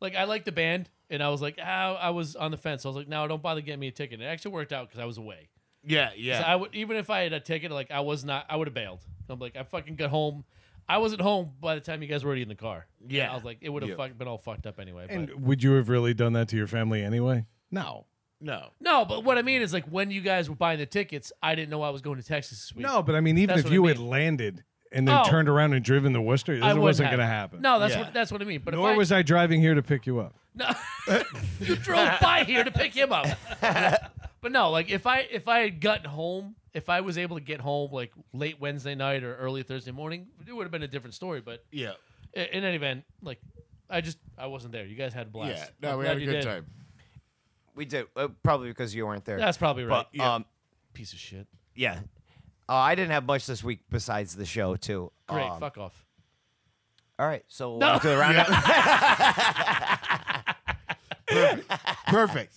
Like I like the band, and I was like, ah, I was on the fence. I was like, no, don't bother getting me a ticket. It actually worked out because I was away.
Yeah.
So
Yeah.
I would even if I had a ticket, like I was not, I would have bailed. I'm like, I fucking got home. I wasn't home by the time you guys were already in the car.
Yeah.
I was like, it would have
Yeah.
fucking been all fucked up anyway.
it.
but.
And would you have really done that to your family anyway? No.
no.
No, but what I mean is like when you guys were buying the tickets, I didn't know I was going to Texas this week.
No, but I mean, even
That's
if
what I
you had
mean.
landed and then
Oh.
turned around and driven to Worcester,
I
it
wouldn't
wasn't
have.
going to happen.
No, that's
Yeah.
what that's what I mean. But
Nor
if I,
was I driving here to pick you up.
No, you drove by here to pick him up. but no, like if I if I had gotten home, if I was able to get home like late Wednesday night or early Thursday morning, it would have been a different story. But
Yeah.
i- in any event, like I just I wasn't there. You guys had a blast.
Yeah. No,
I'm
we
glad
had a
you
good
did.
time.
We did uh, probably because you weren't there.
That's probably right.
but um,
Piece of shit.
yeah, uh, I didn't have much this week besides the show too.
Great.
Um,
fuck off.
All right, so uh,
No.
no. to the roundup.
Perfect.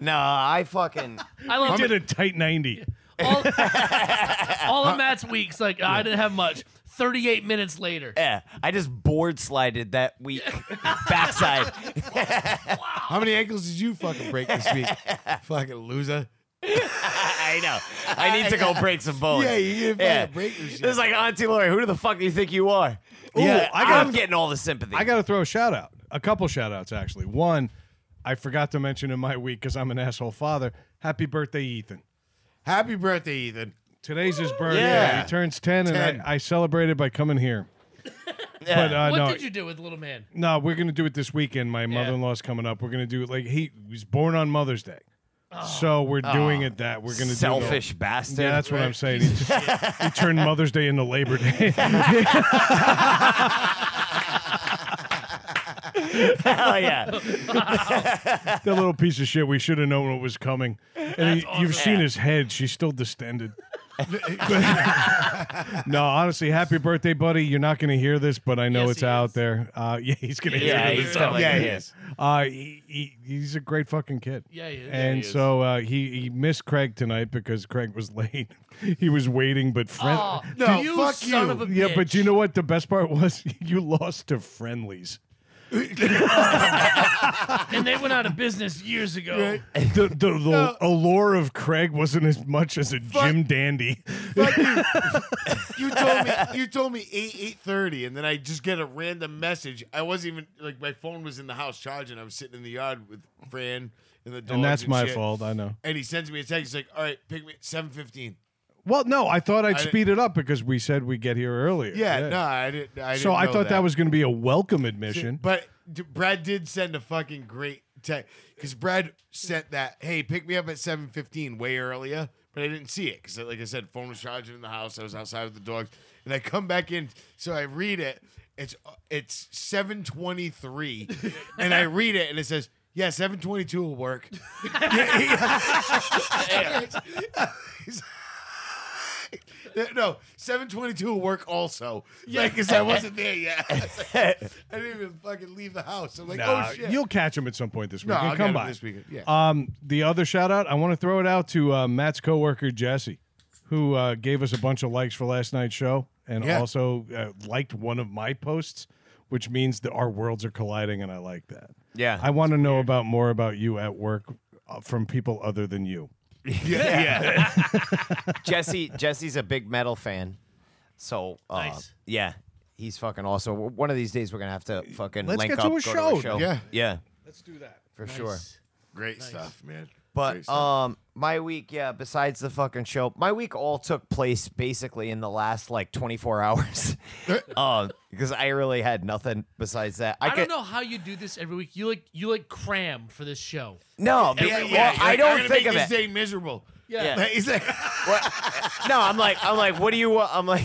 no, I fucking
I love
Did a tight 90.
all, all of Matt's weeks. Like I didn't have much. Thirty-eight minutes later.
yeah, I just board slided that week backside.
How many ankles did you fucking break this week? fucking loser.
I know. I need to go break some bones.
Yeah, you didn't fucking
Yeah.
break your shit.
It's like Auntie Lori. Who the fuck do you think you are? yeah,
I
I
got-
am getting all the sympathy.
I got to throw a shout out. A couple shout outs, actually. One, I forgot to mention in my week because I'm an asshole father. Happy birthday, Ethan.
Happy birthday, Ethan.
Today's his birthday.
Yeah.
He turns 10,
10.
and I, I celebrated by coming here.
Yeah.
But uh,
what
no,
did you do with little man?
No, we're gonna do it this weekend. My mother-in-law's coming up. We're gonna do it like he was born on Mother's Day, so we're doing it that we're gonna
selfish
Do
bastard.
the, yeah, that's what I'm saying. He, he turned Mother's Day into Labor Day.
Hell yeah.
that little piece of shit. We should have known what was coming. And he, you've seen his head. She's still distended. no, honestly, happy birthday, buddy. You're not gonna hear this, but I know
Yes,
it's
he
out
is.
there. Uh, yeah, he's gonna
Yeah,
hear
he's
this.
definitely
Yeah,
yeah,
he
yes.
Uh, he, he, he's a great fucking kid.
Yeah, he is. Yeah,
And
he is.
so uh, he he missed Craig tonight because Craig was late. he was waiting, but friend.
Oh,
No,
you
fuck
son
you.
of a
yeah,
bitch.
but you know what? The best part was you lost to friendlies.
and they went out of business years ago.
The the, the allure of Craig wasn't as much as a Jim Dandy.
Fuck you. you told me you told me eight eight thirty, and then I just get a random message. I wasn't even like my phone was in the house charging. I was sitting in the yard with Fran and the dogs.
And that's my
shit.
fault. I know.
And he sends me a text. He's like, "All right, pick me seven fifteen.
Well, no, I thought I'd
I-
speed it up because we said we'd get here earlier.
Yeah, no, I didn't. I
so
didn't
I
know
thought that, was going to be a welcome admission.
But d- Brad did send a fucking great text because Brad sent that, "Hey, pick me up at seven fifteen, way earlier." But I didn't see it because, like I said, phone was charging in the house. I was outside with the dogs, and I come back in, so I read it. It's uh, it's seven twenty three, and I read it, and it says. Yeah, seven twenty-two will work. no, seven twenty-two will work also. Yeah, because I wasn't there yet. I was like, I didn't even fucking leave the house. I'm like,
Nah,
oh shit.
You'll catch him at some point this
no,
weekend.
I'll
Come
get
by
him this weekend. Yeah.
Um, the other shout out, I want to throw it out to uh, Matt's coworker Jesse, who uh, gave us a bunch of likes for last night's show, and
Yeah.
also uh, liked one of my posts, which means that our worlds are colliding, and I like that.
Yeah.
I want to know about more about you at work uh, from people other than you.
Jesse Jesse's a big metal fan. So uh,
Nice.
yeah. He's fucking awesome. One of these days we're gonna have to fucking
Let's
link
get to
up,
a
go to
show.
a show.
Yeah.
Yeah.
Let's do that.
For sure.
Great stuff, man.
But um, my week, yeah. Besides the fucking show, my week all took place basically in the last like 24 hours, um, because I really had nothing besides that. I,
I
could,
don't know how you do this every week. You like you like cram for this show.
No, be- well, I
am
don't
gonna
think
make
of
this
it.
day miserable.
Yeah.
He's like,
no, I'm like, I'm like, what do you? want? I'm like,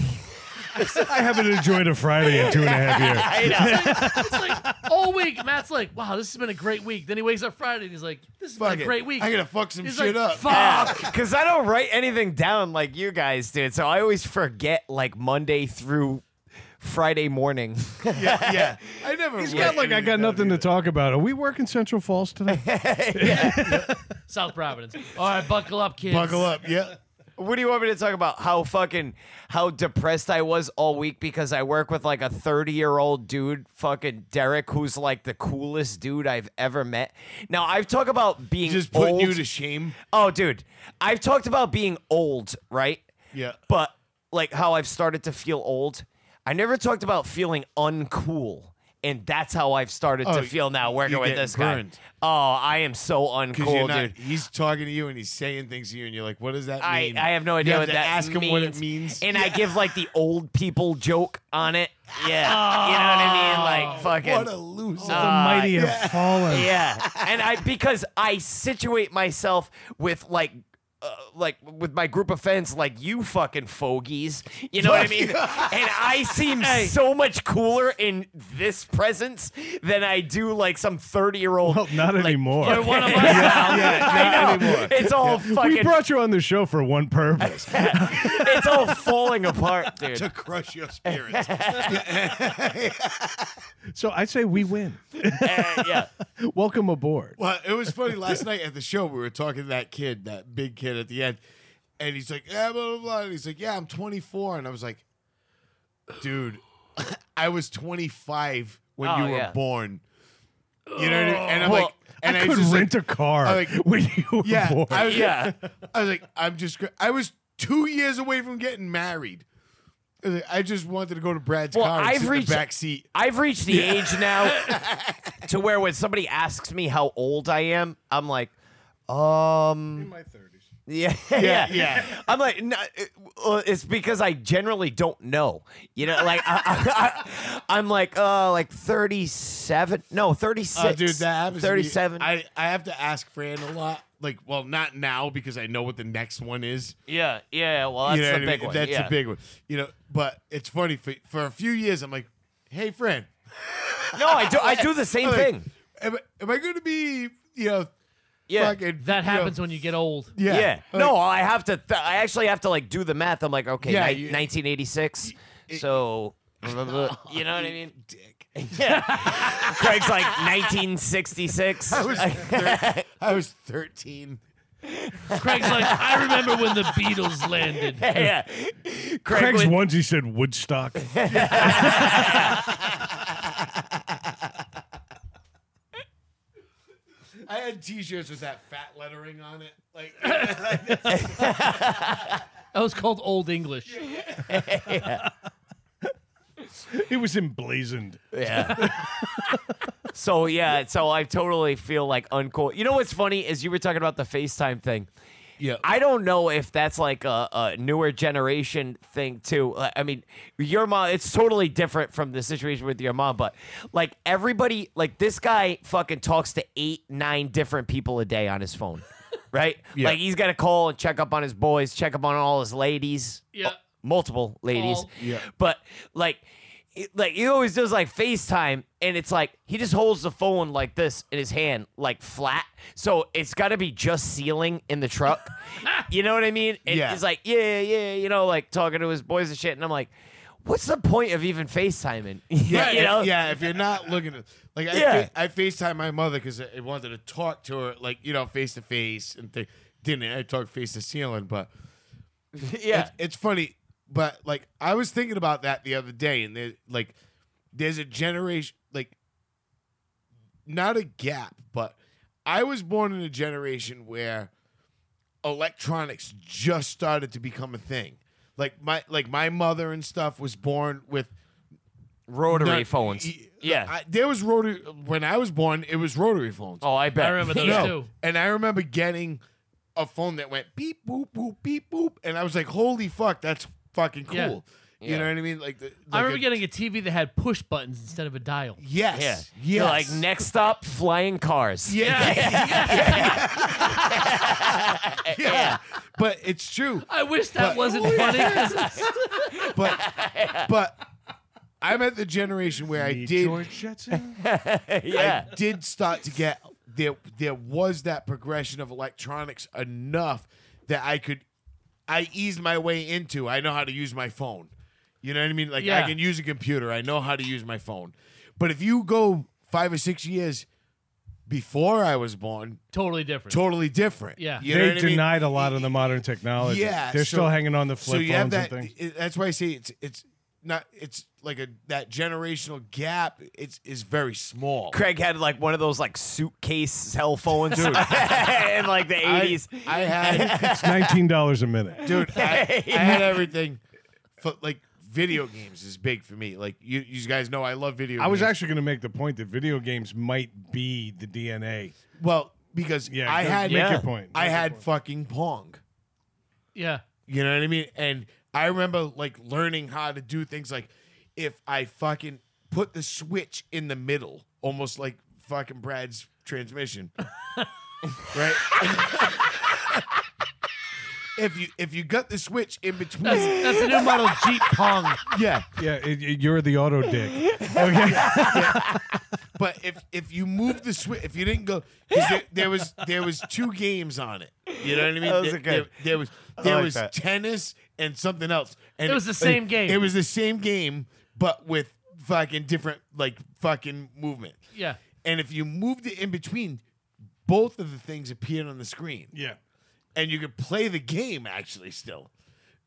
I haven't enjoyed a Friday in two and a half years.
I know.
It's like all week. Matt's like, "Wow, this has been a great week." Then he wakes up Friday and he's like, "This has
fuck
been
it.
a great week."
I gotta fuck some
he's
shit up.
like, "Fuck."
Because I don't write anything down like you guys did, so I always forget like Monday through Friday morning.
yeah, yeah. I never.
He's got like I got nothing to talk about. Are we working Central Falls today?
South Providence. All right, buckle up, kids.
Buckle up. Yeah.
what do you want me to talk about? How fucking how depressed I was all week because I work with like a 30 year old dude, fucking Derek, who's like the coolest dude I've ever met. Now I've talked about being
Just putting
old.
you to shame.
Oh, dude, I've talked about being old, right?
Yeah.
But like how I've started to feel old. I never talked about feeling uncool. And that's how I've started
Oh,
to feel now working
you're
with
getting
this
burned.
guy. Oh, I am so
'Cause you're
uncool,
not-
dude.
He's talking to you and he's saying things to you, and you're like, "What does that
I,
mean?"
I have no
You
idea
have
what
to
that
ask him what it means.
And I give like the old people joke on it. Yeah. you know what I mean? Like fucking
what a
Oh,
loser.
the mighty have fallen.
yeah and i because i situate myself with like uh, like with my group of friends like you fucking fogies you know what i mean and i seem so much cooler in this presence than i do like some 30 year old
Well, not anymore.
You're one of us now.
I know. It's all
we
fucking.
brought you on the show for one purpose.
it's all falling apart,
to
dude.
crush your spirits.
so I say we win.
Uh, yeah.
Welcome aboard.
Well, it was funny last night at the show. We were talking to that kid, that big kid at the end, and he's like, "Yeah, blah blah blah." And he's like, "Yeah, I'm 24," and I was like, "Dude, I was 25 when
Oh,
you were
yeah.
born." You know, what I mean? and I'm
Well,
like, and
I
was
could
just like-
rent a car
I like-
when you were
yeah,
born.
I was,
Yeah.
I was like, I'm just, gr- I was two years away from getting married. I, was like, I just wanted to go to Brad's
Well,
car and
I've
sit in
reached-
the back seat.
I've reached the age now to where when somebody asks me how old I am, I'm like, um,
my 30s.
Yeah, yeah, yeah. I'm like, no, it- well, it's because I generally don't know. You know, like I, am like, uh, like 37. No, 36.
Oh, dude, that happens. to me.
37.
I I have to ask Fran a lot. Like, well, not now because I know what the next one is.
yeah, yeah. Well,
You know
that's the
what I
big
mean?
one.
That's
yeah.
a big one. You know, but it's funny for for a few years. I'm like, hey, Fran,
No, I do. I do the same
I'm like,
thing.
Am, I- am I going to be you know?
Yeah.
fucking,
That
you know,
happens when you get old.
Yeah.
Like,
no, I have to. Th- I actually have to like do the math. I'm like, okay,
Yeah,
ni-
you-
1986. so, blah, blah, blah. you know what I mean?
dick.
Yeah. Craig's like 1966.
I was thir- I was 13.
Craig's like, I remember when the Beatles landed.
yeah. Craig
Craig's
would-
onesie said Woodstock.
I had T-shirts with that fat lettering on it. Like,
That was called Old English.
it was emblazoned.
Yeah. so yeah, so I totally feel like uncool. You know what's funny is you were talking about the FaceTime thing.
yeah.
I don't know if that's like a, a newer generation thing too. Uh, I mean, your mom, it's totally different from the situation with your mom, but like everybody, like this guy fucking talks to eight, nine different people a day on his phone, right?
Yeah.
Like he's got to call and check up on his boys, check up on all his ladies
Yeah.
multiple ladies.
All-
Yeah.
But like it- like he always does like FaceTime and it's like he just holds the phone like this in his hand, like flat. So it's gotta be just sealing in the truck. you know what I mean? And
Yeah.
he's like, Yeah, yeah, you know, like talking to his boys and shit. And I'm like, what's the point of even FaceTiming?
Yeah,
you
if-
know?
yeah. If you're not looking at, like, I,
Yeah.
fa- I Facetime my mother because I I wanted to talk to her, like, you know, face to face, and th- didn't. I talked face to ceiling, but
Yeah.
it's, it's funny. But like, I was thinking about that the other day, and there, like, there's a generation, like, not a gap, but I was born in a generation where electronics just started to become a thing. Like my like my mother and stuff was born with
Rotary
No,
phones.
y-
yeah.
I, there was rotary when I was born. It was rotary phones.
oh, I bet.
I remember those
no.
too.
And I remember getting a phone that went beep boop boop beep boop, and I was like, "Holy fuck, that's fucking cool."
Yeah.
You know what I mean? Like, the,
I
like
remember
a-
getting a TV that had push buttons instead of a dial.
Yeah.
Yes.
You're
Yes.
like next up, flying cars.
Yeah. yeah. But it's true.
I wish that
But- Oh,
wasn't funny. 'cause
But but I'm at the generation where I did
George Jetson.
yeah.
I did start to get there there was that progression of electronics enough that I could I eased my way into. I know how to use my phone. You know what I mean? Like
Yeah.
I can use a computer. I know how to use my phone. But if you go 5 or 6 years before I was born,
totally different.
totally different.
Yeah.
You know
they
what I mean?
denied a lot of the modern technology.
Yeah,
they're
so-
still hanging on the
so
flip
you
phones
have that.
and things.
it- That's why I say it's it's not it's like a that generational gap. It's is very small.
Craig had like one of those like suitcase cell phones in like the
I,
80s.
I had
It's nineteen dollars a minute.
dude. I, I had everything. But like video games is big for me. Like you you guys know I love video.
I was
games.
actually going to make the point that video games might be the DNA.
well because
Yeah,
I
go-
had
make
Yeah.
your point.
I
Make your
had
point.
fucking Pong.
yeah.
You know what I mean? And I remember like learning how to do things like if I fucking put the switch in the middle, almost like fucking Brad's transmission. right? if you if you got the switch in
That's,
between
that's a new model Jeep Pong.
Yeah.
Yeah, it, it- you're the auto dick. Okay.
But if if you move the switch if you didn't go 'cause there, there was there was two games on it. You know what I mean?
That was
there,
good.
there, there was there
like
was
that.
tennis and something else. And
It was the same game.
It was the same game, but with fucking different like fucking movement.
Yeah.
And if you moved it in between, both of the things appeared on the screen,
yeah.
and you could play the game actually still.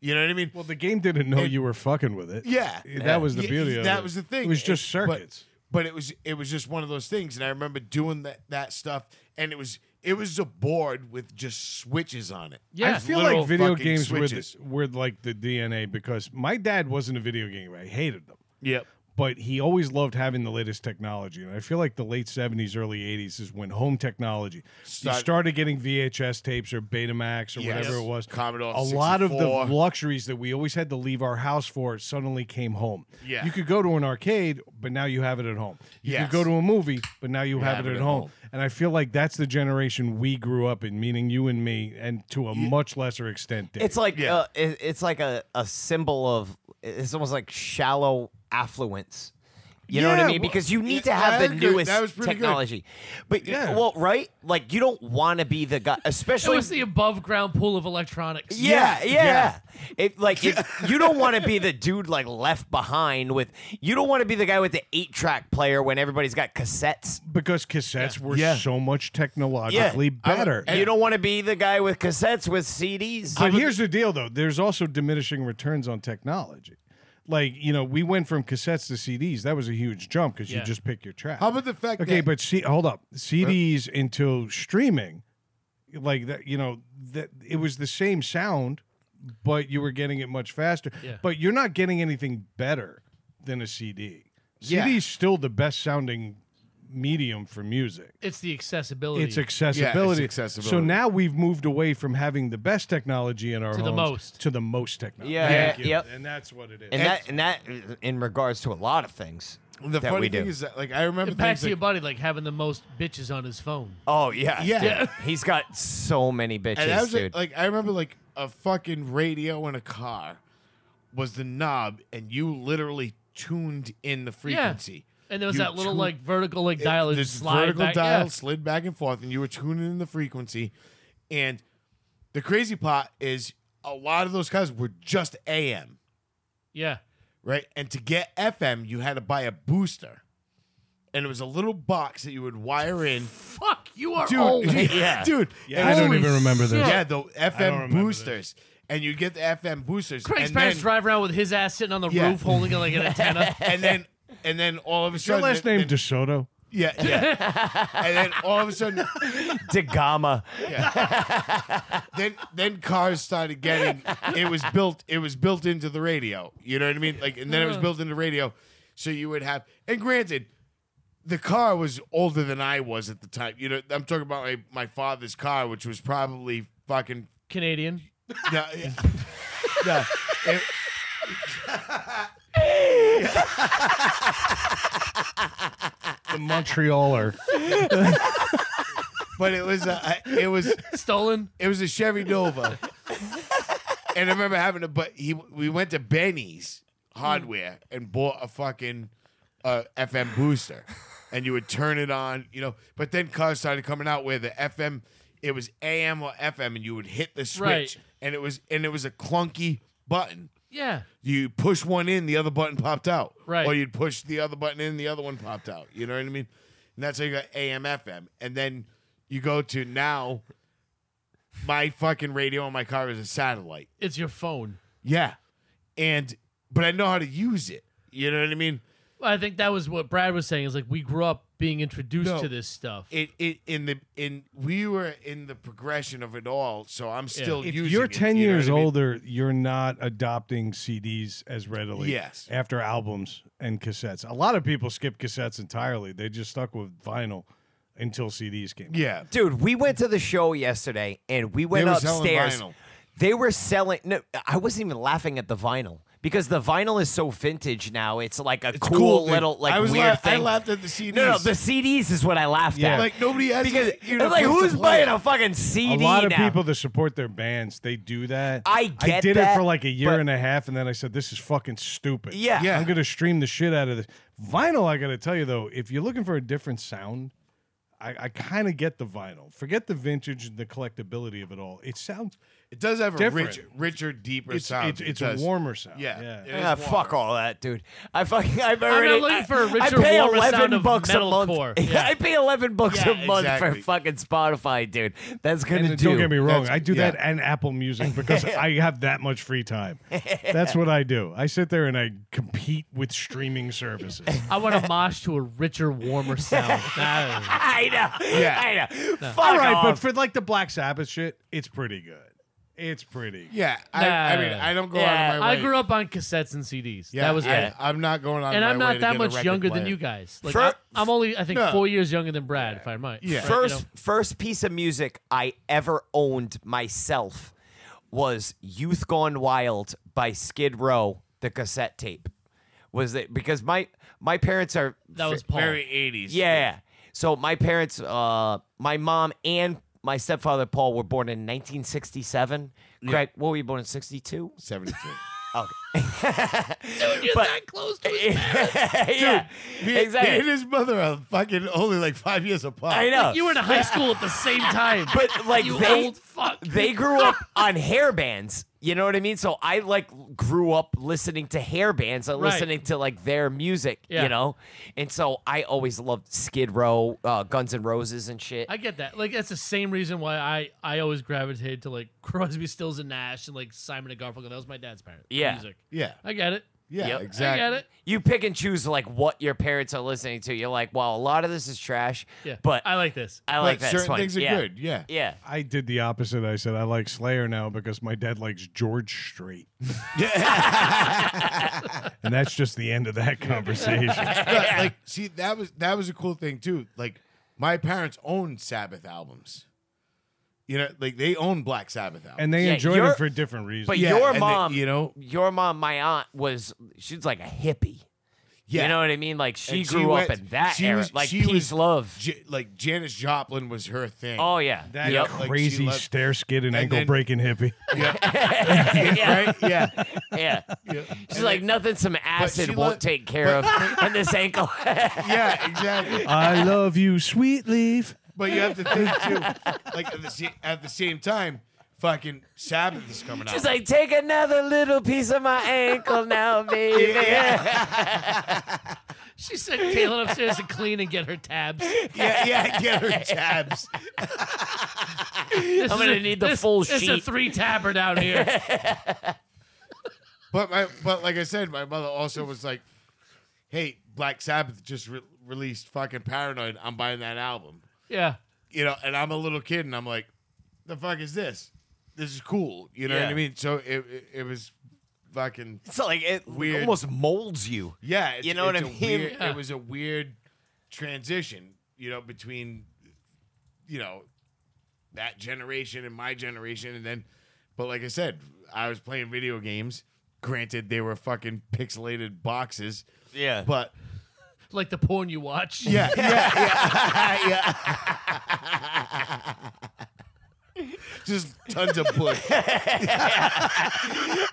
You know what I mean?
Well, the game didn't know you were fucking with it.
Yeah.
that was the
Yeah,
beauty of it.
that was the thing.
It was just
It- but-
circuits.
But, it was it was just one of those things, and I remember doing that that stuff, and it was it was a board with just switches on it.
Yeah.
I feel
Literal
like video
fucking
games were, the,
switches.
were like the DNA because my dad wasn't a video game. guy. I hated them.
Yep.
but he always loved having the latest technology. And I feel like the late 70s, early 80s is when home technology
Start-
you started getting VHS tapes or Betamax or
Yes.
whatever it was.
Commodore
a lot of the
64.
luxuries that we always had to leave our house for suddenly came home.
Yeah.
You could go to an arcade, but now you have it at home. You
Yes.
could go to a movie, but now you have, it, at home. And I feel like that's the generation we grew up in, meaning you and me, and to a much lesser extent. Dave.
It's like
Yeah.
uh, it, it's like a, a symbol of it's almost like shallow affluence. You know what
Yeah,
I mean?
well,
Because you need
yeah,
to have
I
the
agree. That
newest
was pretty good.
technology. But
Yeah.
well, right? Like you don't want to be the guy,
It
especially
was the above ground pool of electronics.
Yeah,
Yeah,
yeah. If like if you don't want to be the dude like left behind with you don't want to be the guy with the eight track player when everybody's got cassettes.
because cassettes were
Yeah.
so much technologically
I would-
better.
You don't want to be the guy with cassettes with CDs.
But here's the deal, though. There's also diminishing returns on technology. Like you know, we went from cassettes to CDs. That was a huge jump because
Yeah.
you just pick your track.
How about the fact
okay,
that
but see, hold up, CDs into streaming, like that. You know, that it was the same sound, but you were getting it much faster.
Yeah.
But you're not getting anything better than a CD.
Yeah.
CD's still the best sounding medium for music.
It's the accessibility.
It's accessibility.
accessibility.
So now we've moved away from having the best technology in our
To the
homes
most.
to the most technology.
Yeah,
Thank
yeah,
you.
yep.
And that's what it is.
and that and that in regards to a lot of things.
the
that
funny
we
thing
do.
is that like I remember
It packs
things
your
like,
buddy like having the most bitches on his phone.
Oh yeah,
Yeah.
dude. He's got so many bitches,
and I was
dude.
like, like I remember like a fucking radio in a car was the knob, and you literally tuned in the frequency.
And there was
You
that little
tune-
like vertical like
it-
dial that
this
just slide
vertical
back-
dial
yeah.
slid back and forth, and you were tuning in the frequency. And the crazy part is a lot of those cars were just AM,
Yeah.
right? And to get FM, you had to buy a booster, and it was a little box that you would wire in.
Fuck, you are
Dude,
old.
yeah.
dude,
Yeah, I don't
Holy
even remember this.
shit.
yeah, the FM
remember this.
boosters, and you get the FM boosters,
Craig's
and
parents
then,
drive around with his ass sitting on the
Yeah.
roof holding it like an antenna.
and then, and then all of a
Is your
sudden,
last
then-
name DeSoto?
yeah, yeah, and then all of a sudden,
Da Gama.
then then cars started getting it was built it was built into the radio. You know what I mean? Like and then it was built into the radio. So you would have, and granted, the car was older than I was at the time. You know, I'm talking about my, my father's car, which was probably fucking.
Canadian.
No, yeah. No, it-
The Montrealer.
but it was a, it was
Stolen.
It was a Chevy Nova. and I remember having to, but he we went to Benny's Hardware and bought a fucking uh, FM booster, and you would turn it on, you know. But then cars started coming out where the FM, it was AM or FM, and you would hit the switch,
Right.
and it was and it was a clunky button.
Yeah.
You push one in, the other button popped out.
Right.
Or you'd push the other button in, the other one popped out. You know what I mean? And that's how you got AM, FM. And then you go to now, my fucking radio in my car is a satellite.
It's your phone.
Yeah. And, but I know how to use it. You know what I mean?
Well, I think that was what Brad was saying. Is like we grew up being introduced
No.
to this stuff.
It, it in the in we were in the progression of it all, so I'm still
If
using
you're
it,
10
you know
years
what I mean?
older, you're not adopting CDs as readily.
Yes.
After albums and cassettes. A lot of people skip cassettes entirely. They just stuck with vinyl until CDs came. out.
Yeah.
Dude, we went to the show yesterday and we went
They were selling
upstairs.
vinyl.
They were selling. No, I wasn't even laughing at the vinyl because the vinyl is so vintage now. It's like a cool,
dude.
little like
I was
weird
la-
thing.
I laughed at the CDs.
no, no, the CDs is what I laughed at.
like nobody has
because
you know,
it's like
place to
who's
play
buying
it.
a fucking CD
A lot of
now?
people that support their bands, they do that.
I
I
get
did it
that,
for like a year
but-
and a half, and then I said, "This is fucking stupid."
Yeah.
Yeah.
I'm gonna stream the shit out of this vinyl. I gotta tell you though, if you're looking for a different sound, I, I kind of get the vinyl. Forget the vintage and the collectability of it all. It sounds
It does have a
Different.
richer, richer, deeper
it's
sound.
it's,
It
it's a
does.
warmer sound.
Yeah.
yeah.
It is
Ah,
warmer.
fuck all that, dude. I fucking I've
not
already.
looking
I-
for a richer,
I pay
warmer sound
11
of
bucks a month.
metalcore. Yeah.
I pay eleven bucks
Yeah,
a month
exactly.
for fucking Spotify, dude. That's gonna
And
do.
don't get me wrong,
That's-
I do that
yeah.
and Apple Music because I have that much free time. That's what I do. I sit there and I compete with streaming services.
I want to mosh to a richer, warmer sound. Nah.
I know.
Yeah.
I know. Fuck
All right, but
off.
for like the Black Sabbath shit, it's pretty good. It's pretty. Good.
Yeah, I, I
Nah.
mean, I don't go out
Yeah,
of my way.
I grew up on cassettes and CDs.
Yeah,
that was it.
I, am not going out.
and
of
I'm
my way
not
to
that
get a
much
record
younger
player.
than you guys. Like
Fir-
I, am only, I think,
no. four
four years younger than Brad, if I might.
Yeah. Right, you
first first piece of music I ever owned myself was "Youth Gone Wild" by Skid Row, the cassette tape. Was it because my my parents are
that was Paul.
Very 80s.
Yeah. So my parents, uh, my mom and my stepfather Paul were born in 1967. Correct. What were you born in 62?
73.
You're
but-
that close to it.
yeah.
He-
exactly.
He and his mother are fucking only like five years apart.
I know.
You were in high school at the same time.
but like
you
they
old fuck.
they grew up on hair bands. You know what I mean? So I like grew up listening to hair bands and
Right.
listening to like their music,
Yeah.
you know? And so I always loved Skid Row, uh, Guns N' Roses and shit.
I get that. Like that's the same reason why I I always gravitated to like Crosby, Stills, and Nash, and like Simon and Garfunkel. That was my dad's parent.
Yeah.
Music.
Yeah.
I get it.
Yeah,
Yep. I
exactly.
I get it.
you pick and choose like what your parents are listening to. You're like, well, a lot of this is trash,
Yeah.
but
I like this.
I like
But
that.
certain
Spike.
things are
yeah.
good. Yeah.
Yeah.
I did the opposite. I said I like Slayer now because my dad likes George Strait. and that's just the end of that conversation.
Yeah, like, see, that was that was a cool thing too. Like, my parents owned Sabbath albums. You know, like they own Black Sabbath albums.
And they
Yeah,
enjoyed
you're-
it for different reasons.
But
Yeah,
your
and they-
mom,
you know-
your mom, my aunt was she's like a hippie.
yeah.
You know what I mean? Like she
And
grew
went-
up in that
she
era,
was-
like
she
peace,
was
love.
J- like Janis Joplin was her thing.
oh yeah.
that
yep.
like, she
crazy
left-
stair skid and,
and
ankle
then-
breaking hippie.
yeah.
right? Yeah.
yeah.
yeah.
She's like nothing some acid
she
won't
lo-
take care of on this ankle.
yeah, exactly.
I love you, sweet leaf.
But you have to think too, like at the, sa- at the same time, fucking Sabbath is coming out.
she's like, take another little piece of my ankle now, baby.
She sent Caitlin upstairs to clean and get her tabs.
yeah, yeah, get her jabs.
This
I'm
is
gonna
a-
need the
this-
full
This is a
sheet.
three tabber down here.
But my, but like I said, my mother also was like, "Hey, Black Sabbath just re- released fucking Paranoid. I'm buying that album."
yeah.
You know, and I'm a little kid, and I'm like, "The fuck is this? This is cool." You know what I
Yeah.
mean? So it it, it was fucking
It's like it
Weird.
almost molds you.
yeah. It's,
You know what
it's
I
a
mean?
weird- It was a weird transition, you know, between you know that generation and my generation, and then. But like I said, I was playing video games. Granted, they were fucking pixelated boxes,
Yeah.
but
like the porn you watch.
yeah, yeah, yeah. Just tons of push.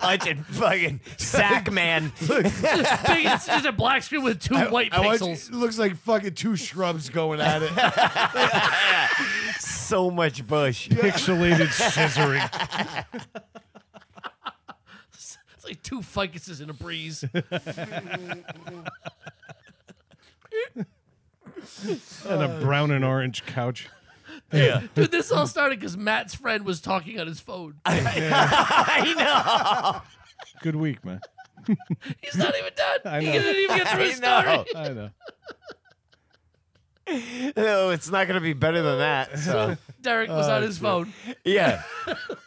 Punching fucking sack man.
it's just a black screen with two white
I watch-
pixels.
it looks like fucking two shrubs going at it.
so much bush.
Pixelated scissoring.
It's like two ficuses in a breeze.
and a brown and orange couch.
Yeah.
Dude, this all started because Matt's friend was talking on his phone.
I know.
Good week, man.
He's not even done.
I
He
know.
didn't even get through his
I know.
story.
I know.
No, it's not gonna be better than that. So
Derek was
Uh,
on his phone.
yeah.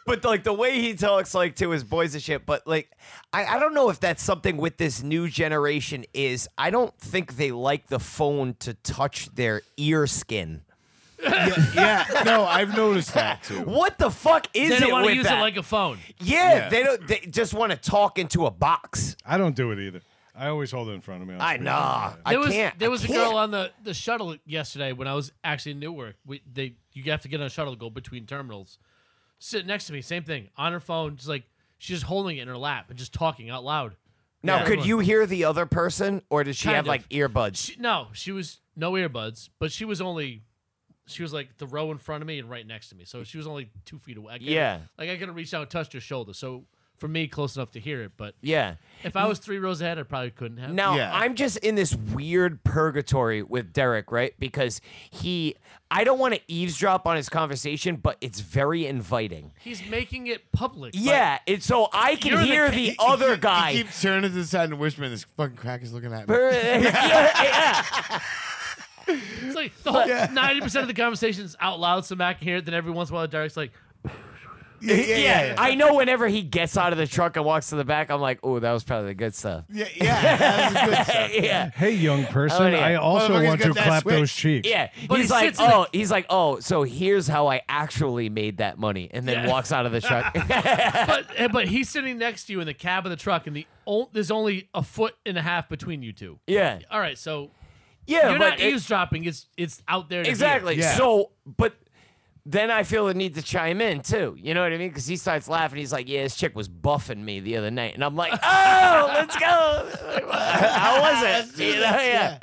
But like the way he talks like to his boys and shit, but like I, I don't know if that's something with this new generation is I don't think they like the phone to touch their ear skin.
yeah, no, I've noticed that too.
What the fuck is
They don't
it
want to
with
use
that?
it like a phone.
yeah,
Yeah.
they don't. They just want to talk into a box.
I don't do it either. I always hold it in front of me.
I nah. I
There was
can't.
there
I
was a
can't.
girl on the, the shuttle yesterday when I was actually in Newark. We they you have to get on a shuttle to go between terminals. Sitting next to me, same thing on her phone. Just like she's just holding it in her lap and just talking out loud.
Now,
Yeah.
could you hear the other person, or does she
Kind
have
of.
like earbuds?
She, no, she was no earbuds, but she was only she was like the row in front of me and right next to me, so she was only two feet away. I couldn't-
Yeah.
like I could have reached out and touched her shoulder. So for me, close enough to hear it, but
Yeah.
if I was three rows ahead, I probably couldn't have.
Now
Yeah.
I'm just in this weird purgatory with Derek, right? Because he, I don't want to eavesdrop on his conversation, but it's very inviting.
he's making it public. by
yeah, and so I can
You're the
hear
ki-
the, other
He
guy.
keeps turning to the side and whispering, "This fucking crack is looking at me."
yeah, yeah.
It's like the whole ninety percent of the conversation's out loud, so Matt can hear it. Then every once in a while, Derek's like,
Yeah, yeah,
yeah, I know whenever he gets out of the truck and walks to the back, I'm like, oh, that was probably the good stuff.
yeah, yeah, that was a good stuff.
Yeah.
Hey, young person,
Oh, yeah.
I also
Motherfucker's
want
got
to
that
clap
switch.
those cheeks.
Yeah,
But
he's
he
like,
sits in the-
oh, he's like, oh, so here's how I actually made that money, and then
Yeah.
walks out of the truck.
but eh, but he's sitting next to you in the cab of the truck, and the o- there's only a foot and a half between you two.
yeah,
All right, so
yeah,
you're
but
not
it-
eavesdropping. It's it's out there. to hear.
exactly.
Yeah.
So, but then I feel the need to chime in too. You know what I mean? Because he starts laughing. He's like, yeah, this chick was buffing me the other night, and I'm like, oh, let's go. how was it? You know, yeah.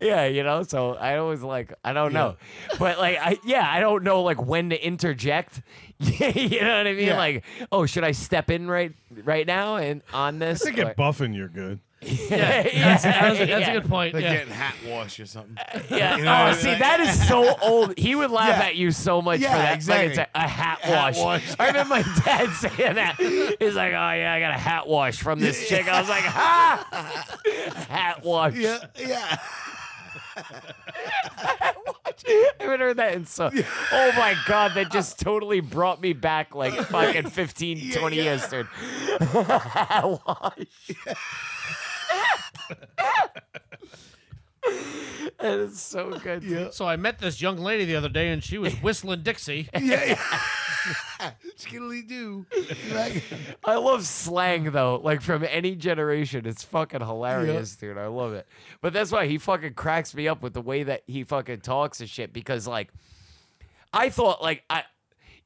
Yeah, you know, so I always like I don't know, but like I yeah I don't know like when to interject. you know what I mean?
Yeah.
Like oh should I step in right right now and on this?
I think
Or-
at buffing, you're good.
yeah,
That's, a-
yeah,
that's a good point.
Like
yeah.
getting hat wash or something.
yeah.
You know what I
oh,
mean?
see,
Like-
that is so old. He would laugh
Yeah.
at you so much
Yeah,
for that.
exactly.
Like it's a, a hat
Hat
wash.
wash.
I remember my dad saying that. He's like, "Oh yeah, I got a hat wash from this chick." I was like, "Ha, hat wash."
Yeah, yeah.
I haven't heard that in so. Oh my god, that just totally brought me back like fucking 15, 20 years, dude. Hat wash. that is so good. dude.
So I met this young lady the other day, and she was whistling Dixie.
Yeah, yeah. Skiddly do. Like,
I love slang though, like from any generation. It's fucking hilarious, dude. I love it. But that's why he fucking cracks me up with the way that he fucking talks and shit because like I thought like I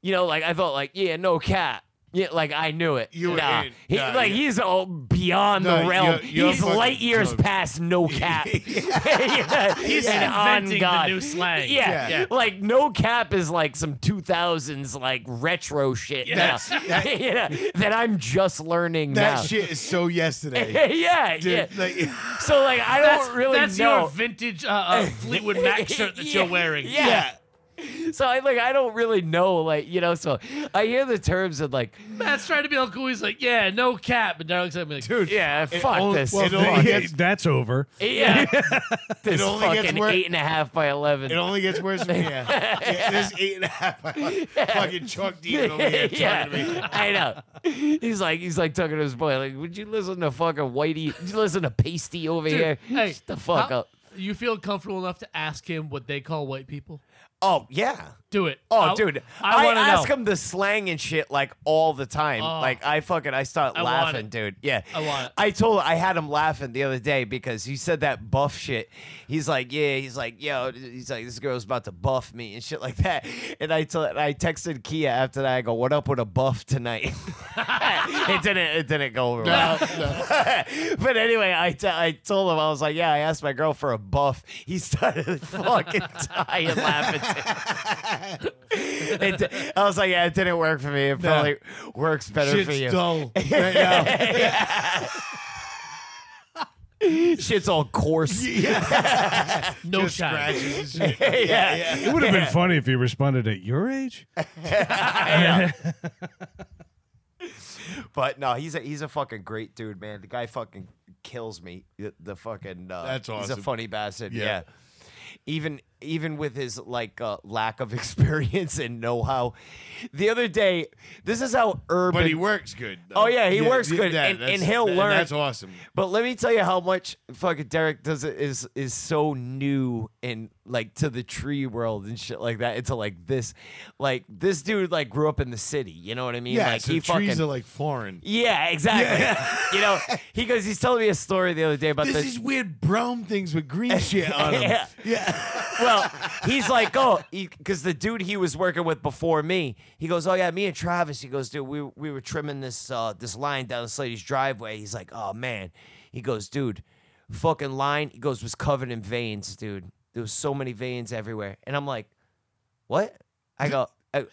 you know, like I thought like, yeah, no cat. Yeah, like I knew it.
You were
nah.
in.
He,
Nah,
like
yeah.
he's all beyond
No,
the
you're-
realm.
you're
he's
fucking
light years
drunk.
past no cat. Yeah,
He's
and
inventing the new slang.
Yeah.
Yeah.
like no cap is like some two thousands like retro shit. now.
Yes.
That-
You know, that I'm just learning
that
now.
shit is so yesterday.
yeah,
Dude,
yeah.
like,
So like I
That's
don't really
that's
know.
your vintage uh, uh, Fleetwood Mac shirt that
Yeah,
you're wearing.
Yeah. So I like I don't really know like you know so I hear the terms and like
Matt's trying to be all cool. He's like, yeah, no cap. And Daryl's like, like
Dude,
yeah
it
fuck
only-
this
well,
It
the-
only-
Yeah, it's-
that's over.
yeah
It
this
only gets
fucking
worse.
eight and a half by eleven
It only gets worse from here. Yeah, this eight and a half fucking Chuck D over here talking to me.
yeah, I know. He's like, he's like talking to his boy, like, would you listen to fucking Whitey? Would you listen to Pasty over here?
hey,
Shut the fuck
how-
up.
You feel comfortable enough to ask him what they call white people?
Oh yeah.
Do it.
Oh,
I'll-
dude,
I,
I,
want to
ask
know.
him the slang and shit like all the time.
Oh.
like I fucking I start
I want
laughing,
it.
dude. Yeah,
I want it.
I told I had him laughing the other day because he said that buff shit. He's like, yeah, he's like, yo, he's like, this girl's about to buff me and shit like that. And I told, and I texted Kia after that. I go, what up with a buff tonight? it didn't, it didn't go over. well. but anyway, I, t- I told him I was like, yeah, I asked my girl for a buff. He started fucking dying laughing. it, di- I was like, yeah, it didn't work for me. It probably works better for you.
Shit's dull right now.
Shit's all coarse.
No
Just
shot.
scratches and shit.
yeah.
It would have been funny if he responded at your age.
But no, he's a he's a fucking great dude, man. The guy fucking kills me. The, the fucking uh,
That's
He's a
awesome.
funny bastard. Yeah.
Yeah.
Even even with his like uh, lack of experience and know how, the other day, this is how urban.
But he works good.
Oh, yeah, he works good, and-
that's-
and he'll learn.
That's awesome.
But let me tell you how much fucking Derek does it is is so new and like to the tree world and shit like that. Into like this, like this dude like grew up in the city. You know what I mean?
Yeah,
like
so trees are like foreign.
yeah, exactly. You know, he goes. He's telling me a story the other day about
There's
the
these weird brown things with green shit on them.
Yeah.
yeah.
well, he's like, oh, because the dude he was working with before me, he goes, oh yeah, me and Travis. He goes, dude, we we were trimming this uh this line down this lady's driveway. He's like, oh man. He goes, dude, fucking line. He goes, was covered in veins, dude. There was so many veins everywhere, and I'm like, what? I go, I,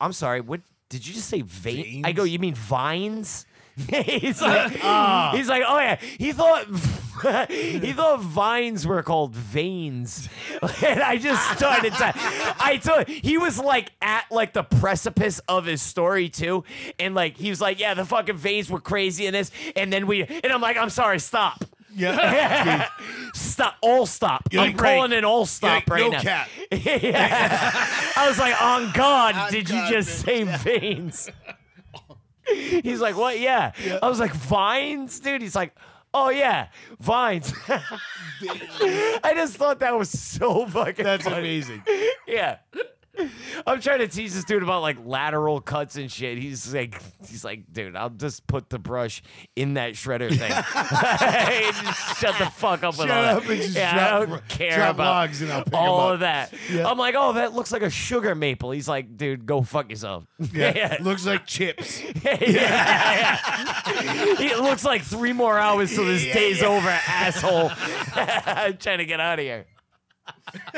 I'm sorry. What did you just say? Vein? I go,
Veins?
you mean vines? he's like, he's like, oh yeah. He thought. he thought vines were called veins, and I just started. To, I told he was like at like the precipice of his story too, and like he was like, yeah, the fucking veins were crazy in this, and then we, and I'm like, I'm sorry, stop,
Yeah.
stop, all stop.
You're
I'm
like, right.
calling an all stop
You're
right
like,
now.
no cap.
Yeah. I was like, on God,
On
did
God,
you just say veins? He's like, what? Yeah. I was like, vines, dude. He's like, oh yeah, vines. I just thought that was so fucking.
That's
funny.
amazing.
Yeah. I'm trying to teach this dude about like lateral cuts and shit. He's like, he's like, dude, I'll just put the brush in that shredder thing. And just shut the fuck up with
Shut
all that.
up and just
yeah, I
drop-
don't care
drop
about
logs and I'll pick 'em
all
up.
of that.
Yeah.
I'm like, oh, that looks like a sugar maple. He's like, dude, go fuck yourself.
Yeah. Looks like chips.
Yeah, yeah. it looks like three more hours till this
Yeah,
day's
yeah.
over, asshole. I'm trying to get out of here.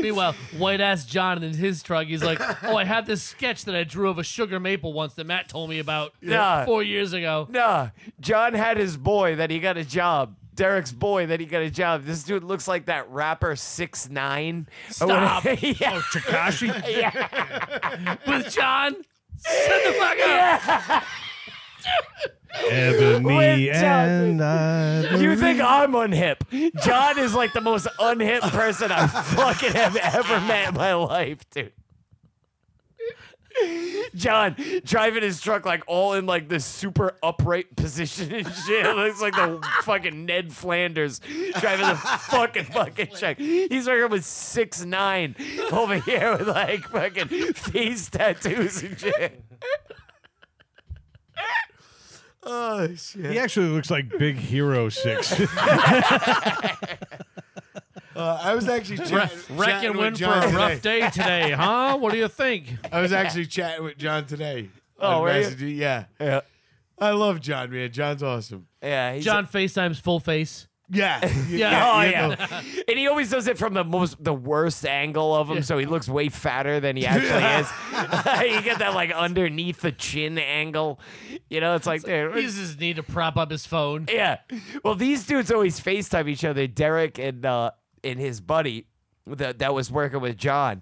Meanwhile, white ass John in his truck, he's like, "Oh, I have this sketch that I drew of a sugar maple once that Matt told me about
Yeah.
four years ago."
Nah, John had his boy that he got a job. Derek's boy that he got a job. This dude looks like that rapper six nine.
Stop.
yeah.
Takashi?
yeah.
With John, shut the fuck up.
Ebony
Wait, John.
and I.
You think I'm unhip? John is like the most unhip person I fucking have ever met in my life, dude. John driving his truck like all in like this super upright position and shit. It looks like the fucking Ned Flanders driving the fucking fucking truck. He's working with six nine over here with like fucking face tattoos and shit.
Oh shit.
He actually looks like Big Hero 6.
Uh, I was actually chat-
Reckon
chatting with
win for
John
a rough
today.
day today, huh? What do you think?
I was actually chatting with John today.
Oh,
on
were you?
Messenger. Yeah.
Yeah.
I love John, man. John's awesome.
Yeah, he's
John FaceTimes full face.
Yeah.
Yeah.
Oh yeah, and he always does it from the most the worst angle of him, so he looks way fatter than he actually is. you get that like underneath the chin angle, you know? It's like, dude,
He just need to prop up his phone.
yeah. Well, these dudes always FaceTime each other, Derek and uh, and his buddy that that was working with John.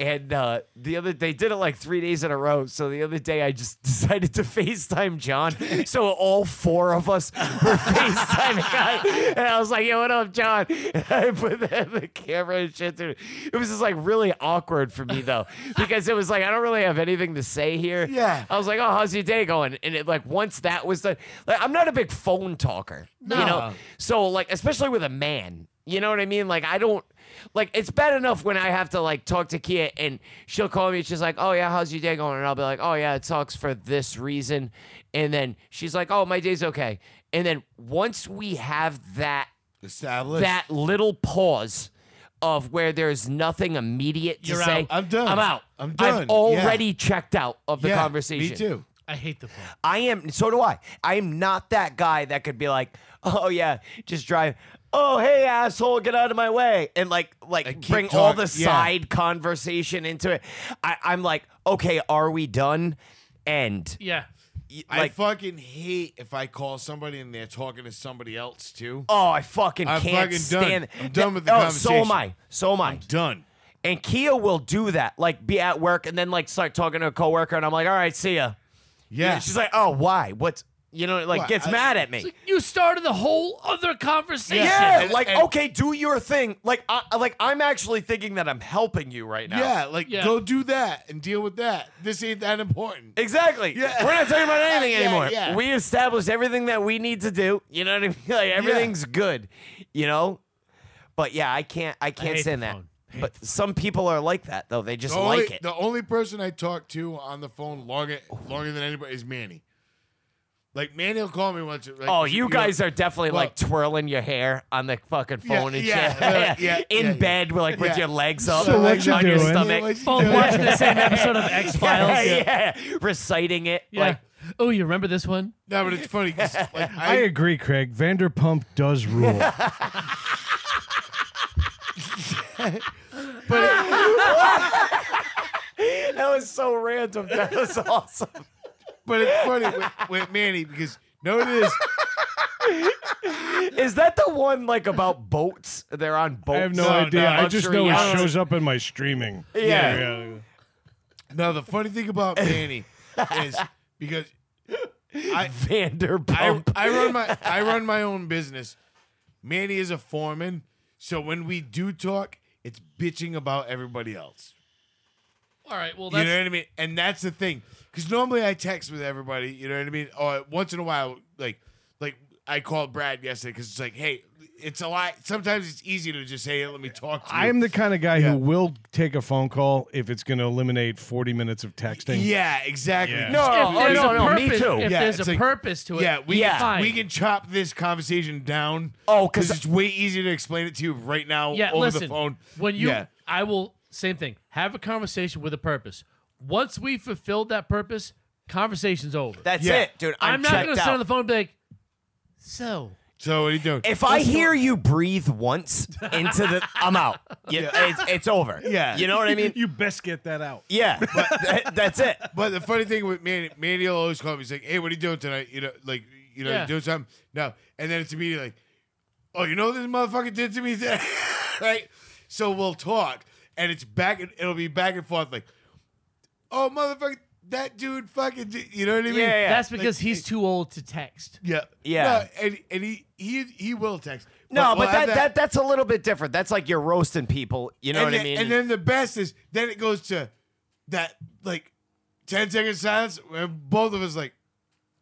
And uh, the other they did it like three days in a row. So the other day I just decided to FaceTime John. So all four of us were FaceTiming I- and I was like, yo, what up, John? And I put the, the camera and shit through. It was just like really awkward for me though. Because it was like I don't really have anything to say here.
Yeah.
I was like, oh, how's your day going? And it like once that was the like I'm not a big phone talker. You know?
No.
So like especially with a man. You know what I mean? Like I don't like it's bad enough when I have to like talk to Kia and she'll call me, she's like, Oh yeah, how's your day going? And I'll be like, Oh yeah, it sucks for this reason. And then she's like, Oh, my day's okay. And then once we have that
Established.
that little pause of where there's nothing immediate to
You're
say.
out.
I'm done.
I'm out.
I'm
I've
done.
already
Yeah.
checked out of the
Yeah,
conversation.
Me too.
I hate the phone.
I am. So do I. I am not that guy that could be like, oh yeah, just drive. Oh hey asshole, get out of my way, and like
And
like
keep
bring all
talk-
the
yeah.
side conversation into it. I, I'm like, okay, are we done? End.
Yeah.
I
Like-
fucking hate if I call somebody and they're talking to somebody else too.
Oh, I fucking
I'm
can't
fucking done.
stand.
I'm done with the
oh, So
conversation.
am I. So am I.
Done.
And Kia will do that. Like be at work and then like start talking to a coworker, and I'm like, all right, see ya.
Yeah.
And she's like, oh why? What's you know like
What?
gets
I-
mad at me.
It's like, you started the whole other conversation.
Yeah,
And-
like
and-
okay, do your thing. Like, I, like I'm actually thinking that I'm helping you right now.
yeah, like
Yeah.
go do that and deal with that. This ain't that important.
exactly.
Yeah.
We're not talking about anything
Yeah,
anymore.
yeah.
We established everything that we need to do. You know what I mean? Like everything's good. You know, but yeah, I can't. I can't
hate
stand
the
that.
phone.
But some people are like that though. They just
The
like
only,
it.
the only person I talk to on the phone longer longer than anybody is Manny. Like Manny will call me once. Like,
Oh, you guys
know,
are definitely
well-
like twirling your hair on the fucking
Yeah,
phone and
yeah,
shit.
yeah, yeah,
In
yeah, yeah.
bed, with like with
Yeah.
your legs up
So what you
on your
doing?
stomach.
What you
Both
doing?
watching the same episode of X
yeah,
Files.
yeah. reciting it.
Yeah.
Like,
oh, you remember this one?
No, but it's funny. 'cause, Like,
I
I,
agree, Craig. Vanderpump does rule.
that was so random. That was awesome.
but it's funny with, with Manny because no, it is.
Is that the one like about boats? They're on boats.
I have no,
No,
idea.
no,
I just know
luxury
it
yachts.
shows up in my streaming.
Yeah.
No, the funny thing about Manny is because I
Oh.
I,
Vanderpump.
I run my I run my own business. Manny is a foreman, so when we do talk, it's bitching about everybody else.
All right. Well,
You
that's
know what I mean? And that's the thing, because normally I text with everybody. You know what I mean? Or once in a while, like like I called Brad yesterday because it's like, hey, it's a lot. Sometimes it's easy to just say, hey, let me talk to you.
I am the kind of guy
Yeah.
who will take a phone call if it's going to eliminate 40 minutes of texting.
yeah, exactly.
Yeah.
no,
If
oh,
there's
no,
a
no, me
purpose-
too.
If
Yeah,
there's
it's
a
like-
purpose to it,
Yeah, we
Yeah.
fine.
we can chop this conversation down.
Oh, 'cause-
because it's way easier to explain it to you right now
yeah,
over
listen.
the phone.
When you,
yeah,
I will same thing. Have a conversation with a purpose. Once we fulfilled that purpose, conversation's over.
That's
Yeah.
it, dude.
I'm,
I'm,
not
checked
gonna
out.
sit on the phone and be like, so
so what are you doing?
if I hear you breathe once into the, I'm out. You- it's, it's over.
Yeah.
you know what I mean.
You best get that out.
Yeah, that- that's it.
But the funny thing with Manny, Manny will always call me. He's like, "Hey, what are you doing tonight? You know, like, you know,
Yeah.
you doing something?" No, and then it's immediately like, "Oh, you know what this motherfucker did to me today?" right? So we'll talk, and it's back. and It'll be back and forth, like, "Oh, motherfucker, that dude fucking," did, you know what I mean?
Yeah, yeah.
that's
Like,
because he's too old to text.
yeah,
Yeah.
No, and and he he he will text.
No,
we'll
but
have
that, that that's a little bit different. That's like you're roasting people. You know
and
what I
then-
mean?
And then the best is then it goes to that like 10 second silence, and both of us like,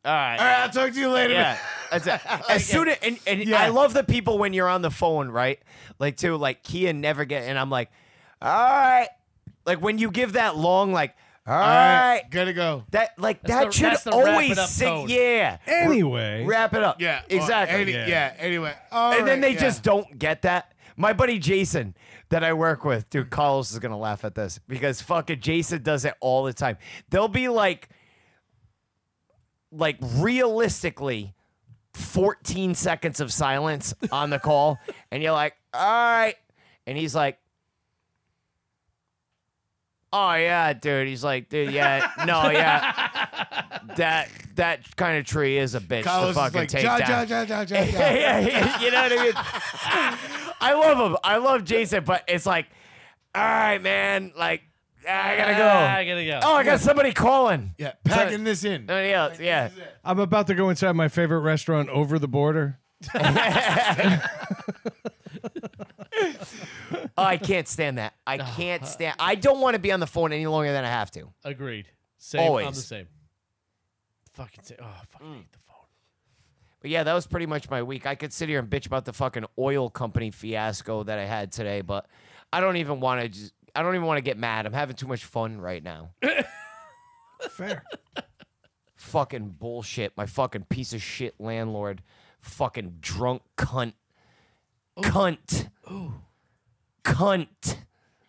All right.
"All right, I'll talk to you later." man."
Yeah. That's it. As soon as, and, and
Yeah.
I love the people when you're on the phone, right? Like, too, like, Kia never get, and I'm like, all right. Like, when you give that long, like, all
All right,
right.
gotta go.
That, like,
That's
that
the- that's
should
the wrap it
always
up
sig-
tone.
Yeah.
Anyway,
Wrap it up.
Yeah, or
Exactly.
any-
Yeah.
yeah. anyway, all
and then
right,
they
yeah.
just don't get that. My buddy Jason that I work with, dude, Carlos is gonna laugh at this because fucking Jason does it all the time. They'll be like, like realistically,
14 seconds of silence on the call, and you're like, all right. And he's like, oh, yeah, dude. He's like, dude, yeah, no, yeah. That that kind of tree is a bitch to
Carlos is
fucking
like,
take
ja,
down.
ja, ja, ja, ja, ja.
yeah, yeah, you know what I mean? I love him. I love Jason, but it's like, all right, man, like, I gotta go.
Ah, I gotta go.
oh, I got somebody calling.
Yeah, packing this in.
Somebody else, yeah.
I'm about to go inside my favorite restaurant over the border.
Oh, I can't stand that. I can't stand. I don't want to be on the phone any longer than I have to.
Agreed. Same. I'm the
Always.
same. Fucking say. Oh, I fucking hate the phone.
But yeah, that was pretty much my week. I could sit here and bitch about the fucking oil company fiasco that I had today, but I don't even want to. just I don't even want to get mad. I'm having too much fun right now.
Fair.
fucking bullshit. My fucking piece of shit landlord. Fucking drunk cunt. Cunt. Cunt.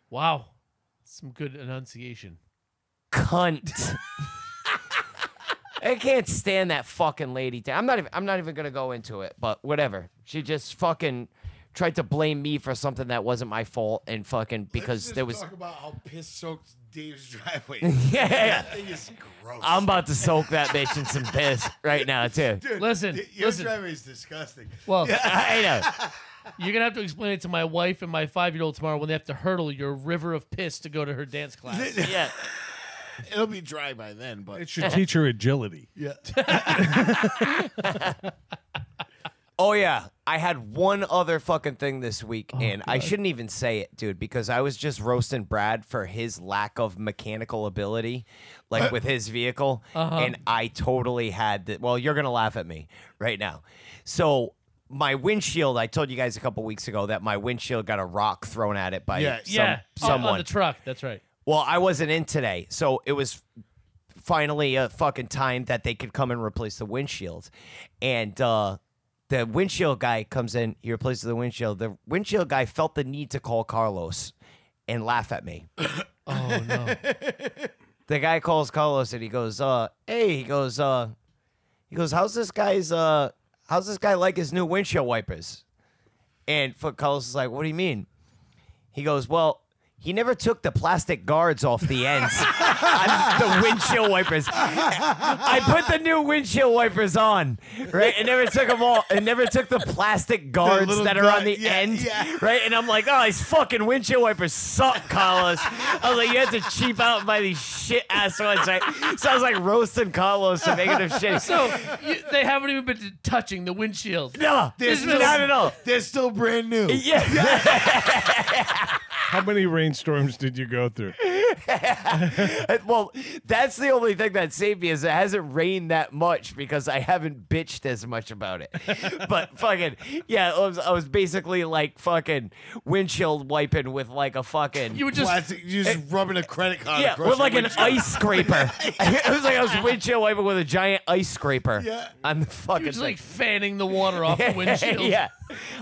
Wow. Some good enunciation.
Cunt. I can't stand that fucking lady. thing. I'm not even I'm not even gonna go into it, but whatever. She just fucking tried to blame me for something that wasn't my fault and fucking because
Let's
there
just
was
talk about how piss soaked Dave's driveway. is.
Yeah.
that thing is gross.
I'm about to soak that bitch in some piss right now too.
Dude,
Listen,
d- your
listen.
driveway is disgusting.
Well,
I know.
you're gonna have to explain it to my wife and my five-year-old tomorrow when they have to hurdle your river of piss to go to her dance class.
Yeah.
It'll be dry by then, but
It should teach her agility.
yeah.
Oh yeah, I had one other fucking thing this week, and I shouldn't even say it, dude, because I was just roasting Brad for his lack of mechanical ability, like with his vehicle, and I totally had that. Well, you're gonna laugh at me right now. So my windshield, I told you guys a couple weeks ago that my windshield got a rock thrown at it by
Yeah,
some-
yeah. on-
someone.
on the truck. That's right.
Well, I wasn't in today, so it was finally a fucking time that they could come and replace the windshield. And uh, the windshield guy comes in, he replaces the windshield. The windshield guy felt the need to call Carlos and laugh at me.
Oh no.
The guy calls Carlos and he goes, uh, "Hey," he goes, uh, he goes, "How's this guy's uh, how's this guy like his new windshield wipers?" And for Carlos is like, "What do you mean?" He goes, "Well." He never took the plastic guards off the ends on the windshield wipers. I put the new windshield wipers on, right? And never took them all. And never took the plastic guards
little
that are
guy-
on the
yeah,
end,
yeah.
right? And I'm like, oh, these fucking windshield wipers suck, Carlos. I was like, you have to cheap out and buy these shit ass ones, right? So I was like roasting Carlos and making him shitty.
So you, they haven't even been t- touching the windshield.
no,
This
this
is-
not at all.
They're still brand new.
Yeah.
How many rainstorms did you go through?
Well, that's the only thing that saved me is it hasn't rained that much because I haven't bitched as much about it. but fucking yeah, I was, I was basically like fucking windshield wiping with like a fucking
You would just
Plastic, you're just rubbing a credit card
yeah,
across
with like
your
an ice scraper. it was like I was windshield wiping with a giant ice scraper.
Yeah.
on the fucking
you're just
thing.
like fanning the water off the windshield.
yeah,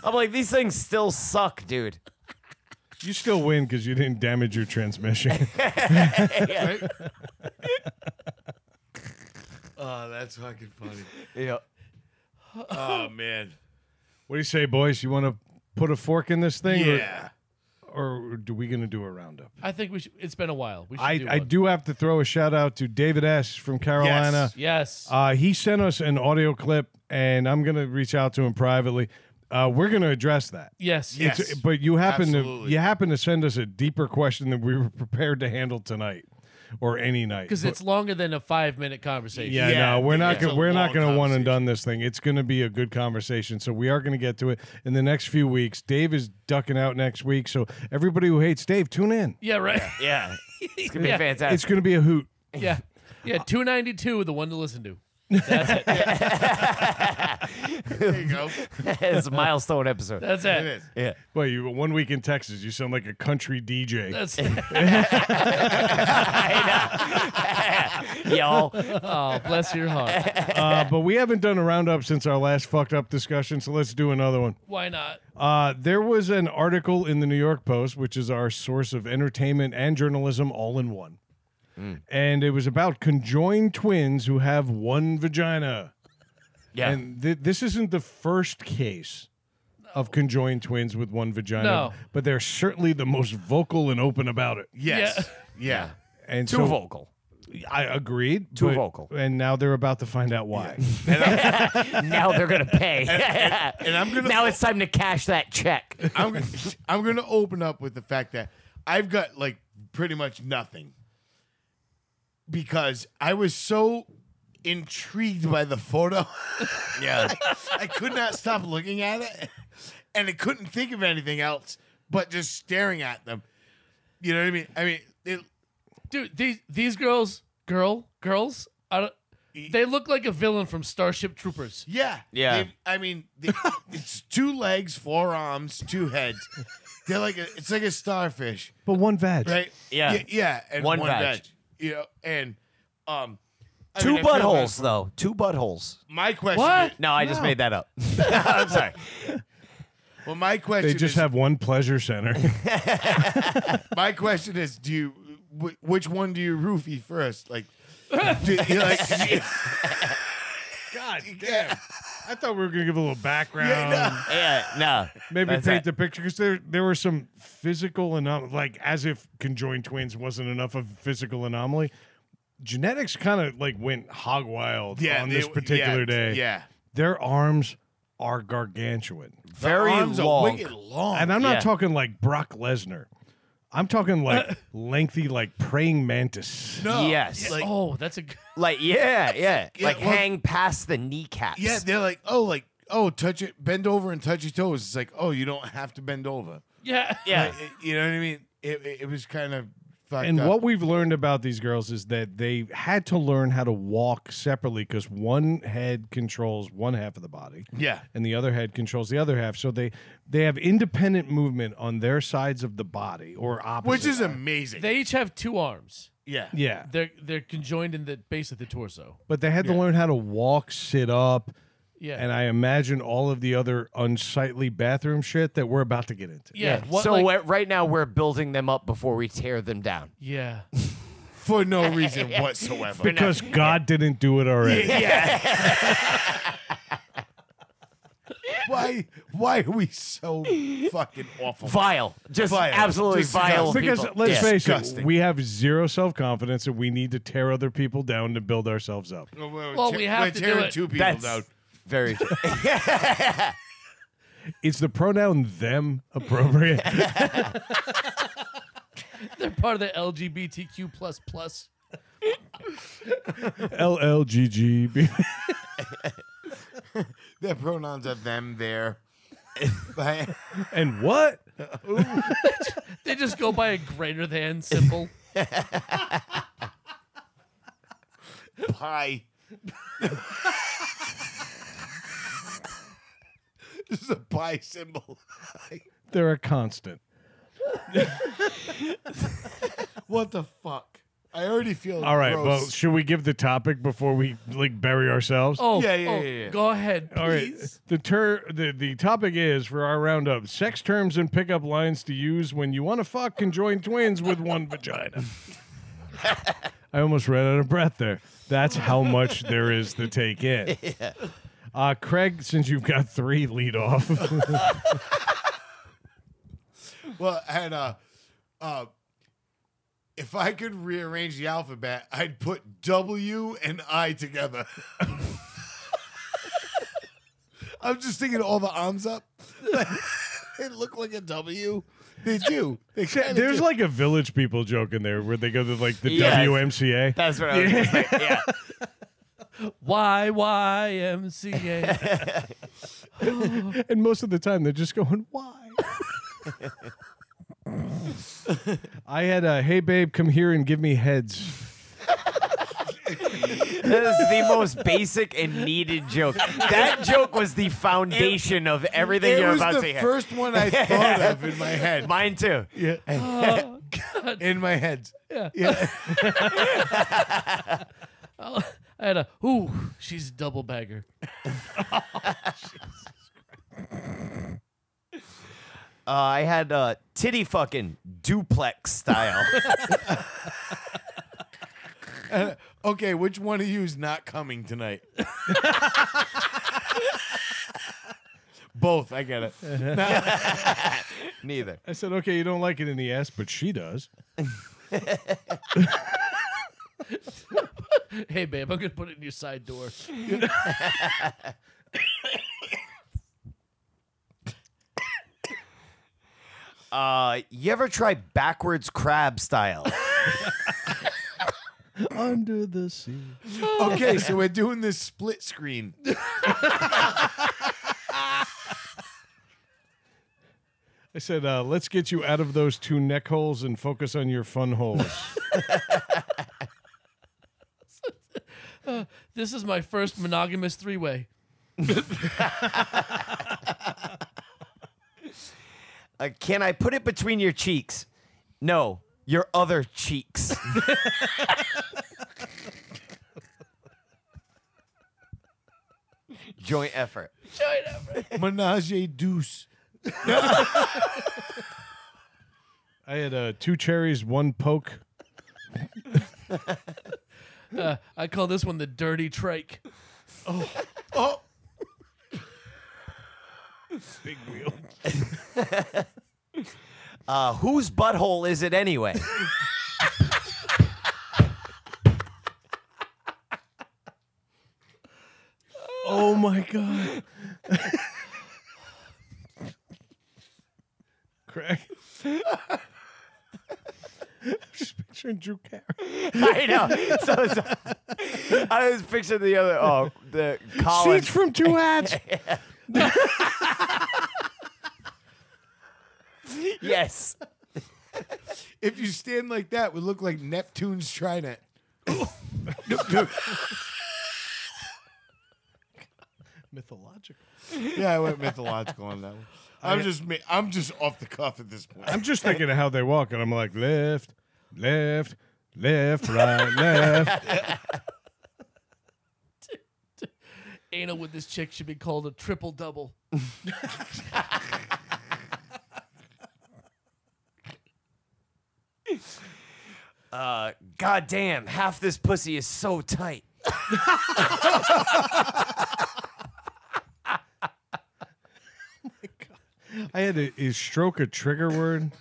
I'm like these things still suck, dude.
You still win because you didn't damage your transmission.
Oh, that's fucking funny.
Yeah.
Oh man.
what do you say, boys? You want to put a fork in this thing? or-
Yeah.
Or, do we going to do a roundup?
I think we should. It's been a while. We should
I,
do
I
one.
do have to throw a shout out to David S. from Carolina.
Yes.
Uh, he sent us an audio clip, and I'm going to reach out to him privately. Uh, we're going to address that.
yes.
Yes.
It's- but you happen to
Absolutely.
you happen to send us a deeper question than we were prepared to handle tonight or any night.
Because
But-
it's longer than a five-minute conversation.
yeah,
Yeah,
no, we're not
it's a
gonna, we're not
long
going to one
conversation.
and done this thing. It's going to be a good conversation. So we are going to get to it in the next few weeks. Dave is ducking out next week, so everybody who hates Dave, tune in.
Yeah. Right.
Yeah, it's gonna be
Yeah.
fantastic.
It's going to be a hoot.
Yeah. Yeah. Two ninety-two. The one to listen to.
There you go.
it's a milestone episode.
That's
It
it.
is.
yeah.
Well, you one week in Texas, you sound like a country DJ.
That's it.
Y'all,
Oh, bless your heart.
Uh, but we haven't done a roundup since our last fucked up discussion, so let's do another one.
Why not?
Uh, there was an article in the New York Post, which is our source of entertainment and journalism all in one. And it was about conjoined twins who have one vagina.
Yeah.
And th- this isn't the first case of conjoined twins with one vagina,
No.
but they're certainly the most vocal and open about it.
Yes. Yeah.
And
Too
so
vocal.
I agreed.
Too
but-
vocal.
And now they're about to find out why.
now they're gonna pay.
And I'm gonna
now it's time to cash that check.
I'm gonna, I'm gonna open up with the fact that I've got like pretty much nothing because I was so intrigued by the photo.
Yeah.
I could not stop looking at it, and I couldn't think of anything else but just staring at them. You know what I mean? I mean, it,
dude. These these girls, girl, girls, I don't, they look like a villain from Starship Troopers.
yeah,
Yeah.
They- I mean, they- it's two legs, four arms, two heads. They're like a, it's like a starfish.
but one vag.
right?
Yeah.
yeah, yeah, and
One
one,
veg.
veg. You know, and um, I
Two
mean, I feel
buttholes
bad
though. Two buttholes.
for- My question.
What?
Is,
No, I just made that up. I'm sorry.
well, my question.
They just
is,
have one pleasure center.
My question is, do you wh- which one do you roofie first? Like, do, you like
God damn. I thought we were going to give a little background.
Yeah, no.
Maybe
That's
paint
it.
the picture because there there were some physical anom like as if conjoined twins wasn't enough of a physical anomaly. Genetics kind of like went hog wild
yeah,
on
they-
this particular
yeah,
day.
Yeah,
their arms are gargantuan,
Very
arms
long.
are wicked long.
and I'm not
Yeah.
talking like Brock Lesnar. I'm talking like lengthy, like praying mantis.
no,
Yes.
like,
oh, that's a. g-
Like yeah, yeah.
Yeah,
like
well-
hang past the kneecaps.
yeah, they're like, oh, like, oh, touch it, bend over and touch your toes. It's like, oh, you don't have to bend over.
Yeah.
yeah.
Like, you know what I mean? It, it, it was kind of fucked
And
up.
what we've learned about these girls is that they had to learn how to walk separately because one head controls one half of the body.
Yeah.
and the other head controls the other half. So they they have independent movement on their sides of the body or opposite.
Which is amazing.
They each have two arms.
yeah.
yeah.
They're they're conjoined in the base of the torso.
But they had to learn how to walk, sit up,
Yeah.
and I imagine all of the other unsightly bathroom shit that we're about to get into.
yeah. What,
so
like-
we're- right now we're building them up before we tear them down.
yeah.
For no reason whatsoever.
Because God didn't do it already.
why why are we so fucking awful?
Vile, just
Vile.
absolutely
Just
vile.
disgusting.
Because
people.
let's
Yeah.
face it,
Disgusting.
we have zero self confidence and we need to tear other people down to build ourselves up.
Well,
Well, we have
we're
to do
tearing
it.
two people
That's
down.
very true.
Is the pronoun them appropriate?
They're part of the LGBTQ plus plus.
LLGG.
Their pronouns are them, there.
and what?
They just go by a greater than symbol.
pie. this is a pie symbol.
They're a constant.
what the fuck? I already feel
All right, well,
gross.
should we give the topic before we like bury ourselves?
Oh,
Yeah, yeah,
oh,
yeah, yeah.
Go ahead, please.
All right. The ter- the the topic is for our roundup: sex terms and pickup lines to use when you want to fuck conjoined twins with one vagina. I almost ran out of breath there. That's how much there is to take in. Uh, Craig, since you've got three lead off,
Well, I had uh, uh, if I could rearrange the alphabet, I'd put W and I together. I'm just thinking all the arms up. they look like a W. They do. They kinda
there's
do.
like a village people joke in there where they go to like the
Yes.
WMCA.
That's what I was gonna say. Yeah.
Y Y M C A.
And most of the time, they're just going, "Why?" I had a, "Hey babe, come here and give me heads."
That is the most basic and needed joke. That joke was the foundation of everything
it
you're
was
about
the
to hear.
first one I thought of in my head.
Mine too.
in my head.
I had a ooh, she's a double bagger.
Uh, I had uh, titty fucking duplex style.
Okay, which one of you is not coming tonight? Both, I get it.
Neither.
I said, okay, you don't like it in the ass, but she does.
Hey, babe, I'm gonna put it in your side door.
Uh, you ever try backwards crab style?
Under the sea.
Okay, so we're doing this split screen.
I said, uh, let's get you out of those two neck holes and focus on your fun holes.
This is my first monogamous three-way.
Uh, can I put it between your cheeks? No, your other cheeks. Joint effort.
Menage a deuce.
I had uh, two cherries, one poke.
I call this one the dirty trike.
Oh,
Uh, whose butthole is it anyway?
Oh my god. Craig. I'm just picturing Drew Carey.
I know. So, so- I was picturing the other. Oh, the Colin.
Seeds from two hats.
yes.
if you stand like that, it would look like Neptune's Trident.
Mythological.
Yeah, I went mythological on that one. I'm just, ma- I'm just off the cuff at this point.
I'm just thinking of how they walk, and I'm like, left, left, left, right, left.
Anal with this chick should be called a triple double.
Uh, God damn, half this pussy is so tight.
I had a, is stroke a trigger word?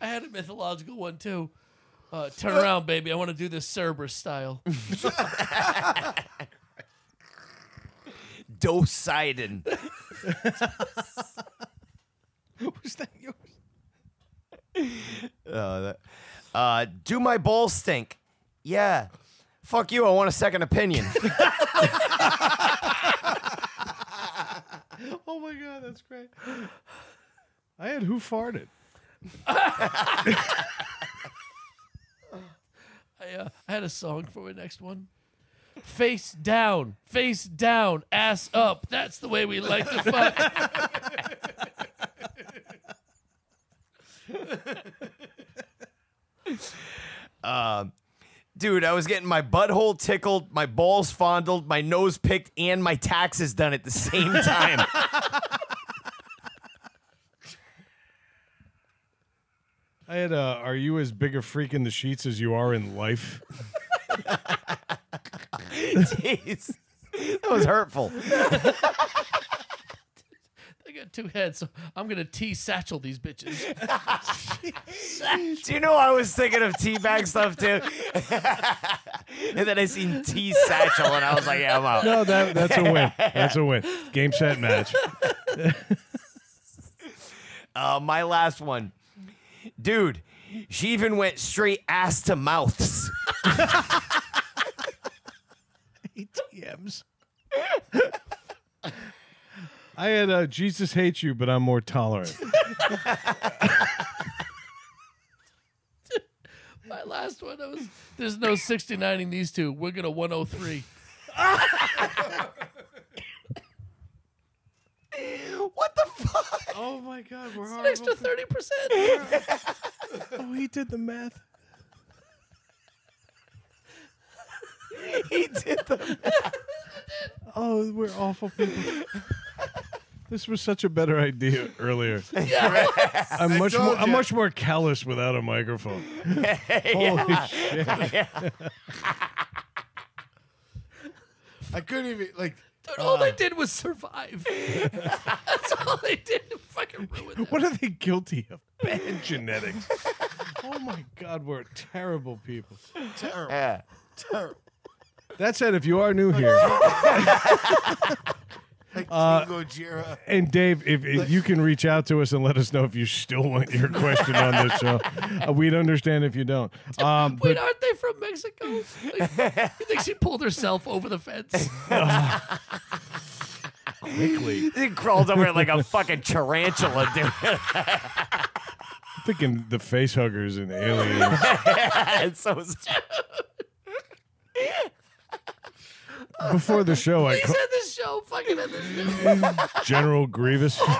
I had a mythological one too. Uh, turn around, baby. I want to do this Cerberus style.
Dosidin.
Was that yours?
Uh, that- uh, do my balls stink? Yeah. Fuck you. I want a second opinion.
Oh my god, that's great. I had who farted.
I, uh, I had a song for my next one. Face down, face down, ass up. That's the way we like to fuck.
Dude, I was getting my butthole tickled, my balls fondled, my nose picked, and my taxes done at the same time.
I had uh, are you as big a freak in the sheets as you are in life?
Jeez. That was hurtful.
I got two heads, so I'm gonna tea satchel these bitches.
Do you know I was thinking of teabag stuff too? and then I seen tea satchel and I was like, yeah, I'm out.
No, that that's a win. That's a win. Game set match.
Uh, my last one. Dude, she even went straight ass to mouths.
ATMs. I had uh, Jesus hates you, but I'm more tolerant.
My last one, I was. There's no 69ing these two. We're gonna 103.
What the fuck?
Oh my God, we're
An extra 30 percent.
Oh, he did the math.
He did the
Oh, we're awful people. This was such a better idea earlier. I'm much
told
more, I'm
ya.
much more callous without a microphone. Holy shit!
I couldn't even like.
Dude, all they did was survive. That's all they did to fucking ruin them.
What are they guilty of? Bad genetics. Oh my God, we're terrible people.
Terrible.
Yeah.
Terrible.
That said, if you are new here,
Like
Uh,
Tingo Jira.
and Dave, if, if you can reach out to us and let us know if you still want your question on this show, uh, we'd understand if you don't. Um,
Wait, aren't they from Mexico? Like, you think she pulled herself over the fence?
quickly,
He crawled over it like a fucking tarantula, dude.
thinking the face huggers and aliens.
it's so
Before the show, I
Please
called
end this show. Fucking end this show.
General Grievous.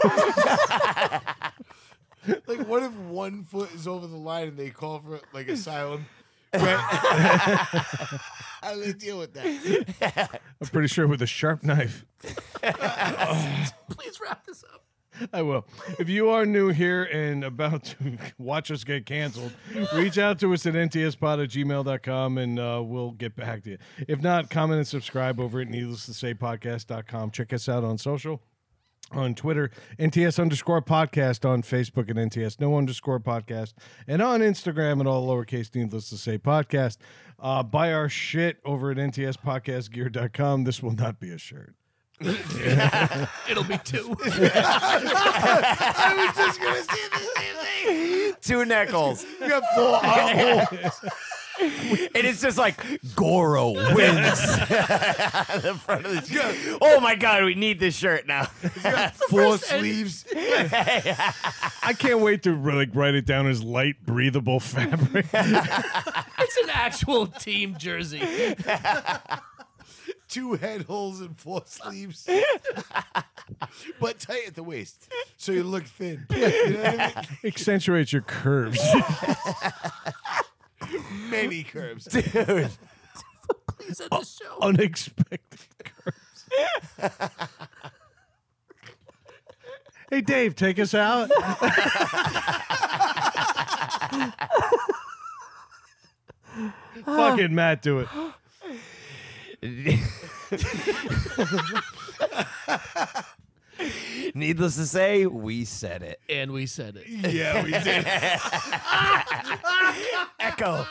Like, what if one foot is over the line and they call for like asylum? Right? How do they deal with that?
I'm pretty sure with a sharp knife.
Please wrap this up.
I will. If you are new here and about to watch us get canceled, reach out to us at ntspod at gmail.com and uh, we'll get back to you. If not, comment and subscribe over at needless to say podcast.com. Check us out on social. On Twitter, NTS underscore podcast on Facebook and NTS no underscore podcast, and on Instagram at all lowercase needless to say podcast. Uh, buy our shit over at ntspodcastgear.com. This will not be a shirt.
It'll be two.
I was just gonna say the same thing.
Two nickels.
You got four armholes.
And it's just like Goro wins. the front of the shirt. Oh my god, we need this shirt now.
four sleeves.
I can't wait to like write it down as light breathable fabric.
It's an actual team jersey.
two head holes and four sleeves, but tight at the waist, so you look thin. You know what I
Accentuates your curves.
mean? Many curves.
Please end this show.
Unexpected curves. hey Dave, take us out. Fucking Matt, do it.
Needless to say, we said it.
And we said it.
Yeah, we did.
Echo.